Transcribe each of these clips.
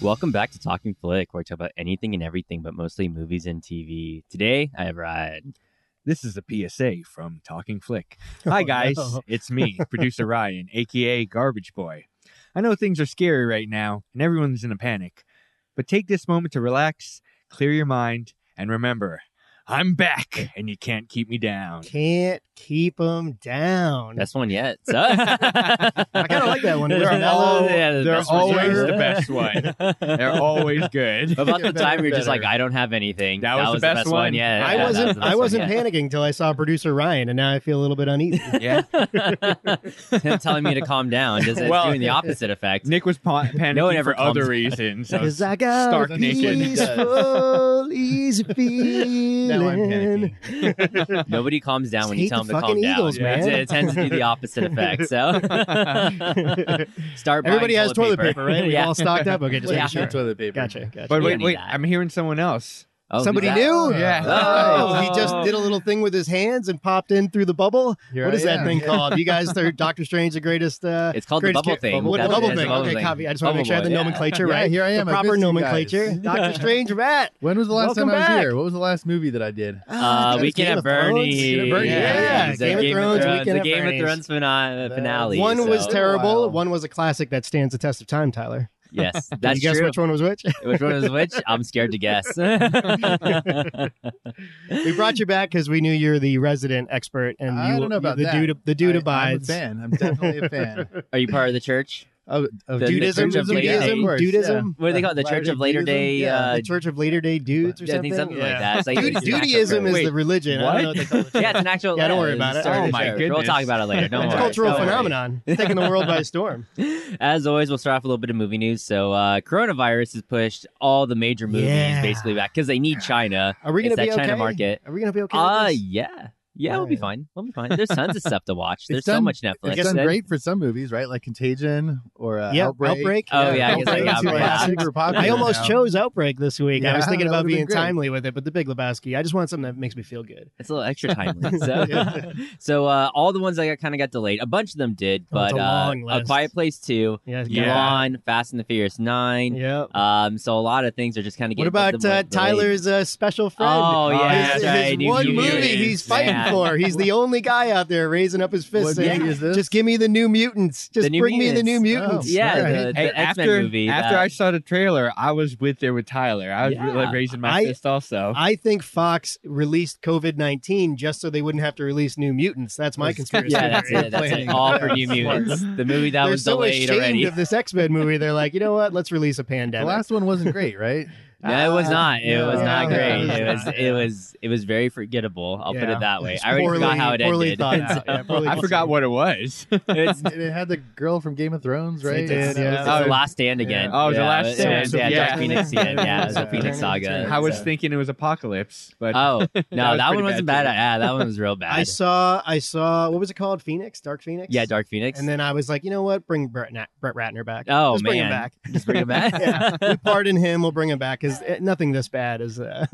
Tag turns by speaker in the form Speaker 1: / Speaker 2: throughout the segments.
Speaker 1: Welcome back to Talking Flick, where we talk about anything and everything, but mostly movies and TV. Today, I have Ryan.
Speaker 2: This is a PSA from Talking Flick. Hi, guys. It's me, producer Ryan, aka Garbage Boy. I know things are scary right now and everyone's in a panic, but take this moment to relax, clear your mind, and remember I'm back and you can't keep me down.
Speaker 3: Can't keep them down.
Speaker 1: Best one yet. So.
Speaker 3: I kinda like that one. They're all-
Speaker 1: the
Speaker 2: they're
Speaker 1: best one's
Speaker 2: always
Speaker 1: yours.
Speaker 2: the best one. They're always good.
Speaker 1: About the
Speaker 3: They're
Speaker 1: time
Speaker 3: better
Speaker 1: you're just
Speaker 3: and
Speaker 1: like, I don't have anything.
Speaker 2: That was the best
Speaker 1: one.
Speaker 2: one.
Speaker 1: yet.
Speaker 3: I
Speaker 1: Yeah, that was
Speaker 3: wasn't.
Speaker 1: the
Speaker 3: I
Speaker 1: best one
Speaker 3: wasn't
Speaker 1: yet.
Speaker 3: panicking until I saw producer Ryan, and now I feel a little bit uneasy.
Speaker 2: Yeah.
Speaker 1: Him telling me to calm down. Does it
Speaker 2: Well-
Speaker 1: doing the opposite effect?
Speaker 2: Nick was pa- panicking
Speaker 1: No one ever
Speaker 2: for other
Speaker 1: comes.
Speaker 2: reasons. I was
Speaker 3: I got
Speaker 2: stark
Speaker 3: a
Speaker 2: naked.
Speaker 3: peaceful, easy feeling.
Speaker 2: Now I'm panicking.
Speaker 1: Nobody calms down
Speaker 3: Just
Speaker 1: when you
Speaker 3: hate
Speaker 1: tell them
Speaker 3: the
Speaker 1: to calm
Speaker 3: fucking
Speaker 1: down.
Speaker 3: Eagles,
Speaker 1: It-
Speaker 3: man.
Speaker 1: It, tends to do the opposite effect. So start. buying
Speaker 3: Everybody has toilet paper, right? We
Speaker 1: yeah.
Speaker 3: all stocked up. Okay, just
Speaker 1: Yeah.
Speaker 3: making sure.
Speaker 4: toilet paper.
Speaker 3: Gotcha. Gotcha.
Speaker 2: But
Speaker 1: You
Speaker 2: wait,
Speaker 1: need
Speaker 2: wait!
Speaker 1: that.
Speaker 2: I'm hearing someone else.
Speaker 1: Oh, who's
Speaker 3: Somebody
Speaker 1: that?
Speaker 3: knew.
Speaker 2: Yeah.
Speaker 3: Oh,
Speaker 1: Oh.
Speaker 3: he just did a little thing with his hands and popped in through the bubble.
Speaker 4: Here
Speaker 3: what
Speaker 4: I
Speaker 3: is that
Speaker 4: am.
Speaker 3: thing
Speaker 4: Yeah.
Speaker 3: called? You guys, are Doctor Strange, the greatest. Uh,
Speaker 1: It's called the
Speaker 3: greatest
Speaker 1: bubble
Speaker 3: char-
Speaker 1: thing.
Speaker 3: What, the
Speaker 1: That's
Speaker 3: bubble
Speaker 1: it, it's
Speaker 3: thing.
Speaker 1: the bubble
Speaker 3: okay,
Speaker 1: thing.
Speaker 3: copy. I just want to
Speaker 1: Bubble
Speaker 3: make sure I have
Speaker 1: boy,
Speaker 3: the
Speaker 1: yeah.
Speaker 3: nomenclature
Speaker 4: Yeah,
Speaker 3: right.
Speaker 4: here I am.
Speaker 3: The
Speaker 4: I
Speaker 3: proper
Speaker 4: missed you
Speaker 3: nomenclature.
Speaker 4: guys.
Speaker 3: Doctor Strange Rat.
Speaker 4: When was the last
Speaker 3: Welcome
Speaker 4: time I was
Speaker 3: back.
Speaker 4: here? What was the last movie that I did?
Speaker 3: Ah, I
Speaker 1: Uh,
Speaker 3: think
Speaker 1: Weekend at
Speaker 3: it's Game of Thrones.
Speaker 1: Bernie's.
Speaker 4: Weekend at Bernie's.
Speaker 3: Yeah,
Speaker 1: It's a
Speaker 3: Game of Thrones,
Speaker 1: The
Speaker 3: Weekend at
Speaker 1: Game of
Speaker 3: Bernie's.
Speaker 1: Thrones fina-
Speaker 4: That-
Speaker 1: finale.
Speaker 3: One was
Speaker 1: so- uh,
Speaker 4: ter-
Speaker 3: terrible.
Speaker 4: Wow.
Speaker 3: One was a classic that stands the test of time, Tyler.
Speaker 1: Yes,
Speaker 3: Can
Speaker 1: that's
Speaker 3: you guess
Speaker 1: true.
Speaker 3: which one was which?
Speaker 1: Which one was which? I'm scared to guess.
Speaker 3: we brought you back because we knew you're the resident expert and
Speaker 4: I
Speaker 3: you,
Speaker 4: don't know about
Speaker 3: the
Speaker 4: that.
Speaker 3: dude the dude
Speaker 4: I-
Speaker 3: abides.
Speaker 4: I'm a fan. I'm definitely a fan.
Speaker 1: Are you part of the church?
Speaker 4: Of, of
Speaker 1: The- the
Speaker 4: Judaism,
Speaker 1: Church of Latter-day
Speaker 4: Judaism,
Speaker 3: Saints. Judaism?
Speaker 1: What do they call it? The Church of Later Day.
Speaker 4: Yeah.
Speaker 1: Uh,
Speaker 3: the Church of Later Day Dudes or
Speaker 1: I
Speaker 3: something.
Speaker 1: think something like
Speaker 3: Yeah.
Speaker 1: that. It's like,
Speaker 3: Dude,
Speaker 1: it's an actual
Speaker 3: Judaism is
Speaker 1: church.
Speaker 2: Wait,
Speaker 3: the religion. I don't know what they call it.
Speaker 1: yeah, it's an actual. uh,
Speaker 3: Yeah, don't worry
Speaker 1: it's
Speaker 3: about
Speaker 1: a
Speaker 3: it.
Speaker 1: starter
Speaker 3: Oh
Speaker 2: my
Speaker 1: church. We'll
Speaker 2: goodness.
Speaker 1: talk about it later. Don't
Speaker 3: It's a
Speaker 1: worry.
Speaker 3: cultural
Speaker 1: Don't worry.
Speaker 3: phenomenon taking the world by storm.
Speaker 1: As always, we'll start off with a little bit of movie news. So, uh, coronavirus has pushed all the major movies
Speaker 3: Yeah.
Speaker 1: basically back because they need China.
Speaker 3: Are we gonna
Speaker 1: It's
Speaker 3: be
Speaker 1: that China
Speaker 3: okay?
Speaker 1: market.
Speaker 3: Are we gonna be okay? with
Speaker 1: Uh,
Speaker 3: this?
Speaker 1: yeah. Yeah, we'll be
Speaker 3: Alright.
Speaker 1: fine. We'll be fine. There's tons of stuff to watch. There's so
Speaker 4: done-
Speaker 1: much Netflix.
Speaker 4: It's done
Speaker 1: And-
Speaker 4: great for some movies, right? Like Contagion or uh,
Speaker 3: Yep,
Speaker 4: Outbreak.
Speaker 1: Oh, yeah, I guess
Speaker 3: Outbreak
Speaker 1: I
Speaker 3: is
Speaker 1: got
Speaker 3: super
Speaker 1: Outbreak.
Speaker 3: classic.
Speaker 4: Super popular
Speaker 3: I almost
Speaker 4: now.
Speaker 3: chose Outbreak this week. I was
Speaker 4: Yeah,
Speaker 3: thinking
Speaker 4: that
Speaker 3: about
Speaker 4: would've been
Speaker 3: being
Speaker 4: great.
Speaker 3: timely with it, but The Big Lebowski. I just want something that makes me feel good.
Speaker 1: It's a little extra timely. So,
Speaker 4: Yeah.
Speaker 1: so uh, all the ones that got, kind of got delayed. A bunch of them did,
Speaker 3: Oh, it's
Speaker 1: but uh,
Speaker 3: a long
Speaker 1: A
Speaker 3: list.
Speaker 1: Quiet Place Two,
Speaker 3: Yeah.
Speaker 2: Yeah.
Speaker 1: Mulan, Fast and the Furious Nine.
Speaker 3: Yep.
Speaker 1: Um, so a lot of things are just kind of
Speaker 3: What
Speaker 1: getting
Speaker 3: about
Speaker 1: delayed.
Speaker 3: uh, Tyler's uh, special friend?
Speaker 1: Oh, yeah,
Speaker 3: His-
Speaker 2: that's
Speaker 3: his,
Speaker 1: right. You-
Speaker 3: one
Speaker 1: you
Speaker 3: movie
Speaker 1: mutants,
Speaker 3: he's fighting
Speaker 1: yeah.
Speaker 3: for. He's the only guy out there raising up his
Speaker 4: What
Speaker 3: fist saying,
Speaker 4: movie is this?
Speaker 3: "Just give me the New Mutants. Just
Speaker 1: The New
Speaker 3: bring me the New
Speaker 1: Mutants.
Speaker 3: Mutants."
Speaker 4: Oh.
Speaker 1: Yeah,
Speaker 4: Alright.
Speaker 1: the, the
Speaker 2: Hey,
Speaker 1: X-Men
Speaker 2: after,
Speaker 1: movie. uh,
Speaker 2: after
Speaker 1: that-
Speaker 2: I saw the trailer, I was with there with Tyler. I was
Speaker 1: Yeah.
Speaker 2: like raising my
Speaker 3: I-
Speaker 2: fist also.
Speaker 3: I think Fox released COVID nineteen just so they wouldn't have to release New Mutants. That's my conspiracy.
Speaker 1: yeah, that's
Speaker 3: theory.
Speaker 1: it. That's it.
Speaker 4: Planning.
Speaker 1: All for New
Speaker 4: Smart.
Speaker 1: Mutants. The movie that
Speaker 3: They're
Speaker 1: was
Speaker 3: so
Speaker 1: delayed
Speaker 3: ashamed
Speaker 1: already.
Speaker 3: of this X Men movie. They're like, you know what? Let's release a
Speaker 4: The
Speaker 3: pandemic.
Speaker 4: last one wasn't great, right?
Speaker 1: No, it was not. It was
Speaker 3: Yeah,
Speaker 1: not
Speaker 3: yeah,
Speaker 1: great.
Speaker 3: it
Speaker 1: It
Speaker 3: was
Speaker 1: was.
Speaker 3: not,
Speaker 1: It was. It was very forgettable. I'll put
Speaker 3: Yeah.
Speaker 1: it that way.
Speaker 3: It's
Speaker 1: I already
Speaker 3: poorly-
Speaker 1: forgot how it
Speaker 3: poorly
Speaker 1: ended.
Speaker 3: thought out. Yeah, poorly
Speaker 2: I forgot what it was.
Speaker 1: it's,
Speaker 4: And it had the girl from Game of Thrones, right?
Speaker 3: It did,
Speaker 4: And uh, that
Speaker 3: yeah.
Speaker 4: was
Speaker 1: it's
Speaker 2: Oh,
Speaker 1: the last stand again.
Speaker 2: Oh, it was the Last
Speaker 1: it
Speaker 2: Stand.
Speaker 1: was- yeah,
Speaker 2: Yeah.
Speaker 1: Dark Phoenix. Yeah, yeah, it was the
Speaker 4: Yeah.
Speaker 1: Phoenix saga.
Speaker 2: I was
Speaker 1: so.
Speaker 2: thinking it was Apocalypse, but
Speaker 1: uh, Oh no, that,
Speaker 2: was
Speaker 1: one
Speaker 2: pretty
Speaker 1: wasn't bad.
Speaker 2: bad, too.
Speaker 1: Yeah, that one was real bad.
Speaker 3: I saw. I saw. What was it called? Phoenix. Dark Phoenix.
Speaker 1: yeah, Dark Phoenix.
Speaker 3: And then I was like, you know what? Bring Brett, Na- Brett Ratner back.
Speaker 1: Oh,
Speaker 3: Just bring him
Speaker 1: man.
Speaker 3: back.
Speaker 1: just bring it back.
Speaker 3: yeah, we pardon him. We'll bring him back. Is eh, nothing this bad as uh,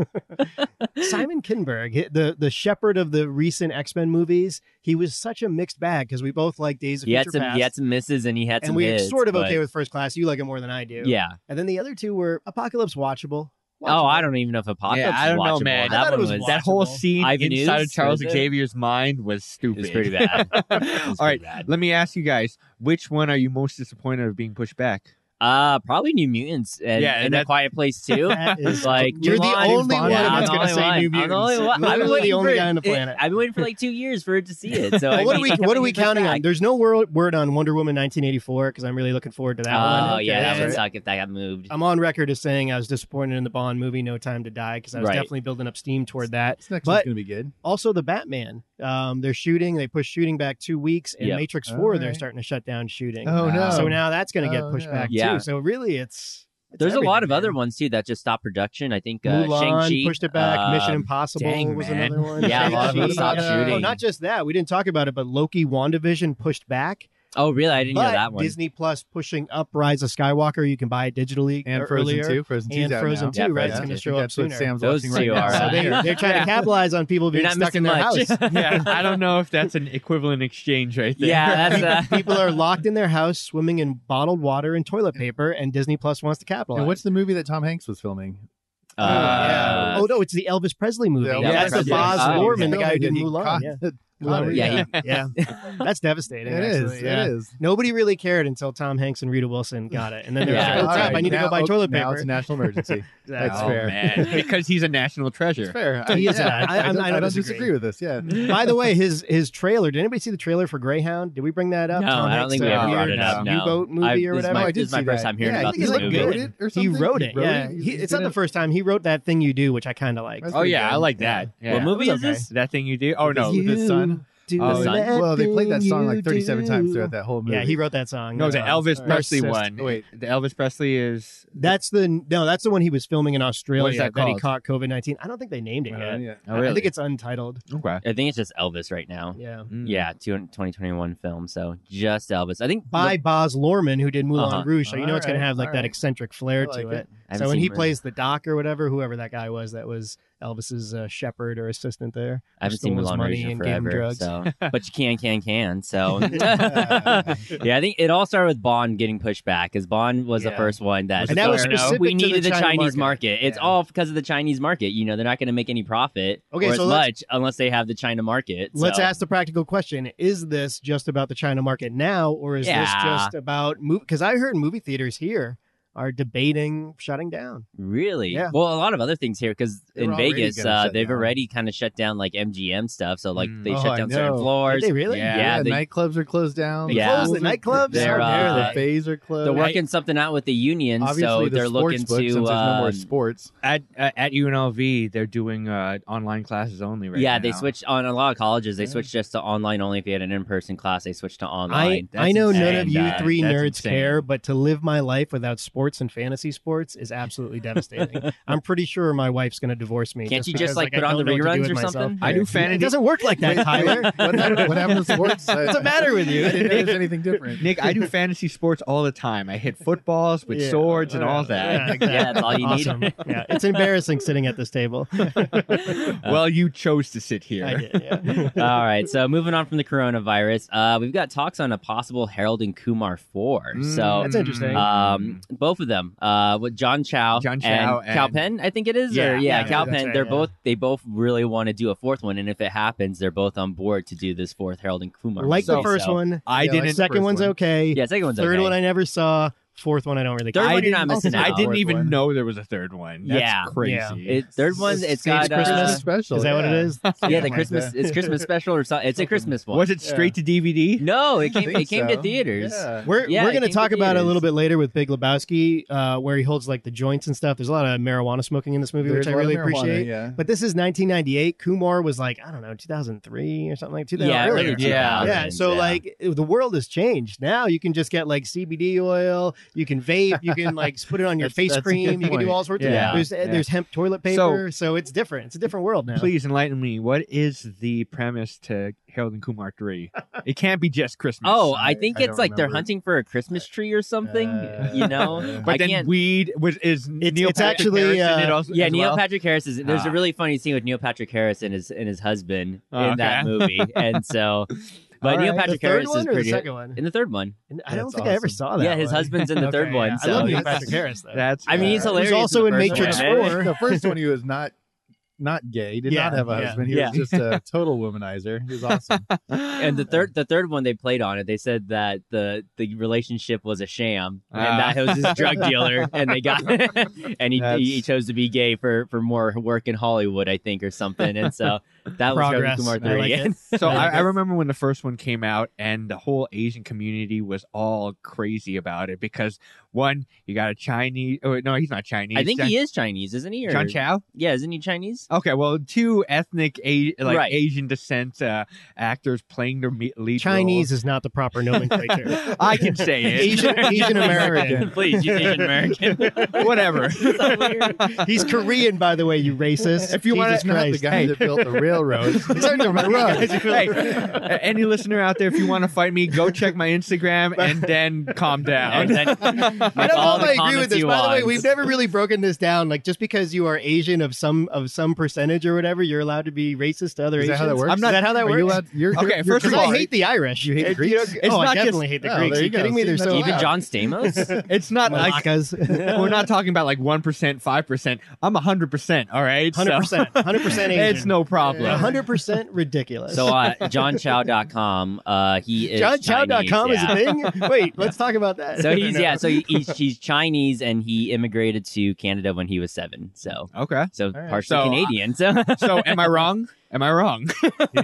Speaker 3: Simon Kinberg, hi- the the shepherd of the recent X Men movies. He was such a mixed bag because we both like Days of
Speaker 1: He had
Speaker 3: Future
Speaker 1: some.
Speaker 3: Past,
Speaker 1: He had some misses, and he had some.
Speaker 3: and we were
Speaker 1: hits,
Speaker 3: sort of
Speaker 1: but-
Speaker 3: okay with First Class. You like it more than I do.
Speaker 1: Yeah.
Speaker 3: And then the other two were Apocalypse watchable.
Speaker 1: Oh,
Speaker 3: Watchable.
Speaker 1: I don't even know if Apocalypse.
Speaker 2: yeah, I don't
Speaker 1: was
Speaker 2: know,
Speaker 1: watchable.
Speaker 2: man.
Speaker 3: I
Speaker 1: That
Speaker 3: thought
Speaker 1: one
Speaker 3: it was
Speaker 1: was.
Speaker 2: that whole scene
Speaker 1: Ivan
Speaker 2: inside of
Speaker 1: News,
Speaker 2: Charles
Speaker 1: was it?
Speaker 2: Xavier's mind was stupid.
Speaker 1: It was pretty bad. It was
Speaker 2: All right,
Speaker 1: pretty bad.
Speaker 2: let me ask you guys: Which one are you most disappointed of being pushed back?
Speaker 1: Uh, probably New Mutants and,
Speaker 2: Yeah,
Speaker 1: and
Speaker 2: that-
Speaker 1: A Quiet Place too.
Speaker 3: That is-
Speaker 1: like
Speaker 3: you're the
Speaker 1: Mulan-
Speaker 3: only one
Speaker 1: Yeah, I'm
Speaker 3: that's
Speaker 1: the
Speaker 3: going to
Speaker 1: only
Speaker 3: say
Speaker 1: one.
Speaker 3: New
Speaker 1: I'm the only one.
Speaker 3: Mutants.
Speaker 1: I've been
Speaker 3: Literally the
Speaker 1: waiting
Speaker 3: only
Speaker 1: for-
Speaker 3: guy on the
Speaker 1: it-
Speaker 3: planet.
Speaker 1: I've been waiting for like two years for it to see it. So
Speaker 3: Well,
Speaker 1: I
Speaker 3: what are
Speaker 1: mean,
Speaker 3: we
Speaker 1: it kept
Speaker 3: what are
Speaker 1: getting
Speaker 3: we
Speaker 1: pushed
Speaker 3: counting
Speaker 1: back.
Speaker 3: on? There's no word word on Wonder Woman 1984 because I'm really looking forward to that
Speaker 1: Oh
Speaker 3: one. Um,
Speaker 1: yeah, that
Speaker 3: Okay.
Speaker 1: would suck if that got moved.
Speaker 3: I'm on record as saying I was disappointed in the Bond movie No Time to Die because I was
Speaker 1: Right.
Speaker 3: definitely building up steam toward that.
Speaker 4: This next
Speaker 3: But-
Speaker 4: one's gonna be good.
Speaker 3: Also, the Batman. Um, they're shooting. They push shooting back two weeks, and
Speaker 1: Yep.
Speaker 3: Matrix
Speaker 4: All
Speaker 3: Four. They're
Speaker 4: right.
Speaker 3: starting to shut down shooting.
Speaker 4: Oh no!
Speaker 3: so now that's going to get
Speaker 4: Oh,
Speaker 3: pushed
Speaker 4: no.
Speaker 3: back
Speaker 1: Yeah.
Speaker 3: too. So really, it's, it's
Speaker 1: There's a lot of
Speaker 3: everything,
Speaker 1: other
Speaker 3: man.
Speaker 1: ones too that just stopped production. I think uh,
Speaker 3: Mulan
Speaker 1: Shang Chi
Speaker 3: pushed it back. Mission
Speaker 1: um,
Speaker 3: Impossible
Speaker 2: dang,
Speaker 3: was
Speaker 2: man.
Speaker 3: another one.
Speaker 1: Yeah, a lot of them
Speaker 3: Shang-Chi.
Speaker 1: stopped
Speaker 4: Uh,
Speaker 1: shooting.
Speaker 3: Oh, not just that. We didn't talk about it, but Loki, WandaVision pushed back.
Speaker 1: Oh, really? I didn't
Speaker 3: but
Speaker 1: know that one.
Speaker 3: Disney Plus pushing up Rise of Skywalker. You can buy it digitally
Speaker 4: and
Speaker 3: or
Speaker 4: Frozen
Speaker 3: earlier.
Speaker 4: Two. Frozen Two's
Speaker 3: and
Speaker 4: out
Speaker 3: Frozen
Speaker 4: now.
Speaker 3: Two,
Speaker 1: Yeah, right?
Speaker 4: It's
Speaker 1: Frozen
Speaker 4: gonna
Speaker 3: Two.
Speaker 4: show up
Speaker 3: That's what
Speaker 4: sooner. Sam's
Speaker 1: Those
Speaker 4: watching right
Speaker 1: two
Speaker 4: now.
Speaker 1: are,
Speaker 3: So
Speaker 1: uh,
Speaker 3: they, they're trying
Speaker 1: Yeah.
Speaker 3: to capitalize on people
Speaker 1: You're
Speaker 3: being
Speaker 1: not
Speaker 3: stuck
Speaker 1: missing
Speaker 3: in their
Speaker 1: much.
Speaker 2: yeah,
Speaker 3: house.
Speaker 2: I don't know if that's an equivalent exchange right there.
Speaker 1: yeah, that's uh,
Speaker 3: people are locked in their house swimming in bottled water and toilet paper, and Disney Plus wants to capitalize.
Speaker 4: And what's the movie that Tom Hanks was filming?
Speaker 1: uh,
Speaker 3: yeah. Oh no, it's the Elvis Presley movie.
Speaker 4: The
Speaker 1: Elvis
Speaker 3: that's the
Speaker 1: Presley.
Speaker 3: Boz
Speaker 1: Oh,
Speaker 3: Luhrmann, the
Speaker 4: yeah.
Speaker 3: guy who did
Speaker 4: He
Speaker 3: Mulan.
Speaker 4: caught
Speaker 3: Yeah,
Speaker 4: it.
Speaker 3: Mulan,
Speaker 1: Yeah, he-
Speaker 3: yeah. that's devastating.
Speaker 4: It
Speaker 3: actually,
Speaker 4: is.
Speaker 3: yeah.
Speaker 4: It is.
Speaker 3: Nobody really cared until Tom Hanks and Rita Wilson got it, and then they're
Speaker 1: Yeah.
Speaker 3: like, "Oh
Speaker 4: All
Speaker 3: crap,
Speaker 4: right,
Speaker 3: I need to
Speaker 4: now-
Speaker 3: go buy
Speaker 4: oh,
Speaker 3: toilet
Speaker 4: Now
Speaker 3: paper."
Speaker 4: it's a national emergency.
Speaker 3: That's
Speaker 2: Oh,
Speaker 3: fair.
Speaker 2: man. because he's a national
Speaker 4: It's
Speaker 2: treasure.
Speaker 4: fair.
Speaker 3: He is
Speaker 4: yeah.
Speaker 3: a- I- I'm- I
Speaker 4: don't,
Speaker 3: don't
Speaker 4: don't
Speaker 3: disagree.
Speaker 4: disagree with this. Yeah.
Speaker 3: By the way, his his trailer. Did anybody see the trailer for Greyhound? Did we bring that up?
Speaker 1: No,
Speaker 3: Tom
Speaker 1: I don't
Speaker 3: Hanks,
Speaker 1: think we
Speaker 3: the
Speaker 1: ever brought
Speaker 3: weird
Speaker 1: it up. No,
Speaker 3: U-boat movie
Speaker 1: I-
Speaker 3: or
Speaker 1: this is
Speaker 3: whatever.
Speaker 1: my,
Speaker 4: Oh, I
Speaker 1: this
Speaker 4: did
Speaker 1: is my
Speaker 4: see
Speaker 1: first
Speaker 4: that.
Speaker 1: time hearing
Speaker 4: Yeah, I
Speaker 1: about
Speaker 4: think
Speaker 1: this
Speaker 4: he, like,
Speaker 1: movie.
Speaker 4: wrote it or
Speaker 3: he
Speaker 4: something?
Speaker 3: wrote it.
Speaker 4: wrote
Speaker 3: yeah,
Speaker 4: it?
Speaker 3: He-
Speaker 4: He
Speaker 3: it's
Speaker 4: did
Speaker 3: not the
Speaker 4: it?
Speaker 3: first time he wrote that thing you do, which I kind of like.
Speaker 4: That's
Speaker 2: Oh yeah,
Speaker 4: pretty
Speaker 2: I
Speaker 4: good.
Speaker 2: like
Speaker 4: Yeah.
Speaker 2: that. Yeah.
Speaker 1: What movie
Speaker 3: It
Speaker 1: is
Speaker 3: was
Speaker 1: this?
Speaker 2: That thing you do? Oh no,
Speaker 4: With his son.
Speaker 3: Do
Speaker 2: Oh,
Speaker 1: son.
Speaker 3: that
Speaker 4: Well, they played that
Speaker 3: thing
Speaker 4: song
Speaker 3: you
Speaker 4: like 37
Speaker 3: do.
Speaker 4: times throughout that whole movie.
Speaker 3: Yeah, he wrote that song.
Speaker 2: No, the
Speaker 3: Uh,
Speaker 2: Elvis
Speaker 3: Narcissist.
Speaker 2: Presley one.
Speaker 4: Wait.
Speaker 2: the Elvis Presley is.
Speaker 3: That's the no. That's the one he was filming in Australia
Speaker 4: that
Speaker 3: he
Speaker 4: called?
Speaker 3: caught COVID nineteen. I don't think they named it
Speaker 4: Uh,
Speaker 3: yet.
Speaker 4: yeah.
Speaker 2: Oh,
Speaker 3: I- I
Speaker 2: really?
Speaker 3: think it's untitled.
Speaker 2: okay.
Speaker 1: I think it's just Elvis right now.
Speaker 3: Yeah,
Speaker 2: Mm.
Speaker 1: Yeah, 200 2021 film. So just Elvis. I think
Speaker 3: by Boz Luhrmann, who did Moulin
Speaker 1: Uh-huh.
Speaker 3: Rouge. So you know it's going
Speaker 4: Alright,
Speaker 3: to have like that
Speaker 4: alright.
Speaker 3: eccentric flair
Speaker 4: I like
Speaker 3: to
Speaker 4: it.
Speaker 3: it.
Speaker 1: I haven't
Speaker 3: So when
Speaker 1: seen
Speaker 3: he
Speaker 1: Mer-
Speaker 3: plays the doc or whatever, whoever that guy was that was Elvis's uh, shepherd or assistant there.
Speaker 1: I haven't seen
Speaker 3: stole his
Speaker 1: Moulin
Speaker 3: money
Speaker 1: Rouge in
Speaker 3: and gave him
Speaker 1: forever.
Speaker 3: drugs.
Speaker 1: So, but you can, can, can. So yeah, I think it all started with Bond getting pushed back, because Bond was the
Speaker 3: Yeah.
Speaker 1: first one that
Speaker 3: And that was
Speaker 1: said, "No,
Speaker 3: specific
Speaker 1: we
Speaker 3: to
Speaker 1: needed
Speaker 3: the
Speaker 1: the,
Speaker 3: China
Speaker 1: Chinese market.
Speaker 3: market."
Speaker 1: It's
Speaker 3: Yeah.
Speaker 1: all because of the Chinese market. You know, they're not going to make any profit
Speaker 3: Okay,
Speaker 1: or
Speaker 3: so
Speaker 1: as
Speaker 3: let's-
Speaker 1: much unless they have the China market.
Speaker 3: Let's
Speaker 1: so-
Speaker 3: ask the practical question: Is this just about the China market now, or is this
Speaker 1: Yeah.
Speaker 3: just about movie? Because I heard movie theaters here are debating shutting down.
Speaker 1: Really?
Speaker 3: Yeah.
Speaker 1: Well, a lot of other things here because
Speaker 4: They
Speaker 1: in
Speaker 4: were already
Speaker 1: Vegas,
Speaker 4: gonna
Speaker 1: uh,
Speaker 4: shut
Speaker 1: they've
Speaker 4: down.
Speaker 1: already kind of shut down like MGM stuff. So like
Speaker 2: Mm.
Speaker 1: they
Speaker 4: Oh,
Speaker 1: shut
Speaker 4: I
Speaker 1: down certain
Speaker 4: know.
Speaker 1: floors.
Speaker 3: Did they really?
Speaker 2: Yeah.
Speaker 1: Yeah, they-
Speaker 4: nightclubs are closed down.
Speaker 1: They Yeah.
Speaker 3: closed the nightclubs?
Speaker 1: They're,
Speaker 4: down.
Speaker 1: uh,
Speaker 4: the bays are closed.
Speaker 1: they're working something out with the union,
Speaker 4: Obviously,
Speaker 1: so
Speaker 4: the
Speaker 1: they're
Speaker 4: sports
Speaker 1: looking
Speaker 4: book,
Speaker 1: to.
Speaker 4: since there's no
Speaker 1: uh,
Speaker 4: more sports.
Speaker 2: At uh, at UNLV, they're doing uh, online classes only right
Speaker 1: yeah,
Speaker 2: now.
Speaker 1: they switched on a lot of colleges. They
Speaker 2: Yeah.
Speaker 1: switched just to online only. If you had an in person class, they switched to
Speaker 3: I,
Speaker 1: online.
Speaker 2: That's
Speaker 3: I know none
Speaker 2: insane.
Speaker 3: of you
Speaker 2: Uh,
Speaker 3: three
Speaker 2: that's
Speaker 3: nerds
Speaker 2: insane.
Speaker 3: care, but to live my life without sports and fantasy sports is absolutely devastating. I'm pretty sure my wife's going to divorce me.
Speaker 1: Can't you
Speaker 3: because,
Speaker 1: just like,
Speaker 3: I
Speaker 1: put on the
Speaker 3: don't know what to do
Speaker 1: reruns
Speaker 3: with
Speaker 1: or
Speaker 3: myself.
Speaker 1: something?
Speaker 2: I do fantasy.
Speaker 3: It doesn't work like that, Tyler.
Speaker 4: what, happened, what happened to sports?
Speaker 3: What's the matter with you?
Speaker 4: I didn't know there's anything different.
Speaker 2: Nick, I do fantasy sports all the time. I hit footballs with
Speaker 3: Yeah.
Speaker 2: swords and all
Speaker 3: Yeah,
Speaker 2: that.
Speaker 3: exactly.
Speaker 1: Yeah, that's all you need.
Speaker 3: Awesome. yeah, it's embarrassing sitting at this table.
Speaker 2: well, you chose to sit here.
Speaker 3: I did, yeah.
Speaker 1: All right, so moving on from the coronavirus, uh, we've got talks on a possible Harold and Kumar four. so
Speaker 3: That's interesting.
Speaker 1: Oh, Um, both of them, uh, with John Chow,
Speaker 2: John Chow
Speaker 1: and Cal
Speaker 2: and-
Speaker 1: Penn, I think it is.
Speaker 3: Yeah,
Speaker 1: or, yeah,
Speaker 3: yeah,
Speaker 1: Cal
Speaker 3: that's
Speaker 1: Penn.
Speaker 3: right,
Speaker 1: they're
Speaker 3: yeah.
Speaker 1: both. They both really want to do a fourth one, and if it happens, they're both on board to do this fourth Harold and Kumar.
Speaker 3: like
Speaker 1: movie,
Speaker 3: the first
Speaker 1: so-
Speaker 3: one,
Speaker 2: I
Speaker 4: Yeah, like
Speaker 2: didn't.
Speaker 3: second
Speaker 4: first
Speaker 3: one's
Speaker 4: one.
Speaker 3: okay.
Speaker 1: Yeah, second one's
Speaker 3: Third
Speaker 1: okay.
Speaker 3: one I never saw. Fourth one I don't really.
Speaker 1: Third
Speaker 3: care.
Speaker 1: one
Speaker 2: I
Speaker 1: you're not
Speaker 2: didn't-
Speaker 1: missing
Speaker 2: I
Speaker 1: out.
Speaker 2: didn't even
Speaker 4: One.
Speaker 2: know there was a third one. That's
Speaker 1: Yeah.
Speaker 2: crazy.
Speaker 3: Yeah.
Speaker 1: It, third one, it's got uh,
Speaker 3: Christmas?
Speaker 4: special.
Speaker 3: Is that what it
Speaker 4: yeah.
Speaker 3: is?
Speaker 1: yeah, the
Speaker 4: Something like
Speaker 1: Christmas.
Speaker 4: that.
Speaker 1: It's Christmas special or something. It's a Christmas one.
Speaker 2: Was it straight to DVD?
Speaker 1: No, it
Speaker 4: I
Speaker 1: came.
Speaker 4: think
Speaker 1: It came
Speaker 4: so.
Speaker 1: to theaters.
Speaker 4: Yeah.
Speaker 3: We're,
Speaker 1: Yeah,
Speaker 3: we're
Speaker 1: it
Speaker 3: going to
Speaker 1: came
Speaker 3: talk
Speaker 1: to
Speaker 3: about it a
Speaker 1: theaters.
Speaker 3: little bit later with Big Lebowski, uh, where he holds like the joints and stuff. There's a lot of marijuana smoking in this movie,
Speaker 4: There's
Speaker 3: which I
Speaker 4: a lot of
Speaker 3: really
Speaker 4: marijuana,
Speaker 3: appreciate.
Speaker 4: Yeah.
Speaker 3: But this is 1998. Kumar was like I don't know 2003 or something like 2000.
Speaker 1: Yeah,
Speaker 3: earlier.
Speaker 1: later
Speaker 2: Yeah.
Speaker 1: 2000s,
Speaker 3: Yeah, so
Speaker 1: yeah.
Speaker 3: like eh, the world has changed. Now you can just get like CBD oil, you can vape, you can like put it on your
Speaker 4: That's-
Speaker 3: face
Speaker 4: that's a
Speaker 3: cream,
Speaker 4: good
Speaker 3: you can do
Speaker 4: point.
Speaker 3: all sorts
Speaker 2: Yeah.
Speaker 3: of there's eh,
Speaker 2: Yeah.
Speaker 3: there's hemp toilet paper, so, it's different. It's a different world now.
Speaker 2: Please enlighten me. What is the premise to Harold and Kumar 3? it can't be just Christmas.
Speaker 1: Oh, I
Speaker 4: I-
Speaker 1: think
Speaker 4: I
Speaker 1: it's
Speaker 4: don't
Speaker 1: like they're
Speaker 4: remember.
Speaker 1: hunting for a Christmas tree or something.
Speaker 4: Uh,
Speaker 1: you know,
Speaker 2: but
Speaker 1: I
Speaker 2: then
Speaker 1: can't-
Speaker 2: weed was is Neil
Speaker 3: it's
Speaker 2: Patrick
Speaker 3: actually,
Speaker 2: Harris in
Speaker 3: uh,
Speaker 2: it also,
Speaker 1: yeah,
Speaker 2: as
Speaker 1: Neil
Speaker 2: well?
Speaker 1: Patrick Harris is. There's
Speaker 2: Ah.
Speaker 1: a really funny scene with Neil Patrick Harris and his and his husband
Speaker 2: Oh,
Speaker 1: in that
Speaker 2: okay.
Speaker 1: movie, and so. But
Speaker 2: All
Speaker 1: Neil
Speaker 2: right.
Speaker 3: the
Speaker 1: Patrick
Speaker 3: third
Speaker 1: Harris is
Speaker 3: one or the
Speaker 1: pretty.
Speaker 3: second one?
Speaker 1: in the third one,
Speaker 3: And I don't
Speaker 4: That's
Speaker 3: think I ever
Speaker 4: awesome.
Speaker 3: saw that.
Speaker 1: yeah, his
Speaker 3: one.
Speaker 1: husband's in the
Speaker 3: Okay,
Speaker 1: third one.
Speaker 3: yeah. I
Speaker 1: so
Speaker 3: love Neil
Speaker 1: he's-
Speaker 3: Patrick Harris though.
Speaker 2: That's
Speaker 1: I mean, he's
Speaker 2: uh,
Speaker 1: hilarious.
Speaker 3: also
Speaker 1: the
Speaker 3: in
Speaker 1: first
Speaker 3: Matrix
Speaker 1: one.
Speaker 3: Four.
Speaker 4: the first one he was not not gay, did
Speaker 3: Yeah,
Speaker 4: not have a
Speaker 3: yeah.
Speaker 4: husband. He
Speaker 1: Yeah.
Speaker 4: was just a total womanizer. He was awesome.
Speaker 1: and the third the third one they played on it they said that the the relationship was a sham and
Speaker 2: Ah.
Speaker 1: that was his drug dealer and they got and he,
Speaker 4: That's-
Speaker 1: he he chose to be gay for for more work in hollywood i think or something and so that was Harold
Speaker 3: Progress.
Speaker 1: kumar
Speaker 3: I
Speaker 1: 3
Speaker 3: like it.
Speaker 2: So I, I remember when the first one came out, and the whole Asian community was all crazy about it because one, you got a Chinese. Oh no, he's not Chinese.
Speaker 1: i think
Speaker 2: John,
Speaker 1: he is chinese isn't he or,
Speaker 2: John Chow.
Speaker 1: yeah isn't he chinese
Speaker 2: Okay, well, two ethnic a- like
Speaker 1: Right.
Speaker 2: Asian descent uh, actors playing their me- lead
Speaker 3: Chinese is not the proper nomenclature.
Speaker 2: roles. I can say it.
Speaker 3: Asian- Asian American.
Speaker 1: please use asian american
Speaker 2: Whatever.
Speaker 1: So weird.
Speaker 3: He's Korean, by the way, you racist.
Speaker 2: If you wanna-
Speaker 3: Jesus
Speaker 4: Not the
Speaker 3: Christ.
Speaker 4: guy that built the rail railroad. It's under my rug.
Speaker 2: hey, a- any listener out there, if you want to fight me, go check my Instagram and then calm down.
Speaker 1: Exactly.
Speaker 3: I
Speaker 1: Make
Speaker 3: don't
Speaker 1: all
Speaker 3: know
Speaker 1: the
Speaker 3: if I agree with
Speaker 1: comments
Speaker 3: this.
Speaker 1: you
Speaker 3: By the way,
Speaker 1: want.
Speaker 3: we've never really broken this down. Like just because you are Asian of some of some percentage or whatever, you're allowed to be racist to other
Speaker 4: Is
Speaker 3: Asians.
Speaker 4: that how that works?
Speaker 3: Is that how that
Speaker 4: Are you
Speaker 3: works?
Speaker 4: allowed, you're,
Speaker 2: Okay,
Speaker 4: you're-
Speaker 2: first of
Speaker 3: Because
Speaker 4: you're
Speaker 2: all-
Speaker 3: I
Speaker 4: correct.
Speaker 3: hate the Irish.
Speaker 4: You hate
Speaker 3: Uh,
Speaker 4: Greeks?
Speaker 3: don't-
Speaker 2: It's
Speaker 3: oh, I
Speaker 2: not just-
Speaker 3: definitely hate the
Speaker 4: Oh,
Speaker 3: Greeks.
Speaker 4: there
Speaker 3: you
Speaker 4: you go.
Speaker 3: kidding me?
Speaker 4: See,
Speaker 3: They're so
Speaker 4: that's-
Speaker 1: Even
Speaker 3: loud.
Speaker 1: John Stamos.
Speaker 2: It's not like
Speaker 3: Malakas.
Speaker 2: we're not talking about like one percent, five percent. I'm hundred percent. All right, So,
Speaker 3: 100%. 100% Asian.
Speaker 2: it's no problem.
Speaker 4: Yeah.
Speaker 3: 100% ridiculous.
Speaker 1: so uh, johnchow.com. Uh, he is
Speaker 3: JohnChow.com
Speaker 1: Chinese,
Speaker 3: is a
Speaker 1: yeah.
Speaker 3: thing? Wait, let's talk about that.
Speaker 1: So he's
Speaker 3: No.
Speaker 1: yeah. So he, he's, he's Chinese and he immigrated to Canada when he was seven. So
Speaker 2: Okay.
Speaker 1: so
Speaker 4: right.
Speaker 1: partially
Speaker 2: So, uh,
Speaker 1: Canadian. So
Speaker 2: So am I wrong? Am I wrong?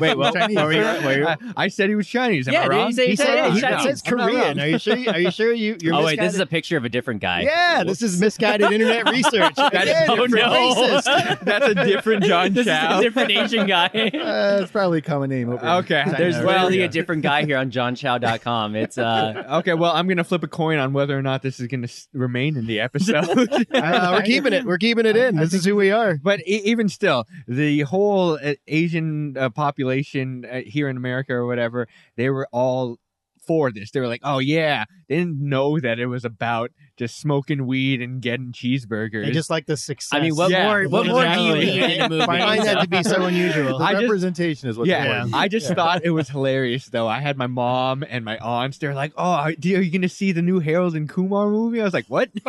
Speaker 1: wait, what?
Speaker 4: Chinese.
Speaker 1: what were you- what were you-
Speaker 2: I, I said he was Chinese. Am
Speaker 1: Yeah,
Speaker 2: I
Speaker 1: dude, you
Speaker 2: wrong?
Speaker 1: said he
Speaker 3: He
Speaker 1: said
Speaker 3: said,
Speaker 1: it.
Speaker 3: he
Speaker 1: He's
Speaker 3: said-
Speaker 1: Chinese.
Speaker 3: it says
Speaker 2: I'm not
Speaker 3: Korean.
Speaker 2: wrong.
Speaker 3: Are you sure? Are you sure you? You're
Speaker 1: oh wait,
Speaker 3: misguided?
Speaker 1: this is a picture of a different guy.
Speaker 3: Yeah, this is misguided internet research.
Speaker 2: That is
Speaker 3: Again,
Speaker 1: oh
Speaker 3: for
Speaker 1: no,
Speaker 3: racist.
Speaker 2: That's a different John
Speaker 1: this is a
Speaker 2: Chow.
Speaker 1: different Asian guy.
Speaker 4: Uh, it's probably a common name. Over
Speaker 2: Okay,
Speaker 4: in China.
Speaker 1: There's
Speaker 2: Yeah,
Speaker 4: Well,
Speaker 1: literally
Speaker 2: yeah.
Speaker 1: a different guy here on johnchow.com. It's uh
Speaker 2: Okay, well, I'm gonna flip a coin on whether or not this is gonna s- remain in the episode.
Speaker 3: Uh, we're keeping it. We're keeping it in. This is who we are.
Speaker 2: but e- even still, the whole uh, Asian uh, population uh, here in America or whatever, they were all for this. They were like, "Oh yeah," they didn't know that it was about just smoking weed and getting cheeseburgers.
Speaker 3: They just like the success.
Speaker 1: I mean, what
Speaker 2: Yeah,
Speaker 1: more? What more do you
Speaker 3: exactly.
Speaker 1: need in a movie?
Speaker 3: Find that to be so unusual.
Speaker 4: the
Speaker 2: I just-
Speaker 4: representation is what.
Speaker 2: yeah,
Speaker 4: matters.
Speaker 2: I just thought it was hilarious though. I had my mom and my aunts. They're like, "Oh, are do- are you gonna see the new Harold and Kumar movie?" I was like, "What?"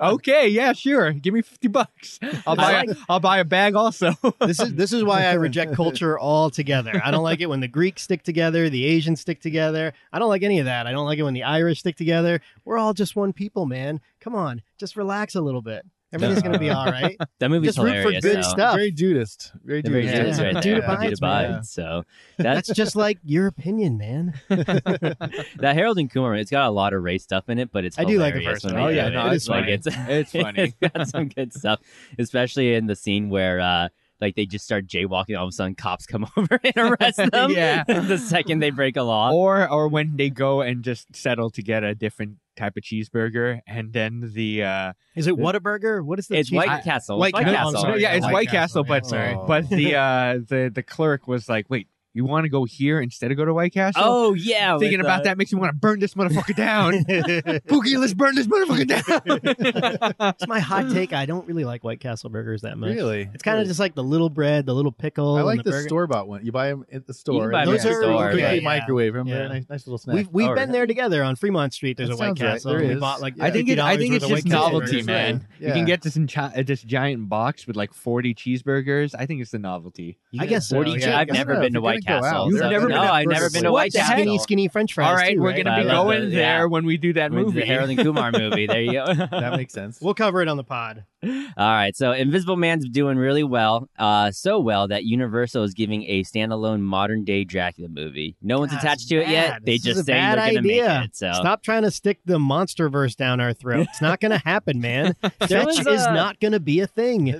Speaker 2: okay, yeah, sure. Give me fifty bucks. I'll buy. a, I'll buy a bag also.
Speaker 3: This is this is why I reject culture altogether. I don't like it when the Greeks stick together, the Asians stick together. I don't like any of that. I don't like it when the Irish stick together. We're all just one people, man. Come on, just relax a little bit. Everything's gonna be all right.
Speaker 1: that movie's
Speaker 3: Just root for
Speaker 1: hilarious.
Speaker 3: good
Speaker 1: though.
Speaker 3: stuff.
Speaker 4: Very Judist. Very
Speaker 1: The very
Speaker 4: Judist.
Speaker 1: dudes
Speaker 3: Yeah.
Speaker 1: right
Speaker 3: Dude
Speaker 1: there.
Speaker 3: abides,
Speaker 1: Dude
Speaker 3: man.
Speaker 1: abides. So
Speaker 3: That's just like your opinion, man.
Speaker 1: that Harold and Kumar, it's got a lot of race stuff in it, but it's
Speaker 3: I do like the
Speaker 1: hilarious
Speaker 3: first
Speaker 1: when
Speaker 3: one.
Speaker 1: they
Speaker 2: Oh,
Speaker 1: do
Speaker 2: yeah,
Speaker 1: it.
Speaker 2: no, it's
Speaker 1: like
Speaker 2: funny.
Speaker 1: it's
Speaker 2: It's funny.
Speaker 1: it's got some good stuff, especially in the scene where uh, like they just start jaywalking. All of a sudden, cops come over and arrest them.
Speaker 2: Yeah.
Speaker 1: the second they break a law.
Speaker 2: or or when they go and just settle to get a different type of cheeseburger and then the uh
Speaker 3: Is it Whataburger? What is the
Speaker 1: it's
Speaker 3: cheese-
Speaker 1: White
Speaker 2: I-
Speaker 1: Castle.
Speaker 2: White
Speaker 1: White
Speaker 2: Castle.
Speaker 1: Castle.
Speaker 3: sorry.
Speaker 2: yeah it's
Speaker 3: White
Speaker 2: white,
Speaker 3: Castle,
Speaker 2: castle,
Speaker 3: yeah,
Speaker 2: but
Speaker 3: sorry.
Speaker 2: but the uh the the clerk was like wait you want to go here instead of go to white castle
Speaker 1: Oh yeah,
Speaker 2: thinking
Speaker 1: with,
Speaker 2: about
Speaker 1: uh,
Speaker 2: that makes me want to burn this motherfucker down Pookie, let's burn this motherfucker down
Speaker 3: It's my hot take. I don't really like White Castle burgers that much.
Speaker 4: Really?
Speaker 3: It's kind of just like the little bread, the little pickle.
Speaker 4: I
Speaker 3: and
Speaker 4: like
Speaker 3: the
Speaker 4: the,
Speaker 3: burger.
Speaker 4: store bought one. You buy them at the store.
Speaker 1: buy 'em
Speaker 4: and
Speaker 3: at
Speaker 4: those
Speaker 3: the
Speaker 4: are
Speaker 3: store,
Speaker 4: quickly
Speaker 3: yeah.
Speaker 4: microwave them.
Speaker 3: Yeah.
Speaker 4: They're a nice, nice little snack.
Speaker 3: We've, we've
Speaker 1: Oh,
Speaker 3: been
Speaker 1: yeah.
Speaker 3: there together on Fremont Street. There's
Speaker 4: That
Speaker 3: a White
Speaker 4: sounds right.
Speaker 3: Castle.
Speaker 4: There
Speaker 3: and we
Speaker 4: is.
Speaker 3: bought like
Speaker 4: Yeah.
Speaker 2: I think it, I
Speaker 3: $50
Speaker 2: think
Speaker 3: worth
Speaker 2: it's
Speaker 3: of
Speaker 2: just
Speaker 3: White Castle
Speaker 2: novelty,
Speaker 3: burgers.
Speaker 2: man. You
Speaker 4: Yeah.
Speaker 2: can get this in chi- uh, this giant box with like forty cheeseburgers. I think it's the novelty.
Speaker 3: I guess so,
Speaker 1: 40
Speaker 3: yeah.
Speaker 1: I've
Speaker 4: I guess
Speaker 1: never
Speaker 4: so.
Speaker 1: been to
Speaker 4: If
Speaker 1: White
Speaker 4: you're gonna go
Speaker 1: Castle.
Speaker 4: out,
Speaker 2: You've
Speaker 1: so-
Speaker 2: never
Speaker 1: no,
Speaker 2: been to
Speaker 1: I've never
Speaker 4: Brooklyn.
Speaker 1: been to
Speaker 3: What
Speaker 1: White
Speaker 3: the heck?
Speaker 1: Castle.
Speaker 3: Skinny, skinny French fries.
Speaker 2: All right,
Speaker 3: too,
Speaker 2: we're
Speaker 3: right?
Speaker 2: gonna
Speaker 1: I
Speaker 2: be
Speaker 1: love
Speaker 2: going
Speaker 1: those, yeah.
Speaker 2: there when we do that
Speaker 1: With
Speaker 2: movie.
Speaker 1: The Harold and Kumar movie. There you go.
Speaker 4: that makes sense.
Speaker 3: We'll cover it on the pod.
Speaker 1: All right, so Invisible Man's doing really well, uh, so well that Universal is giving a standalone modern day Dracula movie. No one's
Speaker 3: That's
Speaker 1: attached to it
Speaker 3: bad.
Speaker 1: yet. They
Speaker 3: This is
Speaker 1: just
Speaker 3: a
Speaker 1: say
Speaker 3: bad
Speaker 1: they're going to make
Speaker 3: idea.
Speaker 1: it. So
Speaker 3: Stop trying to stick the monster verse down our throat. It's not going to happen, man.
Speaker 1: There was,
Speaker 3: Fetch is
Speaker 1: uh,
Speaker 3: not going to be a thing.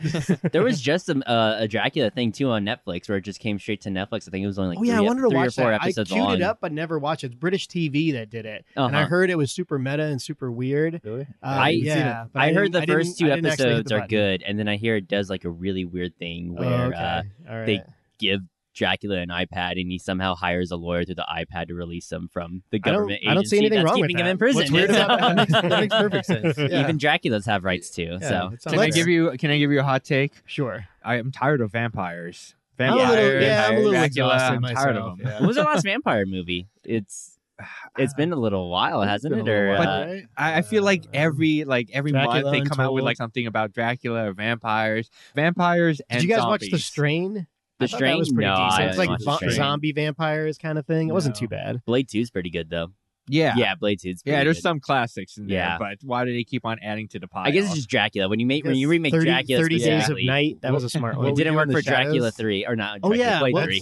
Speaker 1: there was just a, uh, a Dracula thing too on Netflix where it just came straight to Netflix. I think it was only like
Speaker 3: Oh yeah,
Speaker 1: three,
Speaker 3: I wanted to
Speaker 1: three
Speaker 3: watch
Speaker 1: or four
Speaker 3: that. I
Speaker 1: episodes
Speaker 3: queued
Speaker 1: long.
Speaker 3: it up, but never watched it. It's British TV that did it, and I
Speaker 1: Uh-huh.
Speaker 3: heard it was super meta and super weird.
Speaker 4: Really?
Speaker 3: Uh,
Speaker 1: I-
Speaker 3: yeah, but
Speaker 1: I, heard
Speaker 3: didn't-
Speaker 1: the
Speaker 3: didn't-
Speaker 1: first two
Speaker 3: I didn't actually hit the
Speaker 1: episodes are
Speaker 3: button.
Speaker 1: good, and then I hear it does like a really weird thing
Speaker 3: Oh,
Speaker 1: where
Speaker 3: okay.
Speaker 1: uh,
Speaker 3: All right.
Speaker 1: they- give Dracula an iPad, and he somehow hires a lawyer through the iPad to release him from the
Speaker 3: I don't-
Speaker 1: government
Speaker 3: I don't see
Speaker 1: agency
Speaker 3: anything
Speaker 1: that's
Speaker 3: wrong with
Speaker 1: keeping
Speaker 3: that.
Speaker 1: him in prison.
Speaker 3: What's weird about
Speaker 4: that? makes, that makes perfect sense. Yeah.
Speaker 1: Even Draculas have rights too.
Speaker 4: Yeah,
Speaker 1: so
Speaker 4: it sounds
Speaker 2: Can I
Speaker 4: fair.
Speaker 2: give you? Can I give you a hot take?
Speaker 3: sure.
Speaker 2: I am tired of vampires.
Speaker 3: I'm a
Speaker 2: Vampires.
Speaker 3: little- yeah, I'm a little
Speaker 2: Dracula,
Speaker 3: exhausted
Speaker 2: I'm tired of
Speaker 3: myself.
Speaker 2: them.
Speaker 4: Yeah.
Speaker 1: what was the last vampire movie? It's it's been a little while, hasn't
Speaker 4: It's
Speaker 1: it?
Speaker 4: been a
Speaker 1: Or
Speaker 4: little
Speaker 1: uh,
Speaker 4: while, right?
Speaker 2: I, I feel like every like every
Speaker 3: Dracula
Speaker 2: month they come out with
Speaker 3: Untold.
Speaker 2: like something about Dracula or vampires, vampires. And
Speaker 3: Did you guys watch
Speaker 2: zombies.
Speaker 3: The Strain?
Speaker 1: The
Speaker 3: I thought that
Speaker 1: Strain?
Speaker 3: was pretty
Speaker 1: No,
Speaker 3: decent.
Speaker 1: I
Speaker 3: it's
Speaker 1: haven't
Speaker 3: like
Speaker 1: watched
Speaker 3: vo-
Speaker 1: The Strain.
Speaker 3: zombie vampires kind of thing. It wasn't
Speaker 4: No.
Speaker 3: too bad.
Speaker 1: Blade Two's pretty good though.
Speaker 2: Yeah, yeah,
Speaker 1: Yeah, Blade Two's. Pretty
Speaker 2: yeah. There's
Speaker 1: good.
Speaker 2: some classics in there,
Speaker 1: Yeah.
Speaker 2: but why do they keep on adding to the pile?
Speaker 1: I guess it's just Dracula. When you make when you remake
Speaker 3: 30,
Speaker 1: Dracula,
Speaker 3: 30 Days of
Speaker 1: specifically,
Speaker 3: Night. That was a smart
Speaker 4: What
Speaker 1: it
Speaker 3: one.
Speaker 4: we
Speaker 1: didn't
Speaker 4: do
Speaker 1: work
Speaker 4: in the
Speaker 1: for Dracula
Speaker 4: shadows?
Speaker 1: three or not.
Speaker 3: Oh,
Speaker 1: Dracula,
Speaker 3: yeah,
Speaker 1: Blade
Speaker 3: what-
Speaker 1: three.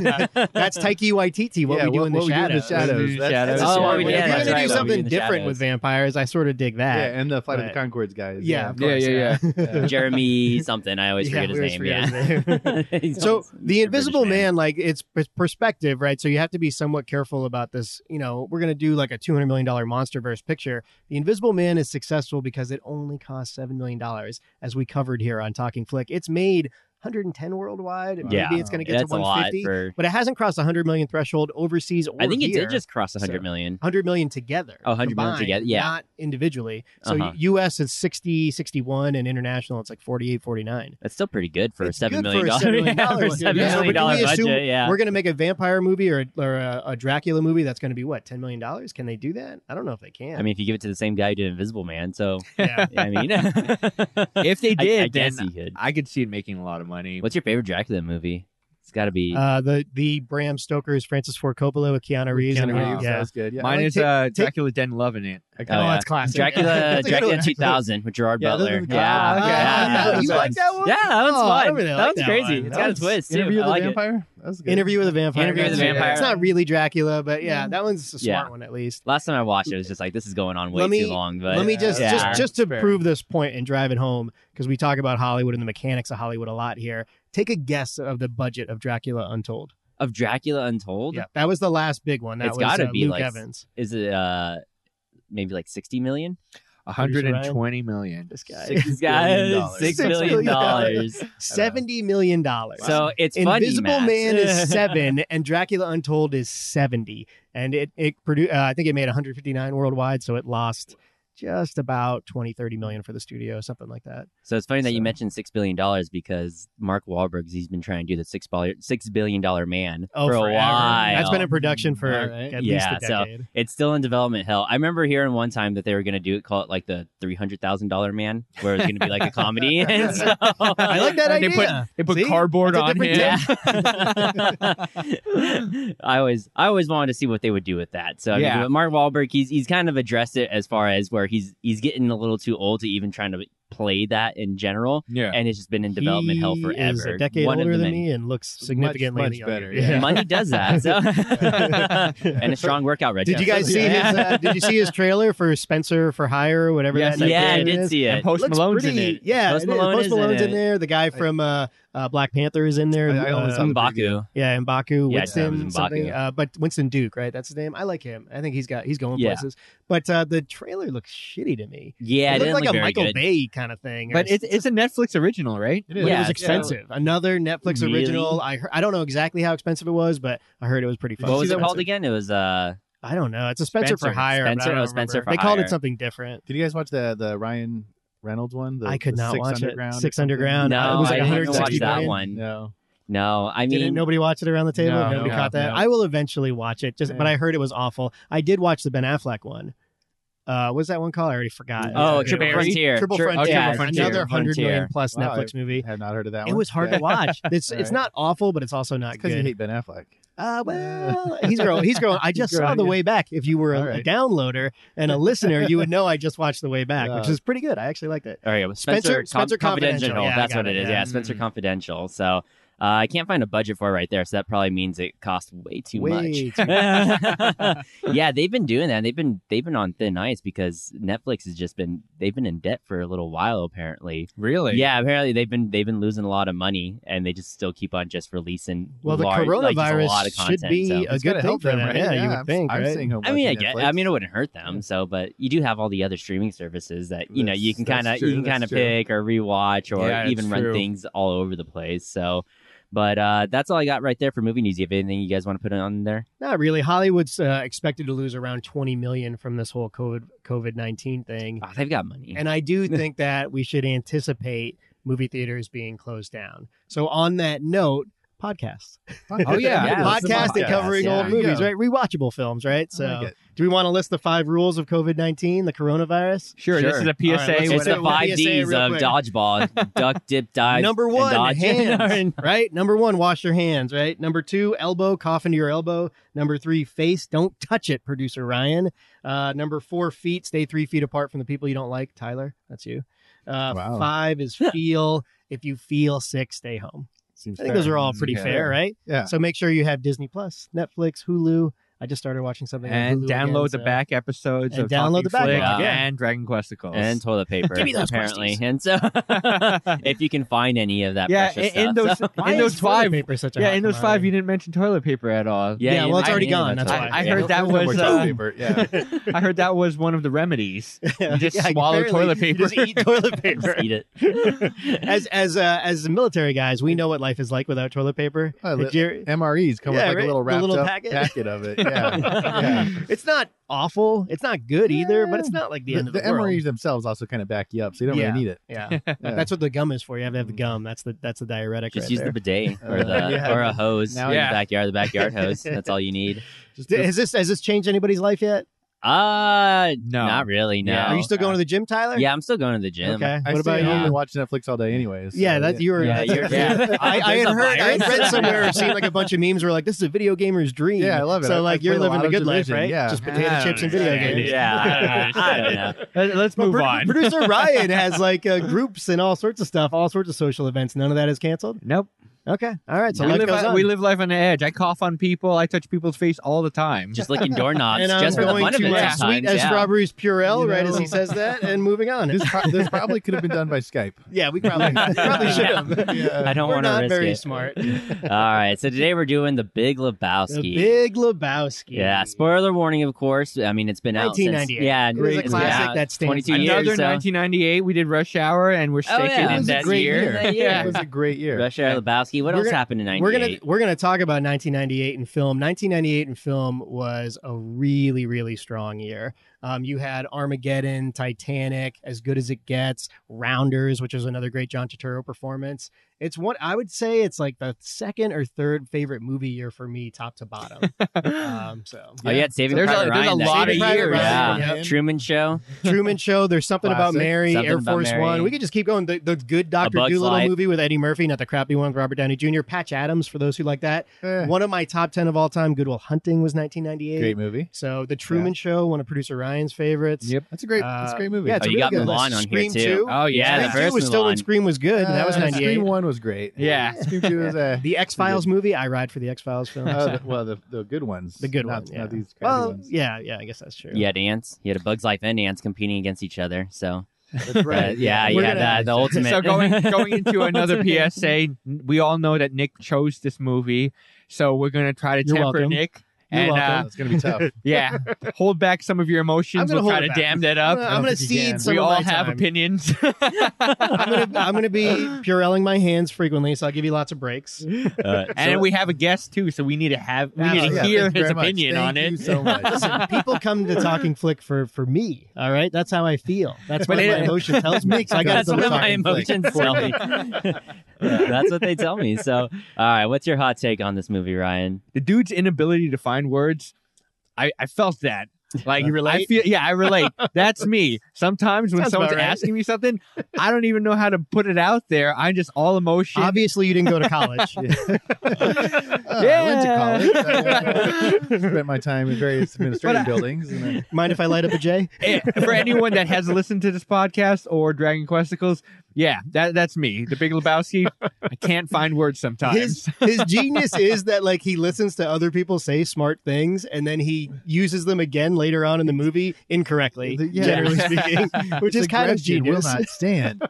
Speaker 3: That's Taiki Waititi. What
Speaker 4: Yeah,
Speaker 3: we do
Speaker 4: what-
Speaker 3: in the
Speaker 4: what we do in the
Speaker 3: shadows.
Speaker 4: shadows.
Speaker 2: Shadows.
Speaker 4: That's-
Speaker 2: Shadows.
Speaker 4: that's a
Speaker 1: Oh,
Speaker 4: smart
Speaker 1: we
Speaker 4: way
Speaker 3: If
Speaker 4: to
Speaker 1: did,
Speaker 3: you're
Speaker 4: do
Speaker 1: that's
Speaker 3: gonna
Speaker 4: it.
Speaker 1: right,
Speaker 3: do
Speaker 1: what we do
Speaker 3: something
Speaker 1: in the
Speaker 3: different with
Speaker 1: shadows.
Speaker 3: vampires, I sort of dig
Speaker 4: Yeah,
Speaker 3: that.
Speaker 4: and the Flight of
Speaker 3: Right.
Speaker 4: the Concords guys.
Speaker 3: Yeah, of
Speaker 2: Yeah,
Speaker 3: course,
Speaker 2: yeah, yeah.
Speaker 1: Jeremy something. I always
Speaker 3: Yeah,
Speaker 1: forget his
Speaker 3: we always
Speaker 1: name.
Speaker 3: forget
Speaker 1: yeah.
Speaker 3: his name.
Speaker 1: He's
Speaker 3: so
Speaker 1: always
Speaker 3: the
Speaker 1: Mr.
Speaker 3: invisible
Speaker 1: British
Speaker 3: man like it's pers- perspective right so you have to be somewhat careful about this you know we're going to do like a $200 million monsterverse picture the invisible man is successful because it only cost $7 million as we covered here on talking flick it's made 110 worldwide. Maybe
Speaker 1: Yeah.
Speaker 3: it's going to get
Speaker 1: That's
Speaker 3: to
Speaker 1: a lot
Speaker 3: 150.
Speaker 1: for.
Speaker 3: but it hasn't crossed the 100 million threshold overseas or
Speaker 1: I think it
Speaker 3: here.
Speaker 1: did just cross 100
Speaker 3: So-
Speaker 1: million.
Speaker 3: 100 million together.
Speaker 1: Oh, 100 million
Speaker 3: combined,
Speaker 1: together, yeah.
Speaker 3: Not individually. So
Speaker 1: Uh-huh.
Speaker 3: US is 60, 61, and international, it's like 48, 49.
Speaker 1: That's still pretty good for a
Speaker 3: It's
Speaker 1: seven
Speaker 3: good
Speaker 1: million
Speaker 3: for
Speaker 1: dollar
Speaker 3: a $7 million
Speaker 1: yeah, for a
Speaker 3: dude.
Speaker 1: seven
Speaker 3: Yeah, so
Speaker 1: million
Speaker 3: but do
Speaker 1: dollar
Speaker 3: we assume
Speaker 1: budget. Yeah,
Speaker 3: We're going to make a vampire movie or, or a, a Dracula movie that's going to be what, $10 million? Can they do that? I don't know if they can.
Speaker 1: I mean, if you give it to the same guy who did Invisible Man, so
Speaker 3: yeah.
Speaker 1: I mean,
Speaker 2: If they
Speaker 1: I,
Speaker 2: did,
Speaker 1: I
Speaker 2: then
Speaker 1: guess he could.
Speaker 2: I could see it making a lot of money.
Speaker 1: What's your favorite Dracula movie? It's got to be.
Speaker 3: Uh, the the Bram Stoker's Francis Ford Coppola with Keanu Reeves.
Speaker 2: Keanu
Speaker 3: and-
Speaker 2: Reeves,
Speaker 4: That
Speaker 3: Yeah.
Speaker 4: was good. Yeah,
Speaker 2: Mine
Speaker 3: like
Speaker 2: is
Speaker 3: take-
Speaker 2: uh,
Speaker 3: take-
Speaker 2: Dracula Den loving it. I
Speaker 3: Oh,
Speaker 1: Oh, yeah.
Speaker 3: that's classic.
Speaker 1: Dracula,
Speaker 4: That's a good
Speaker 1: Dracula
Speaker 4: one.
Speaker 1: 2000 with Gerard
Speaker 4: Yeah, those are
Speaker 1: Butler.
Speaker 4: the good
Speaker 1: Yeah,
Speaker 4: ones.
Speaker 3: Ah,
Speaker 1: yeah,
Speaker 4: that
Speaker 3: you
Speaker 4: was
Speaker 3: like
Speaker 4: nice.
Speaker 3: that one?
Speaker 1: yeah, that one's
Speaker 3: Oh, I
Speaker 1: fun.
Speaker 3: really
Speaker 1: that
Speaker 3: like
Speaker 1: one's
Speaker 3: that
Speaker 1: crazy.
Speaker 3: one.
Speaker 1: It's
Speaker 3: That
Speaker 1: got a
Speaker 3: one's-
Speaker 1: twist too.
Speaker 4: Interview
Speaker 1: I
Speaker 4: with
Speaker 1: like
Speaker 4: the
Speaker 1: it.
Speaker 4: Vampire. That was good.
Speaker 3: Interview with a Vampire.
Speaker 1: Interview with a
Speaker 3: that's right.
Speaker 1: Vampire.
Speaker 3: It's not really Dracula, but yeah,
Speaker 4: Yeah.
Speaker 3: that one's a smart one at least.
Speaker 1: Last time I watched it, it was just like this is going on way
Speaker 3: Let me-
Speaker 1: too long. But uh,
Speaker 3: Let me just
Speaker 1: yeah.
Speaker 3: just just to
Speaker 4: Fair.
Speaker 3: prove this point and drive it home because we talk about Hollywood and the mechanics of Hollywood a lot here. Take a guess of the budget of Dracula Untold.
Speaker 1: of Dracula Untold,
Speaker 3: Yeah, that was the last big one. That
Speaker 1: It's
Speaker 3: was
Speaker 1: gotta
Speaker 3: uh,
Speaker 1: be,
Speaker 3: Luke
Speaker 1: like,
Speaker 3: Evans.
Speaker 1: is it uh maybe like 60 million?
Speaker 2: 120 million. This
Speaker 3: guy.
Speaker 1: Six
Speaker 2: billion
Speaker 1: guys,
Speaker 2: dollars.
Speaker 1: six
Speaker 3: Six
Speaker 1: million
Speaker 3: billion
Speaker 1: dollars.
Speaker 3: Seventy million dollars.
Speaker 1: So it's funny.
Speaker 3: Invisible
Speaker 1: Matt.
Speaker 3: Man is seven, and Dracula Untold is seventy, and it it produ- uh, I think it made 159 worldwide, so it lost just about 20, 30 million for the studio, something like that.
Speaker 1: So it's funny that you
Speaker 3: So-
Speaker 1: mentioned six billion dollars because Mark Wahlberg he's been trying to do the six billion six billion dollar man
Speaker 3: Oh,
Speaker 1: for a
Speaker 3: forever.
Speaker 1: while.
Speaker 3: That's been in production for
Speaker 4: All right.
Speaker 3: at
Speaker 1: Yeah,
Speaker 3: least a
Speaker 1: so-
Speaker 3: decade.
Speaker 1: it's still in development hell. I remember hearing one time that they were gonna do it, call it like the three hundred thousand dollar man, where it was gonna be like a comedy. and so
Speaker 3: I like that
Speaker 2: They
Speaker 3: idea.
Speaker 2: put- They put
Speaker 3: See?
Speaker 2: cardboard
Speaker 3: That's
Speaker 2: on
Speaker 3: a
Speaker 2: him.
Speaker 3: different
Speaker 1: Yeah. I always I always wanted to see what they would do with that. So I mean,
Speaker 2: Yeah.
Speaker 1: but Mark Wahlberg, he's he's kind of addressed it as far as where he's he's getting a little too old to even trying to play that in general.
Speaker 2: Yeah.
Speaker 1: And it's just been in development hell
Speaker 3: He
Speaker 1: forever.
Speaker 3: Is a decade
Speaker 1: One of
Speaker 3: older
Speaker 1: the
Speaker 3: than
Speaker 1: many.
Speaker 3: me and looks significantly
Speaker 4: much
Speaker 3: younger.
Speaker 4: better,
Speaker 3: Yeah.
Speaker 4: yeah.
Speaker 1: Money does that. So. and a strong workout regimen.
Speaker 3: Did you guys see
Speaker 1: Yeah.
Speaker 3: his? Uh, did you see his trailer for Spencer for Hire or whatever?
Speaker 2: Yes,
Speaker 3: that
Speaker 1: yeah, I
Speaker 3: name
Speaker 1: did
Speaker 3: is?
Speaker 1: see it.
Speaker 2: And Post
Speaker 3: Looks
Speaker 2: Malone's
Speaker 3: pretty,
Speaker 2: in it.
Speaker 3: Yeah,
Speaker 1: Post
Speaker 3: it is.
Speaker 1: Malone
Speaker 3: Post
Speaker 1: is in
Speaker 3: Malone's in,
Speaker 1: it.
Speaker 3: there. The guy from uh, uh, Black Panther is in there.
Speaker 4: I- I only
Speaker 3: uh,
Speaker 4: saw the-
Speaker 1: M'Baku.
Speaker 3: yeah, Mbaku,
Speaker 1: Yeah,
Speaker 3: Winston,
Speaker 1: it was M'Baku.
Speaker 3: something. Uh, but Winston Duke, right? That's his name. I like him. I think he's got he's going
Speaker 1: Yeah.
Speaker 3: places. But uh, the trailer looks shitty to me.
Speaker 1: Yeah, it,
Speaker 3: it
Speaker 1: didn't
Speaker 3: looked like
Speaker 1: look
Speaker 3: a
Speaker 1: very
Speaker 3: Michael
Speaker 1: good.
Speaker 3: Bay kind of thing. or
Speaker 2: But it's it's a Netflix original, right?
Speaker 4: It
Speaker 3: but
Speaker 4: is.
Speaker 1: Yeah,
Speaker 3: it was expensive. Another Netflix
Speaker 1: Really?
Speaker 3: original. I heard, I don't know exactly how expensive it was, but I heard it was pretty.
Speaker 1: What was it
Speaker 3: fucking
Speaker 1: called
Speaker 3: expensive.
Speaker 1: again? It was uh
Speaker 3: I don't know. It's a Spencer, for
Speaker 2: Spencer.
Speaker 3: Hire. but I
Speaker 1: Spencer-
Speaker 3: don't
Speaker 1: oh, Spencer
Speaker 3: remember.
Speaker 1: for
Speaker 3: They called
Speaker 1: Hire.
Speaker 3: it something different.
Speaker 4: Did you guys watch the the Ryan Reynolds one? The,
Speaker 3: I could
Speaker 4: the
Speaker 3: not
Speaker 4: Six
Speaker 3: watch it.
Speaker 4: underground or
Speaker 3: Six
Speaker 4: something?
Speaker 3: Underground.
Speaker 1: no,
Speaker 3: it was
Speaker 1: I
Speaker 3: like
Speaker 1: didn't watch
Speaker 3: 160
Speaker 1: that
Speaker 3: million.
Speaker 1: one.
Speaker 4: No.
Speaker 1: No, I mean
Speaker 3: Didn't nobody watch it around the table?
Speaker 2: No,
Speaker 3: nobody
Speaker 4: no,
Speaker 3: caught that.
Speaker 4: no.
Speaker 3: I will eventually watch it. Just, but
Speaker 4: Yeah.
Speaker 3: I heard it was awful. I did watch the Ben Affleck one. Uh, what's that one called? I already forgot.
Speaker 1: Oh,
Speaker 3: Uh,
Speaker 1: Triple
Speaker 3: it was-
Speaker 1: Frontier.
Speaker 3: Triple
Speaker 1: Tri- oh,
Speaker 3: Frontier.
Speaker 1: Triple
Speaker 3: yeah,
Speaker 1: Frontier.
Speaker 3: Another hundred million
Speaker 1: Frontier.
Speaker 3: plus
Speaker 4: Wow,
Speaker 3: Netflix movie.
Speaker 4: I have not heard of that
Speaker 3: It
Speaker 4: one.
Speaker 3: was hard to watch. It's it's
Speaker 4: Right.
Speaker 3: not awful, but it's also not
Speaker 4: because
Speaker 3: good.
Speaker 4: you hate Ben Affleck.
Speaker 3: Uh, well, he's growing. He's growing. I
Speaker 4: He's
Speaker 3: just saw
Speaker 4: growing,
Speaker 3: the
Speaker 4: yeah.
Speaker 3: way back. If you were a,
Speaker 4: All
Speaker 3: a
Speaker 4: right.
Speaker 3: downloader and a listener, you would know I just watched the way back, which
Speaker 4: Yeah.
Speaker 3: is pretty good. I actually liked it.
Speaker 1: All right, it was Spencer,
Speaker 3: Spencer-
Speaker 1: Com-
Speaker 3: Spencer
Speaker 1: Confidential.
Speaker 3: Confidential. Yeah, I
Speaker 1: That's
Speaker 3: got
Speaker 1: what
Speaker 3: it,
Speaker 1: it is. Yeah,
Speaker 3: yeah. Mm-hmm.
Speaker 1: Spencer
Speaker 2: Mm.
Speaker 1: Confidential. So uh, I can't find a budget for it right there. So that probably means it cost way too
Speaker 3: Way
Speaker 1: much.
Speaker 3: too
Speaker 1: yeah, they've been doing that. They've been they've been on thin ice because Netflix has just been they've been in debt for a little while apparently.
Speaker 2: Really?
Speaker 1: yeah, apparently they've been they've been losing a lot of money and they just still keep on just releasing.
Speaker 3: Well, the
Speaker 1: large- like, just a
Speaker 3: coronavirus
Speaker 1: lot of
Speaker 3: should
Speaker 1: content,
Speaker 3: be
Speaker 1: so.
Speaker 3: a
Speaker 4: It's
Speaker 3: good
Speaker 4: gotta
Speaker 3: thing
Speaker 4: help
Speaker 3: for
Speaker 4: them,
Speaker 3: them.
Speaker 4: right?
Speaker 3: Yeah, you would
Speaker 4: I'm,
Speaker 3: think,
Speaker 4: I'm
Speaker 3: right?
Speaker 4: staying home.
Speaker 1: I mean, I
Speaker 4: watching
Speaker 1: get.
Speaker 4: Netflix.
Speaker 1: I mean, it wouldn't hurt them. So, but you do have all the other streaming services that you know
Speaker 4: That's-
Speaker 1: you can
Speaker 4: that's
Speaker 1: kind of
Speaker 4: true,
Speaker 1: you can
Speaker 4: that's
Speaker 1: kind of
Speaker 4: true.
Speaker 1: pick or rewatch or
Speaker 2: Yeah,
Speaker 1: even
Speaker 2: it's
Speaker 1: run
Speaker 2: true.
Speaker 1: things all over the place. So, but uh, that's all I got right there for movie news. You have anything you guys want to put on there?
Speaker 3: Not really. Hollywood's uh, expected to lose around 20 million from this whole COVID COVID 19 thing.
Speaker 1: Oh, they've got money.
Speaker 3: And I do think that we should anticipate movie theaters being closed down. So on that note, podcasts.
Speaker 2: Oh, yeah.
Speaker 1: Yeah.
Speaker 4: It's a
Speaker 3: podcast and covering
Speaker 1: yeah.
Speaker 3: old
Speaker 4: There you
Speaker 3: movies,
Speaker 4: go.
Speaker 3: right? Rewatchable films, right?
Speaker 4: I like
Speaker 3: So
Speaker 4: it.
Speaker 3: do we want to list the five rules of COVID 19, the coronavirus?
Speaker 2: Sure,
Speaker 1: Sure.
Speaker 2: This is a
Speaker 3: All
Speaker 2: PSA.
Speaker 3: right, let's
Speaker 1: it's
Speaker 3: do
Speaker 1: the
Speaker 3: it.
Speaker 1: five
Speaker 3: PSA
Speaker 1: D's
Speaker 3: real
Speaker 1: of
Speaker 3: quick.
Speaker 1: dodgeball, duck, dip, dive.
Speaker 3: Number
Speaker 1: and
Speaker 3: one,
Speaker 1: dodge.
Speaker 3: hands. right? Number one, wash your hands, right? Number two, elbow, cough into your elbow. Number three, face, don't touch it, producer Ryan. Uh, number four, feet, stay three feet apart from the people you don't like. Tyler, that's you. Uh,
Speaker 4: Wow.
Speaker 3: Five is feel. if you feel sick, stay home.
Speaker 4: Seems
Speaker 3: I think
Speaker 4: fair.
Speaker 3: those are all pretty
Speaker 2: Yeah.
Speaker 3: fair, right?
Speaker 4: Yeah.
Speaker 3: So make sure you have Disney Plus, Netflix, Hulu. I just started watching something on
Speaker 2: and
Speaker 3: Hulu
Speaker 2: download the
Speaker 3: again, so-
Speaker 2: back episodes
Speaker 3: And
Speaker 2: of
Speaker 3: download
Speaker 2: Talking
Speaker 3: the back
Speaker 2: Flick
Speaker 1: ones,
Speaker 3: yeah.
Speaker 2: and Dragon Quest Calls.
Speaker 1: and toilet paper.
Speaker 3: Give me those
Speaker 1: apparently,
Speaker 3: crusties.
Speaker 1: and so if you can find any of that,
Speaker 2: yeah,
Speaker 1: precious
Speaker 2: in, in
Speaker 1: stuff.
Speaker 2: those
Speaker 1: So-
Speaker 3: Why
Speaker 2: in those
Speaker 3: is toilet
Speaker 2: five,
Speaker 3: paper such a
Speaker 2: yeah,
Speaker 3: hot
Speaker 2: in those five,
Speaker 3: commodity?
Speaker 2: you didn't mention toilet paper at all.
Speaker 1: yeah,
Speaker 3: Yeah,
Speaker 1: you
Speaker 3: well, it's
Speaker 1: didn't
Speaker 3: already
Speaker 1: name
Speaker 3: gone,
Speaker 1: that
Speaker 3: that's
Speaker 1: toilet.
Speaker 2: why. I
Speaker 1: Yeah.
Speaker 2: heard that
Speaker 4: There's no
Speaker 2: was,
Speaker 4: more toilet
Speaker 2: uh,
Speaker 4: paper. Yeah.
Speaker 2: I heard that was one of the remedies. You just
Speaker 3: Yeah,
Speaker 2: swallow
Speaker 3: apparently
Speaker 2: toilet
Speaker 3: you
Speaker 2: paper.
Speaker 3: just eat toilet paper.
Speaker 1: Just eat it.
Speaker 3: as as uh, as military guys, we know what life is like without toilet paper.
Speaker 4: Oh,
Speaker 3: Did
Speaker 4: li-
Speaker 3: you-
Speaker 4: MREs come
Speaker 3: Yeah,
Speaker 4: with like
Speaker 3: right?
Speaker 4: a little
Speaker 3: The
Speaker 4: wrapped
Speaker 3: little
Speaker 4: up
Speaker 3: packet.
Speaker 4: of it. Yeah. yeah.
Speaker 3: it's not awful. It's not good either, but it's not like the,
Speaker 4: The,
Speaker 3: end of the,
Speaker 4: the E
Speaker 3: world.
Speaker 4: MREs themselves also kind of back you up, so you don't
Speaker 3: Yeah.
Speaker 4: really need it.
Speaker 3: Yeah,
Speaker 4: Yeah.
Speaker 3: that's what the gum is for. You have to
Speaker 4: Mm.
Speaker 3: have the gum. That's the that's the diuretic.
Speaker 1: Just
Speaker 3: right
Speaker 1: use
Speaker 3: there.
Speaker 1: the bidet or the
Speaker 4: Uh, yeah.
Speaker 1: or a hose
Speaker 4: Now
Speaker 1: in
Speaker 2: yeah.
Speaker 1: the backyard, the backyard hose. That's all you need.
Speaker 4: Just
Speaker 3: Th- Has this has this changed anybody's life yet?
Speaker 1: Uh
Speaker 2: no,
Speaker 1: not really. No.
Speaker 2: Yeah.
Speaker 3: Are you still going to the gym, Tyler?
Speaker 1: yeah, I'm still going to the gym.
Speaker 3: Okay.
Speaker 4: I
Speaker 3: what
Speaker 4: stay
Speaker 3: about
Speaker 4: home
Speaker 3: you?
Speaker 4: and watch Netflix all day, anyways. so,
Speaker 3: Yeah, that's you were.
Speaker 1: Yeah,
Speaker 3: that's-
Speaker 1: you're-
Speaker 2: yeah.
Speaker 3: I, I
Speaker 1: There's
Speaker 3: had
Speaker 1: a
Speaker 3: heard, I had
Speaker 1: virus.
Speaker 3: read somewhere, or seen like a bunch of memes where like this is a video gamer's dream.
Speaker 4: Yeah, I love it. I-
Speaker 3: So like
Speaker 4: I
Speaker 3: you're
Speaker 4: played a
Speaker 3: living
Speaker 4: lot
Speaker 3: the
Speaker 4: of
Speaker 3: good life,
Speaker 4: Division,
Speaker 3: right?
Speaker 4: yeah.
Speaker 3: Just
Speaker 2: I
Speaker 3: potato
Speaker 2: don't
Speaker 3: chips and video
Speaker 2: understand.
Speaker 3: games.
Speaker 1: Yeah, I don't know.
Speaker 2: Let- Let's
Speaker 3: Well,
Speaker 2: move
Speaker 3: produ-
Speaker 2: on.
Speaker 3: Producer Ryan has like uh, groups and all sorts of stuff, all sorts of social events. None of that is canceled.
Speaker 2: Nope.
Speaker 3: Okay, all right. So
Speaker 2: we,
Speaker 3: life
Speaker 2: live
Speaker 3: goes
Speaker 2: on-
Speaker 3: on.
Speaker 2: we live life on the edge. I cough on people. I touch people's face all the time.
Speaker 1: Just licking doorknobs,
Speaker 3: and I'm
Speaker 1: just for the
Speaker 3: going
Speaker 1: fun of
Speaker 3: to
Speaker 1: it.
Speaker 3: my
Speaker 1: sometimes,
Speaker 3: sweet as
Speaker 1: yeah.
Speaker 3: strawberries Purell,
Speaker 4: You
Speaker 3: right
Speaker 4: know.
Speaker 3: as he says that, and moving on.
Speaker 4: This, pro- this probably could have been done by Skype.
Speaker 3: yeah, we probably probably should have.
Speaker 1: I don't
Speaker 3: We're
Speaker 1: want to
Speaker 3: not
Speaker 1: risk
Speaker 3: very
Speaker 1: it.
Speaker 3: smart.
Speaker 1: All right, so today we're doing the Big Lebowski.
Speaker 3: The Big Lebowski.
Speaker 1: yeah, spoiler warning, of course. I mean, it's been out since
Speaker 3: 1998.
Speaker 1: yeah,
Speaker 3: It was a
Speaker 1: it's been
Speaker 3: classic
Speaker 1: out
Speaker 3: that stands
Speaker 1: 22
Speaker 3: out.
Speaker 1: years.
Speaker 2: Another
Speaker 1: so-
Speaker 2: 1998. We did Rush Hour, and we're
Speaker 1: Oh,
Speaker 2: shaking
Speaker 1: yeah. It
Speaker 2: in
Speaker 1: was a
Speaker 2: that
Speaker 1: great
Speaker 2: year.
Speaker 1: year. That year.
Speaker 2: Yeah.
Speaker 4: It was a great year.
Speaker 1: Rush Hour Lebowski. What
Speaker 3: We're
Speaker 1: else
Speaker 3: gonna-
Speaker 1: happened in '98?
Speaker 3: We're gonna we're gonna talk about 1998 in film. 1998 in film was a really really strong year. Um, you had Armageddon, Titanic, As Good as It Gets, Rounders, which is another great John Turturro performance. It's what I would say it's like the second or third favorite movie year for me, top to bottom. um, so
Speaker 1: Oh yeah, Saving
Speaker 2: There's a-
Speaker 1: Private
Speaker 2: there's a
Speaker 1: Ryan. that
Speaker 2: lot
Speaker 1: year.
Speaker 2: of years.
Speaker 1: Yeah.
Speaker 4: Yeah.
Speaker 1: Truman Show.
Speaker 3: Truman Show. There's something about
Speaker 4: Classic.
Speaker 3: Mary,
Speaker 1: Something
Speaker 3: Air
Speaker 1: About
Speaker 3: Force
Speaker 1: Mary.
Speaker 3: One. We could just keep going. The, the good Doctor
Speaker 1: Bug's
Speaker 3: Doolittle
Speaker 1: Life.
Speaker 3: movie with Eddie Murphy, not the crappy one with Robert Downey Jr. Patch Adams for those who like that.
Speaker 4: Eh,
Speaker 3: One of my top 10 of all time, Goodwill Hunting was 1998.
Speaker 4: great movie.
Speaker 3: So The Truman Show, one of producer Ryan's favorites.
Speaker 2: Yep.
Speaker 4: That's a great.
Speaker 3: Uh,
Speaker 4: that's a great movie.
Speaker 3: yeah,
Speaker 1: Oh,
Speaker 3: it's a
Speaker 1: you
Speaker 3: really
Speaker 1: got
Speaker 3: good
Speaker 1: Milan
Speaker 3: one.
Speaker 1: on here
Speaker 3: Scream
Speaker 1: too.
Speaker 3: 2.
Speaker 1: Oh yeah,
Speaker 3: Scream
Speaker 1: the
Speaker 3: 2
Speaker 1: first
Speaker 3: was still
Speaker 1: Milan.
Speaker 3: when Scream was good, and that was
Speaker 4: Uh,
Speaker 3: 98.
Speaker 4: Scream One was great.
Speaker 2: Yeah.
Speaker 4: Scream Two was a.
Speaker 3: The X Files movie, I ride for the X Files film.
Speaker 4: Uh, well, the, the good ones.
Speaker 3: The good
Speaker 4: not,
Speaker 3: ones, yeah.
Speaker 4: Not these crappy
Speaker 3: well,
Speaker 4: ones.
Speaker 3: yeah, yeah, I guess that's true.
Speaker 1: You had ants. You had a Bugs Life and ants competing against each other. So
Speaker 4: That's
Speaker 1: uh,
Speaker 4: right.
Speaker 1: yeah,
Speaker 3: We're
Speaker 1: yeah,
Speaker 3: gonna-
Speaker 1: that- the ultimate.
Speaker 2: So going going into another PSA, we all know that Nick chose this movie, so we're gonna try to
Speaker 3: You're
Speaker 2: temper
Speaker 3: welcome.
Speaker 2: Nick.
Speaker 3: You're
Speaker 2: and
Speaker 3: welcome.
Speaker 2: Uh,
Speaker 4: It's gonna be tough.
Speaker 2: yeah, hold back some of your
Speaker 3: I'm
Speaker 2: emotions.
Speaker 3: gonna
Speaker 2: We'll try
Speaker 3: hold
Speaker 2: to
Speaker 3: it back.
Speaker 2: dam that
Speaker 3: I'm
Speaker 2: up.
Speaker 3: gonna,
Speaker 4: I
Speaker 3: I'm
Speaker 4: don't
Speaker 3: gonna
Speaker 4: think you
Speaker 3: cede
Speaker 4: can.
Speaker 3: some
Speaker 2: we
Speaker 3: of
Speaker 2: all
Speaker 3: my
Speaker 2: have
Speaker 3: time.
Speaker 2: opinions.
Speaker 3: I'm gonna I'm gonna be purelling my hands frequently, so I'll give you lots of breaks.
Speaker 2: and we have a guest too, so we need to have we need to
Speaker 4: Oh, Yeah,
Speaker 2: hear
Speaker 4: thank you
Speaker 2: his
Speaker 4: very much.
Speaker 2: opinion
Speaker 4: Thank
Speaker 2: on
Speaker 4: you
Speaker 2: it.
Speaker 4: so much.
Speaker 3: Listen, people come to Talking Flick for for me. All right, that's how I feel. That's
Speaker 2: But
Speaker 3: what
Speaker 2: it-
Speaker 3: my emotion tells me. So I got
Speaker 1: That's
Speaker 4: gotta
Speaker 1: what
Speaker 4: go
Speaker 1: my
Speaker 4: talking flick.
Speaker 1: emotions tell me. That's what they tell me. So, all right, what's your hot take on this movie, Ryan?
Speaker 2: the dude's inability to find words, I, I felt that. Like
Speaker 3: You relate?
Speaker 2: I feel, yeah, I relate. That's me. Sometimes when
Speaker 3: Sounds
Speaker 2: someone's
Speaker 3: about right.
Speaker 2: asking me something, I don't even know how to put it out there. I'm just all emotion.
Speaker 3: Obviously, you didn't go to college.
Speaker 4: Uh, I went to college. I,
Speaker 2: Yeah.
Speaker 4: uh, spent my time in various administrative
Speaker 2: But I-
Speaker 4: buildings. And then,
Speaker 3: Mind if I light up a J?
Speaker 2: Eh, For anyone that has listened to this podcast or Dragon Questicles, yeah, that that's me. The Big Lebowski. I can't find words sometimes.
Speaker 3: His his genius is that like he listens to other people say smart things and then he uses them again later on in the movie incorrectly.
Speaker 4: The- yeah.
Speaker 3: Generally speaking, which is kind of
Speaker 4: Aggression
Speaker 3: genius.
Speaker 4: Will not stand.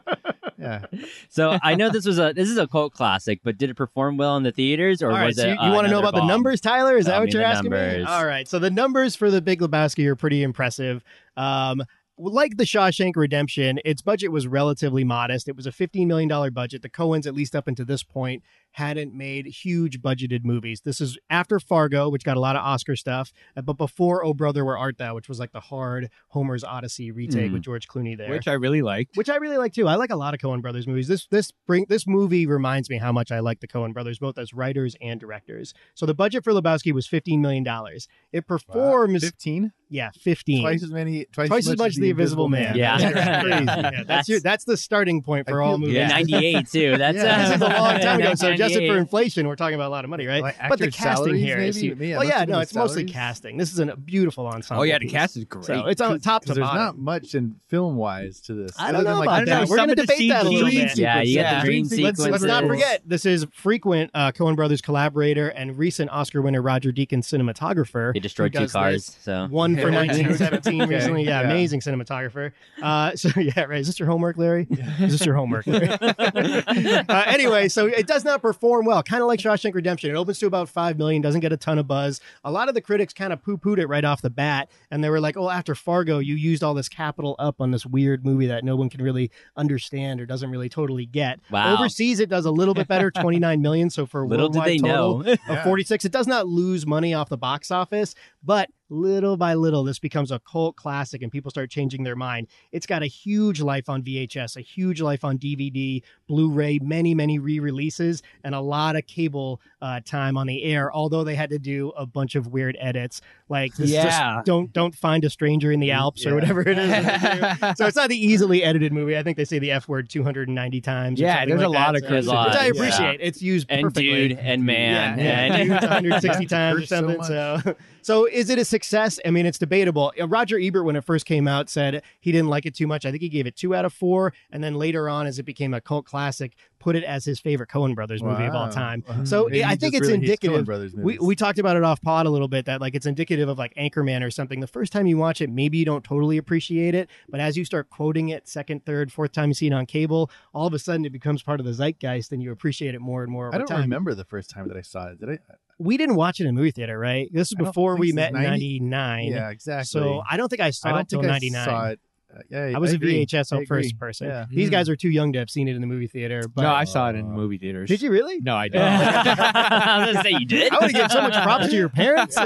Speaker 4: Yeah,
Speaker 1: So I know this was a this is a cult classic, but did it perform well in the theaters, or
Speaker 3: All right,
Speaker 1: was
Speaker 3: so
Speaker 1: it?
Speaker 3: you,
Speaker 1: uh,
Speaker 3: want to
Speaker 1: another
Speaker 3: know about the
Speaker 1: bomb?
Speaker 3: numbers, Tyler? Is
Speaker 1: Tell
Speaker 3: that
Speaker 1: me
Speaker 3: what you're
Speaker 1: the
Speaker 3: asking
Speaker 1: numbers.
Speaker 3: me? All right. So the numbers for the Big Lebowski are pretty impressive. Um, like the Shawshank Redemption, its budget was relatively modest. It was a $15 million budget. The Coens, at least up until this point, hadn't made huge budgeted movies. This is after Fargo, which got a lot of Oscar stuff, uh, but before Oh Brother, Where Art Thou, which was like the hard Homer's Odyssey retake
Speaker 1: Mm.
Speaker 3: with George Clooney there
Speaker 2: which I really liked.
Speaker 3: which I really like too. I like a lot of Coen Brothers movies. This this bring this movie reminds me how much I like the Coen Brothers, both as writers and directors. So the budget for Lebowski was fifteen million dollars. It performs,
Speaker 4: fifteen
Speaker 3: yeah, fifteen.
Speaker 4: twice as many, twice,
Speaker 3: Twice as much as the Invisible Man.
Speaker 1: Yeah.
Speaker 3: that's crazy. Yeah, that's
Speaker 1: That's-
Speaker 3: your, that's the starting point
Speaker 4: I
Speaker 3: for all
Speaker 4: feel-
Speaker 3: movies.
Speaker 1: in
Speaker 2: Yeah.
Speaker 1: '98 too. That's uh,
Speaker 4: Yeah,
Speaker 3: This is a long time ago, so adjusted
Speaker 1: yeah,
Speaker 3: for
Speaker 1: yeah.
Speaker 3: inflation, we're talking about a lot of money, right?
Speaker 4: Like
Speaker 3: but the
Speaker 4: actors'
Speaker 3: casting
Speaker 4: salaries,
Speaker 3: here is
Speaker 4: maybe?
Speaker 3: huge.
Speaker 4: Yeah,
Speaker 3: well,
Speaker 4: let's
Speaker 3: yeah,
Speaker 4: look
Speaker 3: no,
Speaker 4: at
Speaker 3: it's mostly
Speaker 4: salaries.
Speaker 3: casting. This is an- a beautiful ensemble.
Speaker 2: Oh yeah, the
Speaker 3: piece.
Speaker 2: cast is great.
Speaker 3: So it's on top to
Speaker 4: Because there's
Speaker 3: bottom.
Speaker 4: not much in film wise to this.
Speaker 3: I don't
Speaker 4: other
Speaker 3: know
Speaker 4: than,
Speaker 3: about
Speaker 4: like,
Speaker 3: that.
Speaker 4: dream
Speaker 3: We're gonna
Speaker 2: some of the
Speaker 3: debate that a little
Speaker 2: CG
Speaker 3: bit.
Speaker 1: Yeah, you got
Speaker 2: Yeah.
Speaker 1: the dream
Speaker 4: Let's-
Speaker 1: sequences.
Speaker 4: let's
Speaker 3: Let's not
Speaker 4: Cool.
Speaker 3: forget this is frequent uh, Cohen Brothers collaborator and recent Oscar winner Roger Deakin cinematographer.
Speaker 1: They destroyed
Speaker 3: Who
Speaker 1: two
Speaker 3: does
Speaker 1: cars. So
Speaker 3: One for
Speaker 4: Yeah.
Speaker 3: 1917
Speaker 4: Okay.
Speaker 3: recently. Yeah,
Speaker 4: Yeah.
Speaker 3: amazing cinematographer. Uh, so yeah, right. Is this your homework, Larry? Is this your homework? Larry? uh, anyway, so it does not perform well. Kind of like Shawshank Redemption. It opens to about 5 million, doesn't get a ton of buzz. A lot of the critics kind of poo pooed it right off the bat. And they were like, oh, after Fargo, you used all this capital up on this weird movie that no one can really understand or doesn't really totally get.
Speaker 1: Wow.
Speaker 3: Overseas, it does a little bit better, 29 million. So for a
Speaker 1: Little did
Speaker 3: worldwide
Speaker 1: they
Speaker 3: total
Speaker 1: know.
Speaker 3: of 46, it does not lose money off the box office. But little by little, this becomes a cult classic and people start changing their mind. It's got a huge life on VHS, a huge life on DVD, Blu ray, many, many re releases, and a lot of cable uh, time on the air, although they had to do a bunch of weird edits. Like, this is
Speaker 2: Yeah.
Speaker 3: just don't, don't find a stranger in the
Speaker 1: Mm-hmm.
Speaker 3: Alps or
Speaker 4: Yeah.
Speaker 3: whatever it is. that they do. so it's not the easily edited movie. I think they say the F word 290 times. or
Speaker 2: Yeah,
Speaker 3: something
Speaker 2: there's
Speaker 3: like
Speaker 2: a lot of
Speaker 3: that. So-
Speaker 1: curse
Speaker 3: Which I
Speaker 1: lines, yeah.
Speaker 3: appreciate. It's used
Speaker 1: and
Speaker 3: perfectly.
Speaker 1: dude and man
Speaker 3: Yeah,
Speaker 1: and
Speaker 3: dude, 160 times or
Speaker 4: Curse so
Speaker 3: something.
Speaker 4: much.
Speaker 3: So, so, is it a success? I mean, it's debatable. Uh, Roger Ebert, when it first came out, said he didn't like it too much. I think he gave it two out of four, and then later on, as it became a cult classic, put it as his favorite Coen Brothers movie of all
Speaker 4: Wow. Mm-hmm.
Speaker 3: time. So
Speaker 4: Maybe
Speaker 3: yeah, I
Speaker 4: he
Speaker 3: think
Speaker 4: just
Speaker 3: it's
Speaker 4: really hates Coen
Speaker 3: indicative.
Speaker 4: Brothers
Speaker 3: We,
Speaker 4: movies.
Speaker 3: we talked about it off pod a little bit that like it's indicative of like Anchorman or something. The first time you watch it, maybe you don't totally appreciate it, but as you start quoting it second, third, fourth time you see it on cable, all of a sudden it becomes part of the zeitgeist, and you appreciate it more and more. Over
Speaker 4: I don't
Speaker 3: time
Speaker 4: remember the first time that I saw it. Did I?
Speaker 3: we didn't watch it in a movie theater, right? This is
Speaker 4: I don't
Speaker 3: before
Speaker 4: think
Speaker 3: we
Speaker 4: so.
Speaker 3: met in
Speaker 4: 90
Speaker 3: '99.
Speaker 4: Yeah, exactly.
Speaker 3: So I don't think I saw
Speaker 4: I
Speaker 3: it
Speaker 4: don't
Speaker 3: till
Speaker 4: think I saw
Speaker 3: '99.
Speaker 4: it. Uh, yeah,
Speaker 3: I was
Speaker 4: a
Speaker 3: a VHS
Speaker 4: I
Speaker 3: first
Speaker 4: agree.
Speaker 3: person.
Speaker 4: Yeah. Hmm. Uh,
Speaker 3: These guys are too young to have seen it in the movie theater. But
Speaker 2: no, I saw it in movie theaters.
Speaker 3: did you really?
Speaker 2: No, I
Speaker 1: I was gonna say you did.
Speaker 3: I would have given so much props to your parents.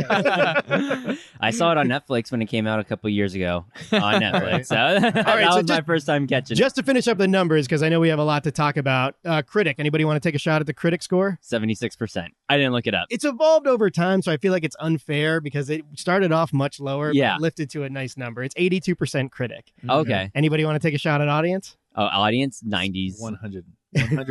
Speaker 1: I saw it on Netflix when it came out a couple years ago on Netflix. So that
Speaker 3: right,
Speaker 1: was
Speaker 3: so
Speaker 1: my
Speaker 3: just-
Speaker 1: first time catching it.
Speaker 3: Just to finish up the numbers, because I know we have a lot to talk about. Uh, critic, anybody want to take a shot at the critic score?
Speaker 1: 76%. I didn't look it up.
Speaker 3: It's evolved over time, so I feel like it's unfair because it started off much lower, but
Speaker 1: Yeah.
Speaker 3: lifted to a nice number. It's 82% critic.
Speaker 1: Okay.
Speaker 3: Anybody want to take a shot at audience?
Speaker 1: Oh, audience 90s.
Speaker 4: 100. 100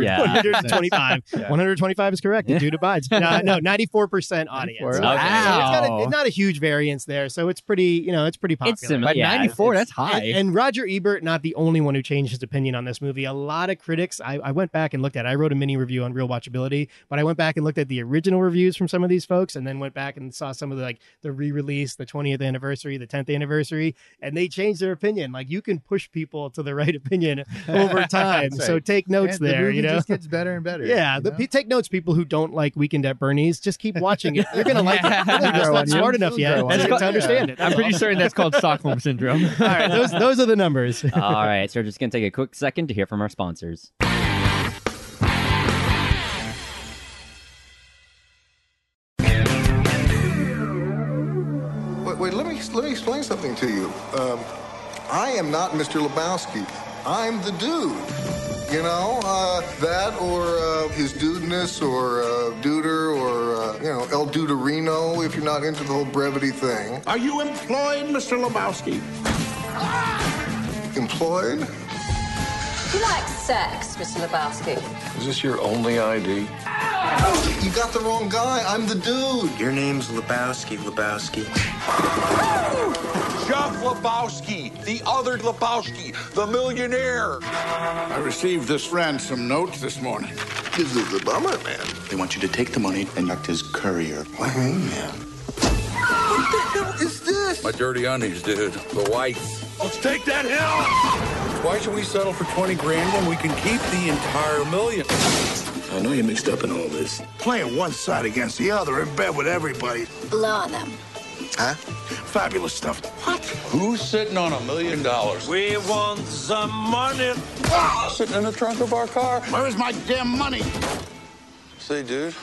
Speaker 1: Yeah.
Speaker 3: 125.
Speaker 4: Yeah.
Speaker 3: 125 is correct. The dude abides. No, no 94% audience.
Speaker 4: 94.
Speaker 3: So
Speaker 1: Wow.
Speaker 3: It's, got a, it's not a huge variance there, so it's pretty, you know, it's pretty popular.
Speaker 1: It's similar.
Speaker 2: But
Speaker 1: Yeah,
Speaker 2: 94,
Speaker 1: it's-
Speaker 2: that's high.
Speaker 3: And, and Roger Ebert, not the only one who changed his opinion on this movie. A lot of critics, I, I went back and looked at. it. I wrote a mini review on Real Watchability, but I went back and looked at the original reviews from some of these folks, and then went back and saw some of the like the re-release, the 20th anniversary, the 10th anniversary, and they changed their opinion. Like you can push people to the right opinion over time.
Speaker 4: That's
Speaker 3: So
Speaker 4: right.
Speaker 3: take notes
Speaker 4: And the
Speaker 3: there.
Speaker 4: movie
Speaker 3: you know,
Speaker 4: just gets better and better.
Speaker 3: yeah,
Speaker 4: you
Speaker 3: the,
Speaker 4: know?
Speaker 3: pe- take notes, people who don't like Weekend at Bernie's. Just keep watching it. You're gonna like it. You're just
Speaker 4: Grow
Speaker 3: not
Speaker 4: on you.
Speaker 3: smart enough
Speaker 4: You'll
Speaker 3: yet
Speaker 4: grow on
Speaker 3: to,
Speaker 4: you.
Speaker 3: to understand it.
Speaker 2: I'm pretty certain that's called Stockholm syndrome.
Speaker 3: All right, those those are the numbers.
Speaker 1: All right. So we're just going to take a quick second to hear from our sponsors.
Speaker 5: Wait, wait let, me, let me explain something to you. Um, I am not Mr. Lebowski. I'm the dude. You know, uh, that or uh, his dudeness or uh, duder or, uh, you know, El Duderino if you're not into the whole brevity thing.
Speaker 6: Are you employed, Mr. Lebowski?
Speaker 5: Employed?
Speaker 7: You like sex, Mr. Lebowski?
Speaker 8: Is this your only ID?
Speaker 5: You got the wrong guy. I'm the dude.
Speaker 9: Your name's Lebowski, Lebowski.
Speaker 10: Jeff Lebowski, the other Lebowski, the millionaire.
Speaker 6: I received this ransom note this morning.
Speaker 5: This is the bummer, man.
Speaker 9: They want you to take the money and act as courier.
Speaker 5: What do you mean, man? What the hell is this?
Speaker 10: My dirty undies, dude. The whites.
Speaker 6: Let's take that hill! Why should we settle for 20 grand when we can keep the entire million?
Speaker 9: I know you're mixed up in all this.
Speaker 6: Playing one side against the other in bed with everybody.
Speaker 7: Blow on them.
Speaker 6: Fabulous stuff.
Speaker 10: Who's sitting on a million dollars?
Speaker 6: We want some money.
Speaker 10: Sitting in the trunk of our car.
Speaker 6: Where is my damn money?
Speaker 10: Say, dude.